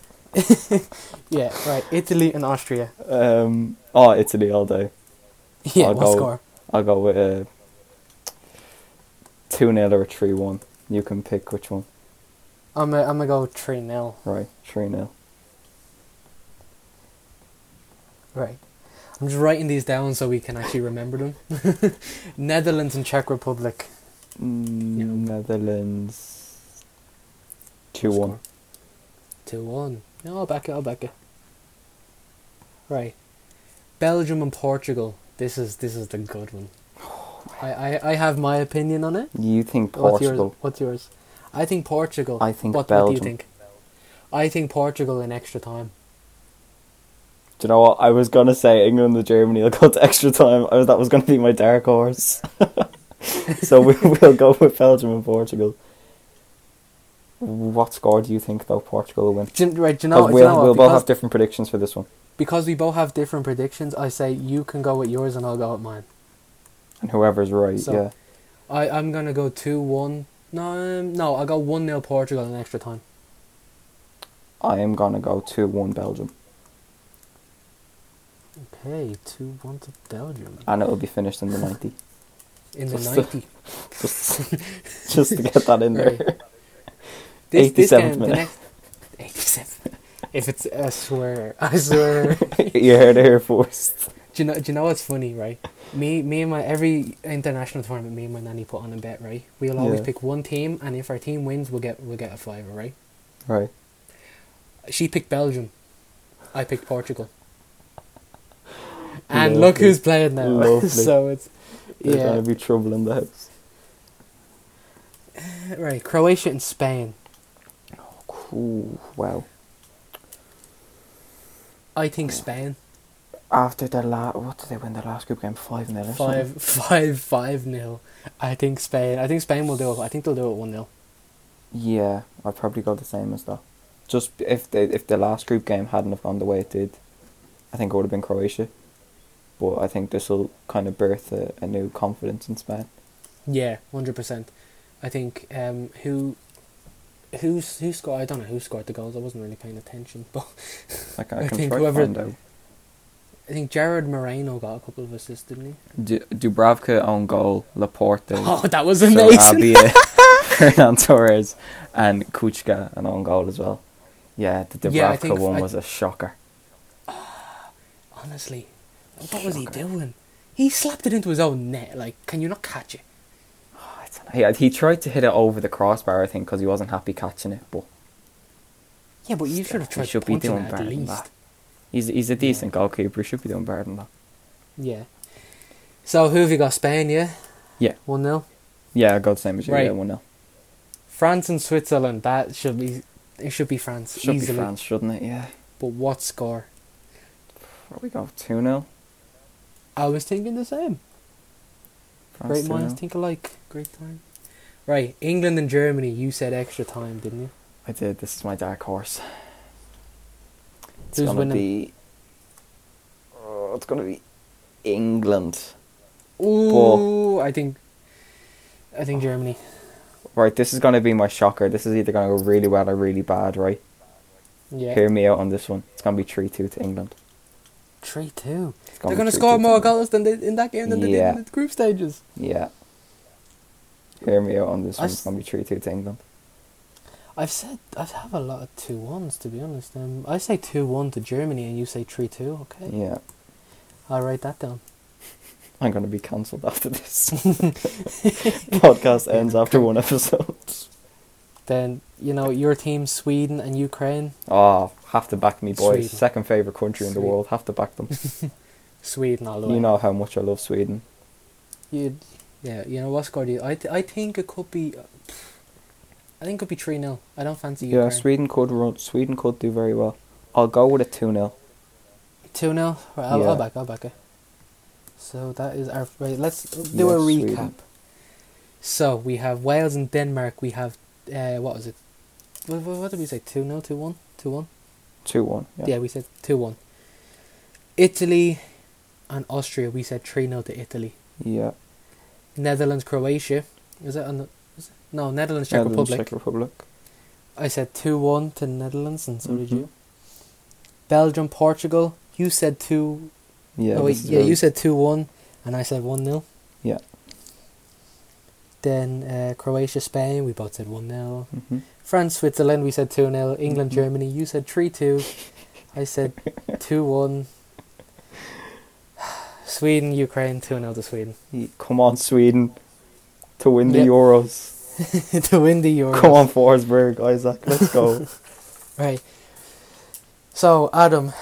[SPEAKER 1] yeah. Right. Italy and Austria.
[SPEAKER 2] Um, oh, Italy all day.
[SPEAKER 1] Yeah.
[SPEAKER 2] I'll
[SPEAKER 1] what
[SPEAKER 2] go-
[SPEAKER 1] score?
[SPEAKER 2] I'll go with a 2 0 or a 3 1. You can pick which one.
[SPEAKER 1] I'm i I'm gonna go three 0
[SPEAKER 2] Right, 3 0.
[SPEAKER 1] Right. I'm just writing these down so we can actually remember them. Netherlands and Czech Republic. Mm.
[SPEAKER 2] Netherlands 2 1.
[SPEAKER 1] Two one. No, I'll back it. I'll back it. Right. Belgium and Portugal. This is this is the good one. I, I, I have my opinion on it.
[SPEAKER 2] You think
[SPEAKER 1] What's yours-
[SPEAKER 2] Portugal?
[SPEAKER 1] What's yours? I think Portugal.
[SPEAKER 2] I think
[SPEAKER 1] what, What do
[SPEAKER 2] Belgium.
[SPEAKER 1] you think? I think Portugal in extra time.
[SPEAKER 2] Do you know what? I was gonna say England and Germany. will go to extra time. I was, that was gonna be my dark horse. so we will go with Belgium and Portugal. What score do you think though Portugal will win?
[SPEAKER 1] Do, you- right, do you know,
[SPEAKER 2] 'Cause
[SPEAKER 1] do you
[SPEAKER 2] we'll,
[SPEAKER 1] know what?
[SPEAKER 2] we'll both
[SPEAKER 1] because,
[SPEAKER 2] have different predictions for this one.
[SPEAKER 1] because we both have different predictions, I say you can go with yours and I'll go with mine.
[SPEAKER 2] And whoever's right,
[SPEAKER 1] So-
[SPEAKER 2] yeah.
[SPEAKER 1] I, I'm going to go 2 1. No, um, no, I'll go 1 0 Portugal in extra time.
[SPEAKER 2] I am gonna go two one Belgium.
[SPEAKER 1] Okay, 2 1 to Belgium.
[SPEAKER 2] And it'll be finished in the ninety.
[SPEAKER 1] In the
[SPEAKER 2] so-
[SPEAKER 1] 90.
[SPEAKER 2] Just, just to get that in there.
[SPEAKER 1] Right. This, this
[SPEAKER 2] 87th
[SPEAKER 1] game, the
[SPEAKER 2] minute.
[SPEAKER 1] next 87th. If it's, I swear, I swear.
[SPEAKER 2] you heard it here first.
[SPEAKER 1] do you know? Do you know what's funny, right? Me, me and my every international tournament, me and my nanny put on a bet, right? We'll always
[SPEAKER 2] Yeah.
[SPEAKER 1] pick one team, and if our team wins, we'll get we'll get a fiver, right?
[SPEAKER 2] Right.
[SPEAKER 1] She picked Belgium, I picked Portugal, and
[SPEAKER 2] Lovely.
[SPEAKER 1] look who's playing now.
[SPEAKER 2] Lovely.
[SPEAKER 1] so it's
[SPEAKER 2] There's
[SPEAKER 1] yeah,
[SPEAKER 2] gonna be trouble in the house.
[SPEAKER 1] right. Croatia and Spain.
[SPEAKER 2] Ooh, wow.
[SPEAKER 1] I think Spain
[SPEAKER 2] After the last, what did they win the last group game? Five nil. or something?
[SPEAKER 1] five five five nil. I think Spain. I think Spain will do it. I think they'll do it one nil.
[SPEAKER 2] Yeah, I'd probably go the same as that. Just if the if the last group game hadn't have gone the way it did, I think it would have been Croatia. But I think this will kind of birth a, a new confidence in Spain.
[SPEAKER 1] Yeah, hundred percent. I think um, who, who's who scored? I don't know who scored the goals. I wasn't really paying attention, but
[SPEAKER 2] Like I,
[SPEAKER 1] I
[SPEAKER 2] can
[SPEAKER 1] think
[SPEAKER 2] try to
[SPEAKER 1] whoever-
[SPEAKER 2] find out.
[SPEAKER 1] I think Jared Moreno got a couple of assists, didn't he?
[SPEAKER 2] Du- Dubravka on goal, Laporte,
[SPEAKER 1] Oh, that was amazing!
[SPEAKER 2] Sarabia, Hernan Torres, and Kuchka and on goal as well. Yeah, the Dubravka
[SPEAKER 1] Yeah, I think
[SPEAKER 2] one
[SPEAKER 1] I-
[SPEAKER 2] was a shocker.
[SPEAKER 1] Honestly, what was he
[SPEAKER 2] Shocker.
[SPEAKER 1] doing? He slapped it into his own net. Like, can you not catch it?
[SPEAKER 2] Oh, I don't know. he, he tried to hit it over the crossbar, I think, because he wasn't happy catching it, but.
[SPEAKER 1] Yeah, but you should have
[SPEAKER 2] He
[SPEAKER 1] tried
[SPEAKER 2] should
[SPEAKER 1] should
[SPEAKER 2] be
[SPEAKER 1] punching
[SPEAKER 2] doing
[SPEAKER 1] it
[SPEAKER 2] better
[SPEAKER 1] at
[SPEAKER 2] than
[SPEAKER 1] least.
[SPEAKER 2] that. He's he's a decent goalkeeper. He should be doing better than that.
[SPEAKER 1] Yeah. So who have you got? Spain, yeah.
[SPEAKER 2] Yeah.
[SPEAKER 1] One 0
[SPEAKER 2] Yeah, I got the same as you.
[SPEAKER 1] Right.
[SPEAKER 2] Yeah, one 0
[SPEAKER 1] France and Switzerland. That should be. It should be France
[SPEAKER 2] Should
[SPEAKER 1] easily.
[SPEAKER 2] be France, shouldn't it? Yeah.
[SPEAKER 1] But what score?
[SPEAKER 2] What we go two 0
[SPEAKER 1] I was thinking the same. Great minds think alike. Great time. Right, England and Germany. You said extra time, didn't you?
[SPEAKER 2] I did. This is my dark horse. It's
[SPEAKER 1] Who's
[SPEAKER 2] gonna
[SPEAKER 1] winning?
[SPEAKER 2] be. Oh, it's gonna be England.
[SPEAKER 1] Ooh, I think, I think Germany.
[SPEAKER 2] Right, this is gonna be my shocker. This is either gonna go really well or really bad. Right,
[SPEAKER 1] Yeah,
[SPEAKER 2] hear me out on this one. It's gonna be three two to England.
[SPEAKER 1] three two.
[SPEAKER 2] It's
[SPEAKER 1] They're
[SPEAKER 2] be
[SPEAKER 1] gonna
[SPEAKER 2] 3-2
[SPEAKER 1] score
[SPEAKER 2] to
[SPEAKER 1] more
[SPEAKER 2] England.
[SPEAKER 1] goals than they, in that game than they
[SPEAKER 2] Yeah.
[SPEAKER 1] did in the group stages.
[SPEAKER 2] Yeah. Hear me out on this
[SPEAKER 1] I
[SPEAKER 2] one. It's
[SPEAKER 1] s-
[SPEAKER 2] gonna be three two to England.
[SPEAKER 1] I've said I've have a lot of two ones to be honest. Um, I say two one to Germany, and you say three two. Okay,
[SPEAKER 2] Yeah,
[SPEAKER 1] I'll write that down.
[SPEAKER 2] I'm gonna be cancelled after this. podcast ends after one episode.
[SPEAKER 1] Then you know your team, Sweden and Ukraine.
[SPEAKER 2] Oh, have to back me, boys.
[SPEAKER 1] Sweden.
[SPEAKER 2] Second favorite country in the
[SPEAKER 1] Sweden.
[SPEAKER 2] world. Have to back them.
[SPEAKER 1] Sweden all the way.
[SPEAKER 2] you know how much I love Sweden.
[SPEAKER 1] You'd, yeah, you know what score do you? I, th- I think it could be. I think it could be 3 0. I don't fancy
[SPEAKER 2] Yeah,
[SPEAKER 1] Ukraine.
[SPEAKER 2] Sweden could run. Sweden could do very well. I'll go with a two 0
[SPEAKER 1] 2 0. Right, I'll,
[SPEAKER 2] Yeah.
[SPEAKER 1] I'll back, I'll back it. So that is our. Right, let's do a
[SPEAKER 2] Yes,
[SPEAKER 1] recap.
[SPEAKER 2] Sweden.
[SPEAKER 1] So we have Wales and Denmark. We have. Uh, what was it? What, what, what did we say? 2 0, 2 1? 2 1?
[SPEAKER 2] Two one. Yeah.
[SPEAKER 1] Yeah, we said 2 1. Italy and Austria. We said 3 0 to Italy.
[SPEAKER 2] Yeah.
[SPEAKER 1] Netherlands, Croatia. Is that on the. Is it? No, Netherlands, Czech
[SPEAKER 2] Netherlands,
[SPEAKER 1] Republic.
[SPEAKER 2] Czech Republic.
[SPEAKER 1] I said 2 1 to Netherlands, and so did
[SPEAKER 2] Mhm.
[SPEAKER 1] you. Belgium, Portugal. You said 2.
[SPEAKER 2] Yeah.
[SPEAKER 1] oh, wait,
[SPEAKER 2] this is
[SPEAKER 1] yeah,
[SPEAKER 2] very-
[SPEAKER 1] you said 2 1, and I said 1 0.
[SPEAKER 2] Yeah.
[SPEAKER 1] Then uh, Croatia, Spain. We both said 1 0.
[SPEAKER 2] Mhm.
[SPEAKER 1] France, Switzerland. We said 2 0. England,
[SPEAKER 2] Mhm.
[SPEAKER 1] Germany. You said 3 2. I said 2 1. Sweden, Ukraine, 2 0 to Sweden.
[SPEAKER 2] Y- Come on, Sweden, to win the
[SPEAKER 1] Yep.
[SPEAKER 2] Euros.
[SPEAKER 1] to win the Euros.
[SPEAKER 2] Come on, Forsberg, Isaac, let's go.
[SPEAKER 1] Right. So, Adam,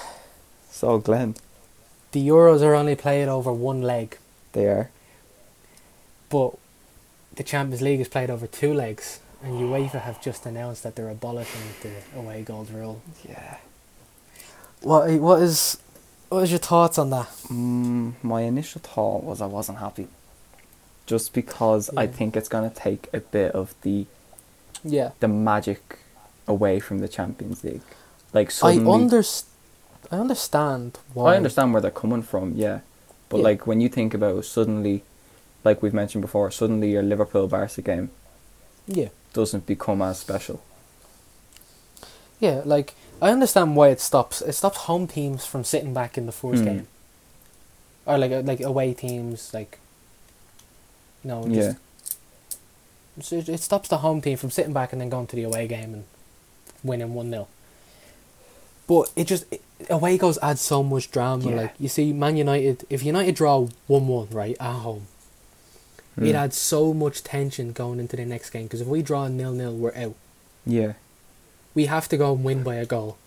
[SPEAKER 2] So Glenn,
[SPEAKER 1] The Euros are only played over one leg,
[SPEAKER 2] they are.
[SPEAKER 1] but the Champions League is played over two legs, and UEFA have just announced that they're abolishing the away goals rule.
[SPEAKER 2] Yeah.
[SPEAKER 1] What what is what is your thoughts on that?
[SPEAKER 2] Mm, my initial thought was I wasn't happy, just because I
[SPEAKER 1] Yeah.
[SPEAKER 2] think it's gonna take a bit of the
[SPEAKER 1] Yeah,
[SPEAKER 2] the magic away from the Champions League. Like
[SPEAKER 1] I
[SPEAKER 2] suddenly,
[SPEAKER 1] under I understand why.
[SPEAKER 2] I understand where they're coming from, yeah. But
[SPEAKER 1] Yeah.
[SPEAKER 2] like when you think about suddenly, like we've mentioned before, suddenly your Liverpool Barca game
[SPEAKER 1] Yeah,
[SPEAKER 2] doesn't become as special.
[SPEAKER 1] yeah. Like I understand why it stops. It stops home teams from sitting back in the first
[SPEAKER 2] Hmm.
[SPEAKER 1] game, or like uh, like away teams like. You know, just
[SPEAKER 2] yeah,
[SPEAKER 1] So it it stops the home team from sitting back and then going to the away game and winning 1 0. But it just, it, away goes add so much drama.
[SPEAKER 2] Yeah.
[SPEAKER 1] Like, you see, Man United, if United draw 1 1, right, at home,
[SPEAKER 2] Mm.
[SPEAKER 1] it adds so much tension going into the next game because if we draw nil nil, we're out.
[SPEAKER 2] yeah,
[SPEAKER 1] We have to go and win by a goal.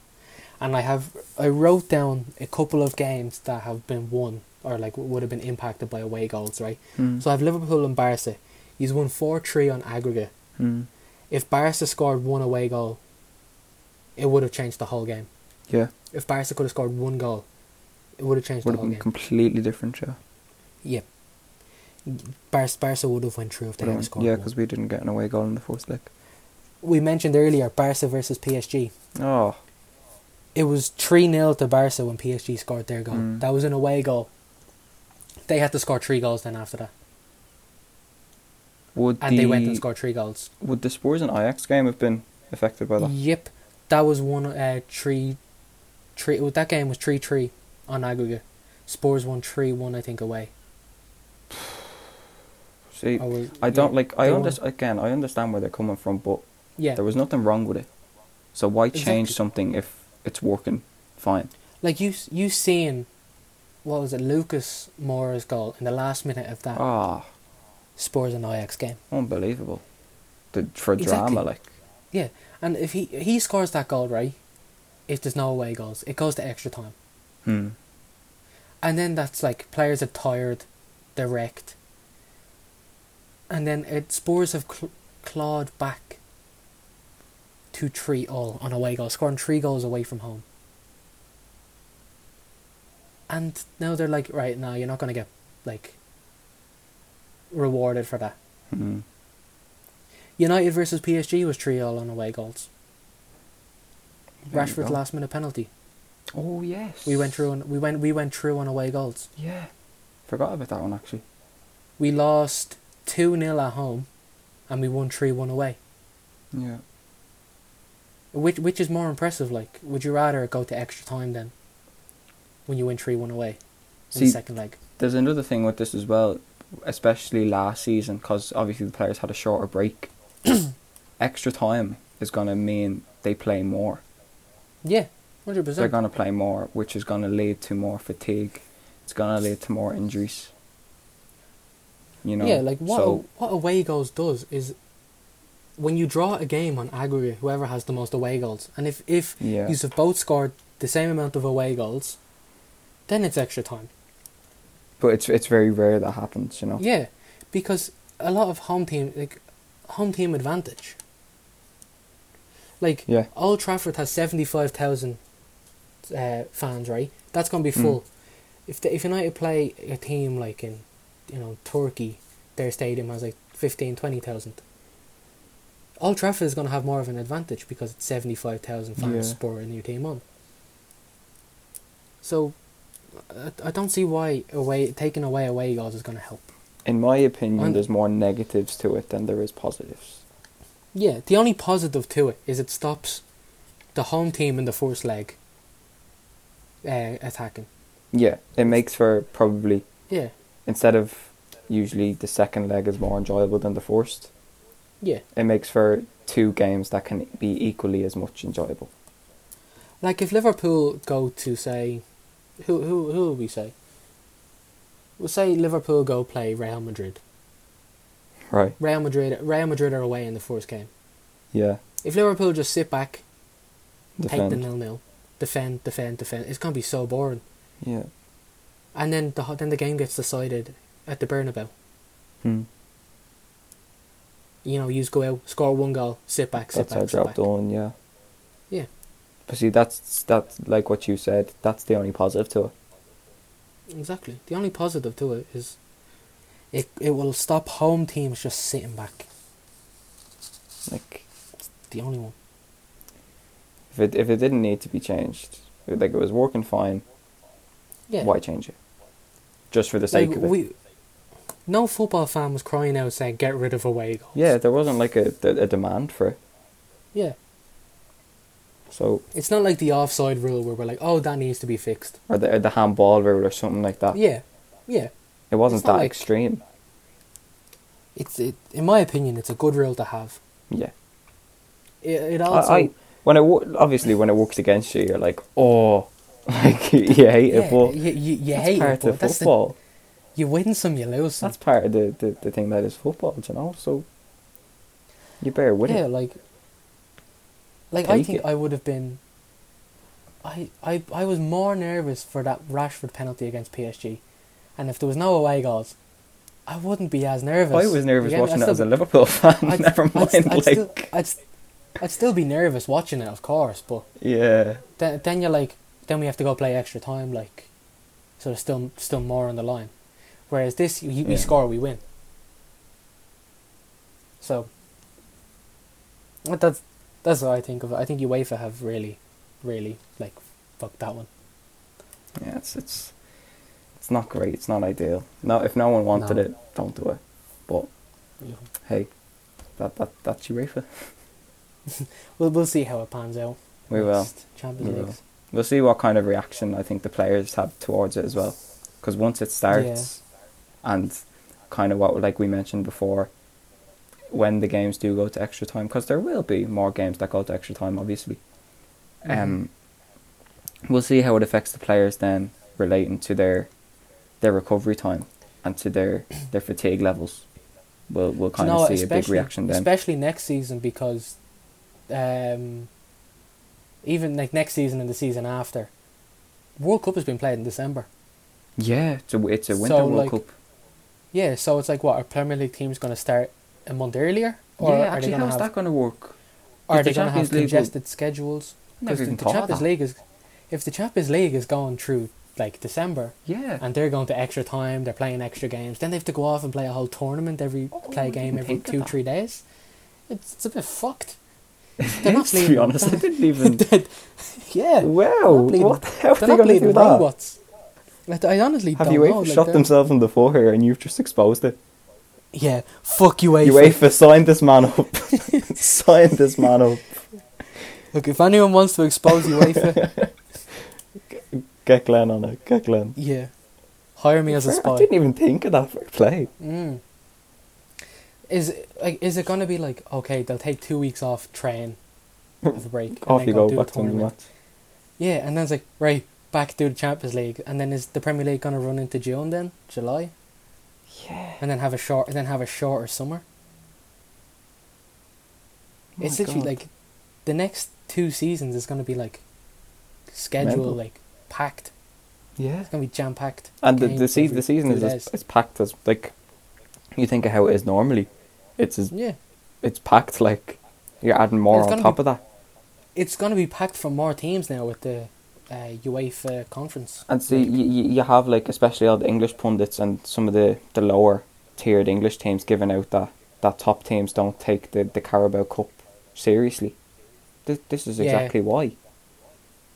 [SPEAKER 1] And I have, I wrote down a couple of games that have been won or like would have been impacted by away goals, right?
[SPEAKER 2] Mm.
[SPEAKER 1] So I have Liverpool and Barca. He's won 4 3 on aggregate
[SPEAKER 2] Mm.
[SPEAKER 1] if Barca scored one away goal, it would have changed the whole game.
[SPEAKER 2] yeah.
[SPEAKER 1] If Barca could have scored one goal, it would have changed
[SPEAKER 2] Would
[SPEAKER 1] the
[SPEAKER 2] have
[SPEAKER 1] whole
[SPEAKER 2] been
[SPEAKER 1] game.
[SPEAKER 2] completely different, yeah.
[SPEAKER 1] yep. Barca, Barca would have went through if they
[SPEAKER 2] Would've
[SPEAKER 1] hadn't
[SPEAKER 2] been-
[SPEAKER 1] scored
[SPEAKER 2] yeah,
[SPEAKER 1] one.
[SPEAKER 2] because we didn't get an away goal in the first leg.
[SPEAKER 1] We mentioned earlier Barca versus PSG.
[SPEAKER 2] Oh,
[SPEAKER 1] It was 3 0 to Barca when PSG scored their goal.
[SPEAKER 2] Mm.
[SPEAKER 1] That was an away goal. They had to score three goals then after that.
[SPEAKER 2] would
[SPEAKER 1] And
[SPEAKER 2] the
[SPEAKER 1] they went and scored three goals.
[SPEAKER 2] would the Spurs and Ajax game have been affected by that?
[SPEAKER 1] Yep. That was one, uh, three, three, well, that game was 3 3 on aggregate. Spurs won 3 1, I think, away.
[SPEAKER 2] See,
[SPEAKER 1] Or was-
[SPEAKER 2] I don't
[SPEAKER 1] yeah,
[SPEAKER 2] like. I
[SPEAKER 1] they won.
[SPEAKER 2] understand again. I understand where they're coming from, but
[SPEAKER 1] Yeah.
[SPEAKER 2] there was nothing wrong with it. So why change
[SPEAKER 1] Exactly.
[SPEAKER 2] something if it's working fine?
[SPEAKER 1] Like you, you seen, what was it, Lucas Moura's goal in the last minute of that
[SPEAKER 2] Ah,
[SPEAKER 1] Spurs and Ajax game.
[SPEAKER 2] unbelievable. The for
[SPEAKER 1] Exactly.
[SPEAKER 2] drama, like
[SPEAKER 1] Yeah, and if he he scores that goal right, if there's no away goals, it goes to extra time,
[SPEAKER 2] hmm.
[SPEAKER 1] and then that's like players are tired, they're wrecked, and then it, Spurs have cl- clawed back to three all on away goals, scoring three goals away from home. And now they're like, right, now you're not gonna get like rewarded for that.
[SPEAKER 2] Hmm.
[SPEAKER 1] United versus PSG was three all on away goals.
[SPEAKER 2] There you
[SPEAKER 1] Rashford's
[SPEAKER 2] go.
[SPEAKER 1] last minute penalty.
[SPEAKER 2] Oh yes.
[SPEAKER 1] We went through on we went we went through on away goals.
[SPEAKER 2] Yeah. Forgot about that one actually.
[SPEAKER 1] We lost two 0 at home, and we won three one away.
[SPEAKER 2] Yeah.
[SPEAKER 1] Which which is more impressive? Like, would you rather go to extra time then? When you win three one away, in the
[SPEAKER 2] See,
[SPEAKER 1] second leg.
[SPEAKER 2] There's another thing with this as well, especially last season, because obviously the players had a shorter break. Extra time is going to mean they play more.
[SPEAKER 1] Yeah, hundred percent.
[SPEAKER 2] They're going to play more, which is going to lead to more fatigue. It's going to lead to more injuries. You know?
[SPEAKER 1] yeah, like what
[SPEAKER 2] So,
[SPEAKER 1] a, what away goals does is when you draw a game on aggregate, whoever has the most away goals, and if if
[SPEAKER 2] Yeah.
[SPEAKER 1] you have both scored the same amount of away goals, then it's extra time.
[SPEAKER 2] but it's it's very rare that happens, you know?
[SPEAKER 1] Yeah, because a lot of home team like home team advantage. Like
[SPEAKER 2] Yeah.
[SPEAKER 1] Old Trafford has seventy five thousand uh, fans, right? That's gonna be
[SPEAKER 2] Mm.
[SPEAKER 1] full. If the, if United play a team like in you know Turkey, their stadium has like 15, 20,000. Old Trafford is gonna have more of an advantage because it's seventy five thousand fans
[SPEAKER 2] Yeah.
[SPEAKER 1] spur a new team on. So, I, I don't see why away taking away away goals is gonna help.
[SPEAKER 2] In my opinion,
[SPEAKER 1] And-
[SPEAKER 2] there's more negatives to it than there is positives.
[SPEAKER 1] Yeah, the only positive to it is it stops the home team in the first leg uh, attacking.
[SPEAKER 2] Yeah, it makes for probably
[SPEAKER 1] Yeah,
[SPEAKER 2] instead of usually the second leg is more enjoyable than the first,
[SPEAKER 1] yeah.
[SPEAKER 2] it makes for two games that can be equally as much enjoyable.
[SPEAKER 1] Like if Liverpool go to say, who who who will we say? We'll say Liverpool go play Real Madrid.
[SPEAKER 2] Right.
[SPEAKER 1] Real Madrid Real Madrid are away in the first game.
[SPEAKER 2] Yeah.
[SPEAKER 1] If Liverpool just sit back, take the
[SPEAKER 2] Defend.
[SPEAKER 1] nil nil, defend, defend, defend. It's gonna be so boring.
[SPEAKER 2] Yeah.
[SPEAKER 1] And then the ho- then the game gets decided at the Bernabeu.
[SPEAKER 2] Hmm.
[SPEAKER 1] You know, you just go out, score one goal, sit back, sit
[SPEAKER 2] That's
[SPEAKER 1] back,
[SPEAKER 2] our
[SPEAKER 1] sit
[SPEAKER 2] job
[SPEAKER 1] back.
[SPEAKER 2] done. Yeah.
[SPEAKER 1] Yeah.
[SPEAKER 2] But see, that's that's like what you said. That's the only positive to it.
[SPEAKER 1] Exactly. The only positive to it is, it it will stop home teams just sitting back.
[SPEAKER 2] Like
[SPEAKER 1] The only one.
[SPEAKER 2] if it if it didn't need to be changed, like it was working fine.
[SPEAKER 1] Yeah.
[SPEAKER 2] Why change it? Just for the sake
[SPEAKER 1] Like,
[SPEAKER 2] of it.
[SPEAKER 1] we, no football fan was crying out saying get rid of away goals.
[SPEAKER 2] Yeah, there wasn't like a a, a demand for it.
[SPEAKER 1] Yeah.
[SPEAKER 2] So
[SPEAKER 1] It's not like the offside rule where we're like, oh, that needs to be fixed.
[SPEAKER 2] or the or the handball rule or something like that.
[SPEAKER 1] Yeah, yeah.
[SPEAKER 2] It wasn't
[SPEAKER 1] It's not
[SPEAKER 2] that
[SPEAKER 1] like-
[SPEAKER 2] extreme.
[SPEAKER 1] It's it. In my opinion, it's a good rule to have.
[SPEAKER 2] Yeah.
[SPEAKER 1] It, it
[SPEAKER 2] I-
[SPEAKER 1] also
[SPEAKER 2] I, when it wo- obviously when it works against you, you're like, oh, like you hate
[SPEAKER 1] yeah,
[SPEAKER 2] it, but
[SPEAKER 1] you, you, you
[SPEAKER 2] that's
[SPEAKER 1] hate
[SPEAKER 2] part
[SPEAKER 1] it,
[SPEAKER 2] of
[SPEAKER 1] but that's the,
[SPEAKER 2] football.
[SPEAKER 1] you win some, you lose some.
[SPEAKER 2] That's part of the, the, the thing that is football, do you know. So you bear with
[SPEAKER 1] yeah,
[SPEAKER 2] it.
[SPEAKER 1] like, like I
[SPEAKER 2] Take
[SPEAKER 1] think
[SPEAKER 2] it.
[SPEAKER 1] I would have been. I, I I was more nervous for that Rashford penalty against PSG, and if there was no away goals, I wouldn't be as nervous.
[SPEAKER 2] I was nervous
[SPEAKER 1] Again, I'd
[SPEAKER 2] watching that
[SPEAKER 1] still
[SPEAKER 2] as
[SPEAKER 1] be-
[SPEAKER 2] a Liverpool fan.
[SPEAKER 1] I'd-
[SPEAKER 2] Never mind,
[SPEAKER 1] I'd, I'd
[SPEAKER 2] like
[SPEAKER 1] still, I'd, s- I'd still be nervous watching it, of course, but
[SPEAKER 2] yeah,
[SPEAKER 1] then, then you're like, then we have to go play extra time, like, so there's still still more on the line. Whereas this, you, we
[SPEAKER 2] Yeah.
[SPEAKER 1] score, we win. So, but that's that's what I think of it. I think UEFA have really, really like fucked that one.
[SPEAKER 2] yeah. It's it's it's not great. It's not ideal. No, if no one wanted
[SPEAKER 1] No.
[SPEAKER 2] it, don't do it. But hey, that that that's UEFA.
[SPEAKER 1] We'll we'll see how it pans out.
[SPEAKER 2] We will.
[SPEAKER 1] next Champions
[SPEAKER 2] We will.
[SPEAKER 1] League.
[SPEAKER 2] We'll see what kind of reaction I think the players have towards it as well, because once it starts, and kind of what like we mentioned before, when the games do go to extra time, because there will be more games that go to extra time, obviously.
[SPEAKER 1] Mm-hmm.
[SPEAKER 2] Um, we'll see how it affects the players then, relating to their their recovery time and to their their fatigue levels. We'll we'll
[SPEAKER 1] Do
[SPEAKER 2] kind
[SPEAKER 1] you know
[SPEAKER 2] of
[SPEAKER 1] what,
[SPEAKER 2] see a big
[SPEAKER 1] especially-
[SPEAKER 2] reaction then.
[SPEAKER 1] especially next season because, um, even like next season and the season after, World Cup has been played in December.
[SPEAKER 2] Yeah, it's a it's a winter
[SPEAKER 1] So,
[SPEAKER 2] World
[SPEAKER 1] like,
[SPEAKER 2] Cup.
[SPEAKER 1] Yeah, so it's like what our Premier League team's going to start a month earlier,
[SPEAKER 2] yeah,
[SPEAKER 1] are they
[SPEAKER 2] actually,
[SPEAKER 1] going to
[SPEAKER 2] how's
[SPEAKER 1] have
[SPEAKER 2] that going to work?
[SPEAKER 1] are
[SPEAKER 2] If the
[SPEAKER 1] they going to have
[SPEAKER 2] Champions League will-
[SPEAKER 1] congested schedules?
[SPEAKER 2] Never
[SPEAKER 1] Because the,
[SPEAKER 2] even
[SPEAKER 1] the
[SPEAKER 2] thought of
[SPEAKER 1] Champions
[SPEAKER 2] that.
[SPEAKER 1] League is, if the Champions League is going through like December
[SPEAKER 2] Yeah.
[SPEAKER 1] and they're going to extra time, they're playing extra games, then they have to go off and play a whole tournament every
[SPEAKER 2] Oh, I
[SPEAKER 1] play a game
[SPEAKER 2] didn't
[SPEAKER 1] every
[SPEAKER 2] think of
[SPEAKER 1] two
[SPEAKER 2] that.
[SPEAKER 1] three days. It's it's a bit fucked. They're not
[SPEAKER 2] to be
[SPEAKER 1] sleeping.
[SPEAKER 2] honest, I didn't even.
[SPEAKER 1] Yeah.
[SPEAKER 2] wow,
[SPEAKER 1] bleeding-
[SPEAKER 2] what the hell are they
[SPEAKER 1] They're not
[SPEAKER 2] going to do
[SPEAKER 1] bleeding
[SPEAKER 2] that?
[SPEAKER 1] robots. Like, I honestly
[SPEAKER 2] Have
[SPEAKER 1] don't
[SPEAKER 2] UEFA
[SPEAKER 1] know. like,
[SPEAKER 2] shot
[SPEAKER 1] they're-
[SPEAKER 2] themselves in the foot here and you've just exposed it?
[SPEAKER 1] Yeah, fuck UEFA.
[SPEAKER 2] UEFA, sign this man up. sign this man up.
[SPEAKER 1] Look, if anyone wants to expose UEFA,
[SPEAKER 2] Get Glenn on it. Get Glenn.
[SPEAKER 1] yeah, hire me as a
[SPEAKER 2] Fair-
[SPEAKER 1] spy.
[SPEAKER 2] I didn't e- even think of that for play.
[SPEAKER 1] Mm. Is it- like is it gonna be like okay? They'll take two weeks off, train, have a break, and
[SPEAKER 2] Off
[SPEAKER 1] then
[SPEAKER 2] you go,
[SPEAKER 1] do
[SPEAKER 2] back
[SPEAKER 1] the
[SPEAKER 2] to the
[SPEAKER 1] tournament.
[SPEAKER 2] match.
[SPEAKER 1] Yeah, and then it's like right back to the Champions League, and then is the Premier League gonna run into June then, July,
[SPEAKER 2] Yeah.
[SPEAKER 1] and then have a short, and then have a shorter summer. it's
[SPEAKER 2] Oh My
[SPEAKER 1] literally
[SPEAKER 2] God.
[SPEAKER 1] like the next two seasons is gonna be like schedule
[SPEAKER 2] Mental.
[SPEAKER 1] like packed.
[SPEAKER 2] Yeah.
[SPEAKER 1] It's gonna be jam packed.
[SPEAKER 2] And the, the, season, the season is as, as packed as, like, you think of how it is normally. It's as,
[SPEAKER 1] yeah.
[SPEAKER 2] it's packed, like, you're adding more
[SPEAKER 1] It's
[SPEAKER 2] on
[SPEAKER 1] gonna
[SPEAKER 2] top
[SPEAKER 1] be-
[SPEAKER 2] of that.
[SPEAKER 1] It's gonna be packed from more teams now with the uh, UEFA conference.
[SPEAKER 2] And see, you, you you have like especially all the English pundits and some of the, the lower tiered English teams giving out that, that top teams don't take the, the Carabao Cup seriously. This, this is
[SPEAKER 1] Yeah. Mm-hmm.
[SPEAKER 2] exactly why. Do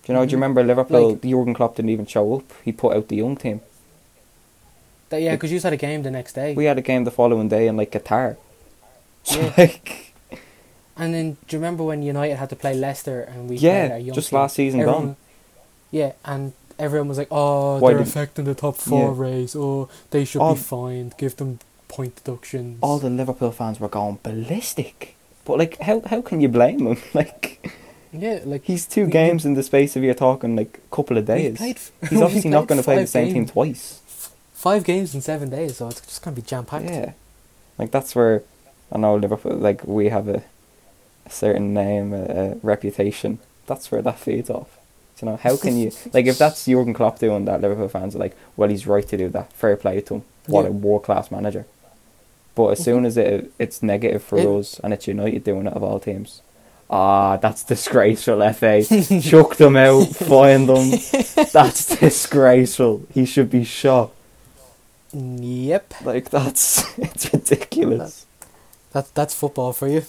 [SPEAKER 2] you know? Do you remember Liverpool? Jurgen Klopp didn't even show up. He put out the young team.
[SPEAKER 1] That, yeah, because you had a game the next day.
[SPEAKER 2] We had a game the following day in like Qatar. So,
[SPEAKER 1] Yeah.
[SPEAKER 2] like,
[SPEAKER 1] and then do you remember when United had to play Leicester and we
[SPEAKER 2] Yeah,
[SPEAKER 1] played our young
[SPEAKER 2] just
[SPEAKER 1] team?
[SPEAKER 2] last season
[SPEAKER 1] Everyone-
[SPEAKER 2] gone.
[SPEAKER 1] Yeah, and everyone was like, "Oh,
[SPEAKER 2] Why
[SPEAKER 1] they're
[SPEAKER 2] did-
[SPEAKER 1] affecting the top four
[SPEAKER 2] Yeah.
[SPEAKER 1] race, or they should
[SPEAKER 2] All-
[SPEAKER 1] be fined. Give them point deductions."
[SPEAKER 2] all the Liverpool fans were going ballistic. But like, how how can you blame him? Like,
[SPEAKER 1] yeah, like
[SPEAKER 2] he's two
[SPEAKER 1] We- we-
[SPEAKER 2] games in the space of you're talking like a couple of
[SPEAKER 1] we've
[SPEAKER 2] days.
[SPEAKER 1] played f-
[SPEAKER 2] He's
[SPEAKER 1] we've
[SPEAKER 2] obviously not
[SPEAKER 1] played
[SPEAKER 2] going to play the
[SPEAKER 1] five
[SPEAKER 2] same team
[SPEAKER 1] games-
[SPEAKER 2] twice.
[SPEAKER 1] Five games in seven days, so it's just gonna be jam packed.
[SPEAKER 2] Yeah, like that's where I know Liverpool. Like we have a, a certain name, a, a reputation. That's where that feeds off. You know, how can you like if that's Jurgen Klopp doing that? Liverpool fans are like, well, he's right to do that. Fair play to him. What
[SPEAKER 1] Yeah. Mhm.
[SPEAKER 2] a world class manager. But as soon as it it's negative for
[SPEAKER 1] It-
[SPEAKER 2] us and it's United doing it of all teams, ah, that's disgraceful. FA chuck them out, fine them. That's disgraceful. He should be shot.
[SPEAKER 1] Mm, Yep.
[SPEAKER 2] Like that's it's ridiculous.
[SPEAKER 1] That that's football for you.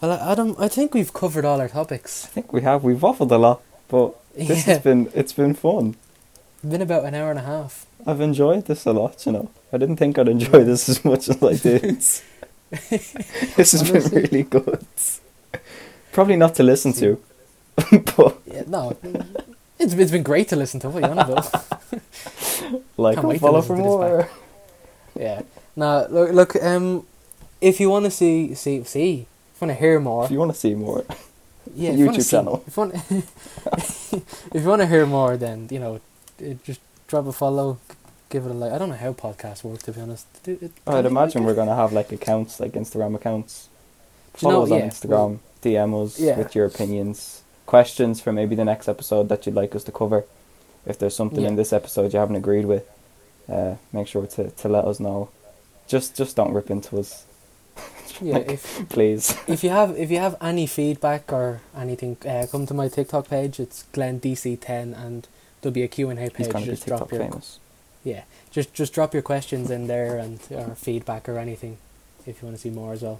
[SPEAKER 1] Well, Adam, I think we've covered all our topics.
[SPEAKER 2] I think we have we've waffled a lot, but this
[SPEAKER 1] Yeah.
[SPEAKER 2] has been it's been fun.
[SPEAKER 1] Been about an hour and a half.
[SPEAKER 2] I've enjoyed this a lot, you know. I didn't think I'd enjoy this as much as I did. this has been
[SPEAKER 1] Honestly.
[SPEAKER 2] really good. Probably not to listen to, but
[SPEAKER 1] Yeah, no, it's it's been great to listen to. What are you on about?
[SPEAKER 2] like
[SPEAKER 1] Can't wait to
[SPEAKER 2] follow for
[SPEAKER 1] listen to this back.
[SPEAKER 2] more.
[SPEAKER 1] yeah. No, look, look. Um, if you want to see, see, see, if you want to hear more,
[SPEAKER 2] If you want to see more,
[SPEAKER 1] yeah, if you wanna
[SPEAKER 2] YouTube
[SPEAKER 1] see-
[SPEAKER 2] channel.
[SPEAKER 1] If you, want, if you want to hear more, then you know, uh, just drop a follow, g- give it a like. I don't know how podcasts work to be honest. Do- it- can
[SPEAKER 2] I'd
[SPEAKER 1] they work
[SPEAKER 2] imagine
[SPEAKER 1] it?
[SPEAKER 2] we're gonna have like accounts, like Instagram accounts.
[SPEAKER 1] Do you
[SPEAKER 2] Follow
[SPEAKER 1] know-
[SPEAKER 2] us on
[SPEAKER 1] yeah,
[SPEAKER 2] Instagram, DM us
[SPEAKER 1] Yeah.
[SPEAKER 2] with your opinions, questions for maybe the next episode that you'd like us to cover. If there's something
[SPEAKER 1] Yeah.
[SPEAKER 2] in this episode you haven't agreed with, uh, make sure to, to let us know. Just just don't rip into us,
[SPEAKER 1] Yeah, if
[SPEAKER 2] please.
[SPEAKER 1] if you have if you have any feedback or anything, uh, come to my TikTok page. It's Glenn DC ten, and there'll be a Q and A
[SPEAKER 2] He's
[SPEAKER 1] page.
[SPEAKER 2] gonna be
[SPEAKER 1] Just drop
[SPEAKER 2] TikTok
[SPEAKER 1] your
[SPEAKER 2] famous.
[SPEAKER 1] yeah, just just drop your questions in there and or feedback or anything, if you want to see more as well.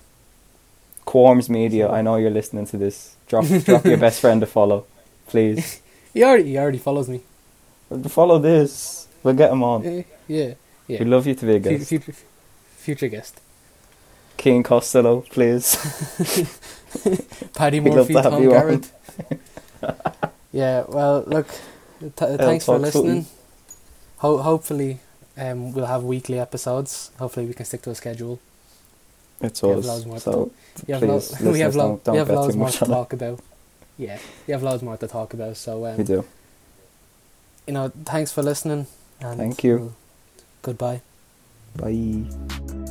[SPEAKER 2] Quorms Media, I know you're listening to this. Drop drop your best friend a follow, please.
[SPEAKER 1] He already he already follows me.
[SPEAKER 2] Follow this. We'll get him on.
[SPEAKER 1] Eh, Yeah, yeah.
[SPEAKER 2] We love you to be a
[SPEAKER 1] Fu-
[SPEAKER 2] guest.
[SPEAKER 1] future, future guest.
[SPEAKER 2] Keane Costello, please.
[SPEAKER 1] Paddy
[SPEAKER 2] We'd love
[SPEAKER 1] Murphy,
[SPEAKER 2] to have
[SPEAKER 1] Tom
[SPEAKER 2] you on.
[SPEAKER 1] Garrett. yeah, well, look, th- thanks for
[SPEAKER 2] talk footy.
[SPEAKER 1] listening. Ho- hopefully, um, we'll have weekly episodes. Hopefully, we can stick to a schedule.
[SPEAKER 2] It's
[SPEAKER 1] We have loads more
[SPEAKER 2] us.
[SPEAKER 1] to
[SPEAKER 2] So
[SPEAKER 1] You have
[SPEAKER 2] please,
[SPEAKER 1] lo- we have,
[SPEAKER 2] listeners,
[SPEAKER 1] lo-
[SPEAKER 2] don't, don't
[SPEAKER 1] we have
[SPEAKER 2] bet
[SPEAKER 1] loads
[SPEAKER 2] too
[SPEAKER 1] more
[SPEAKER 2] much
[SPEAKER 1] to
[SPEAKER 2] on it.
[SPEAKER 1] talk about. Yeah, we have loads more to talk about. So,
[SPEAKER 2] We
[SPEAKER 1] um,
[SPEAKER 2] do.
[SPEAKER 1] you know, thanks for listening. And
[SPEAKER 2] Thank you.
[SPEAKER 1] we'll- Goodbye.
[SPEAKER 2] Bye.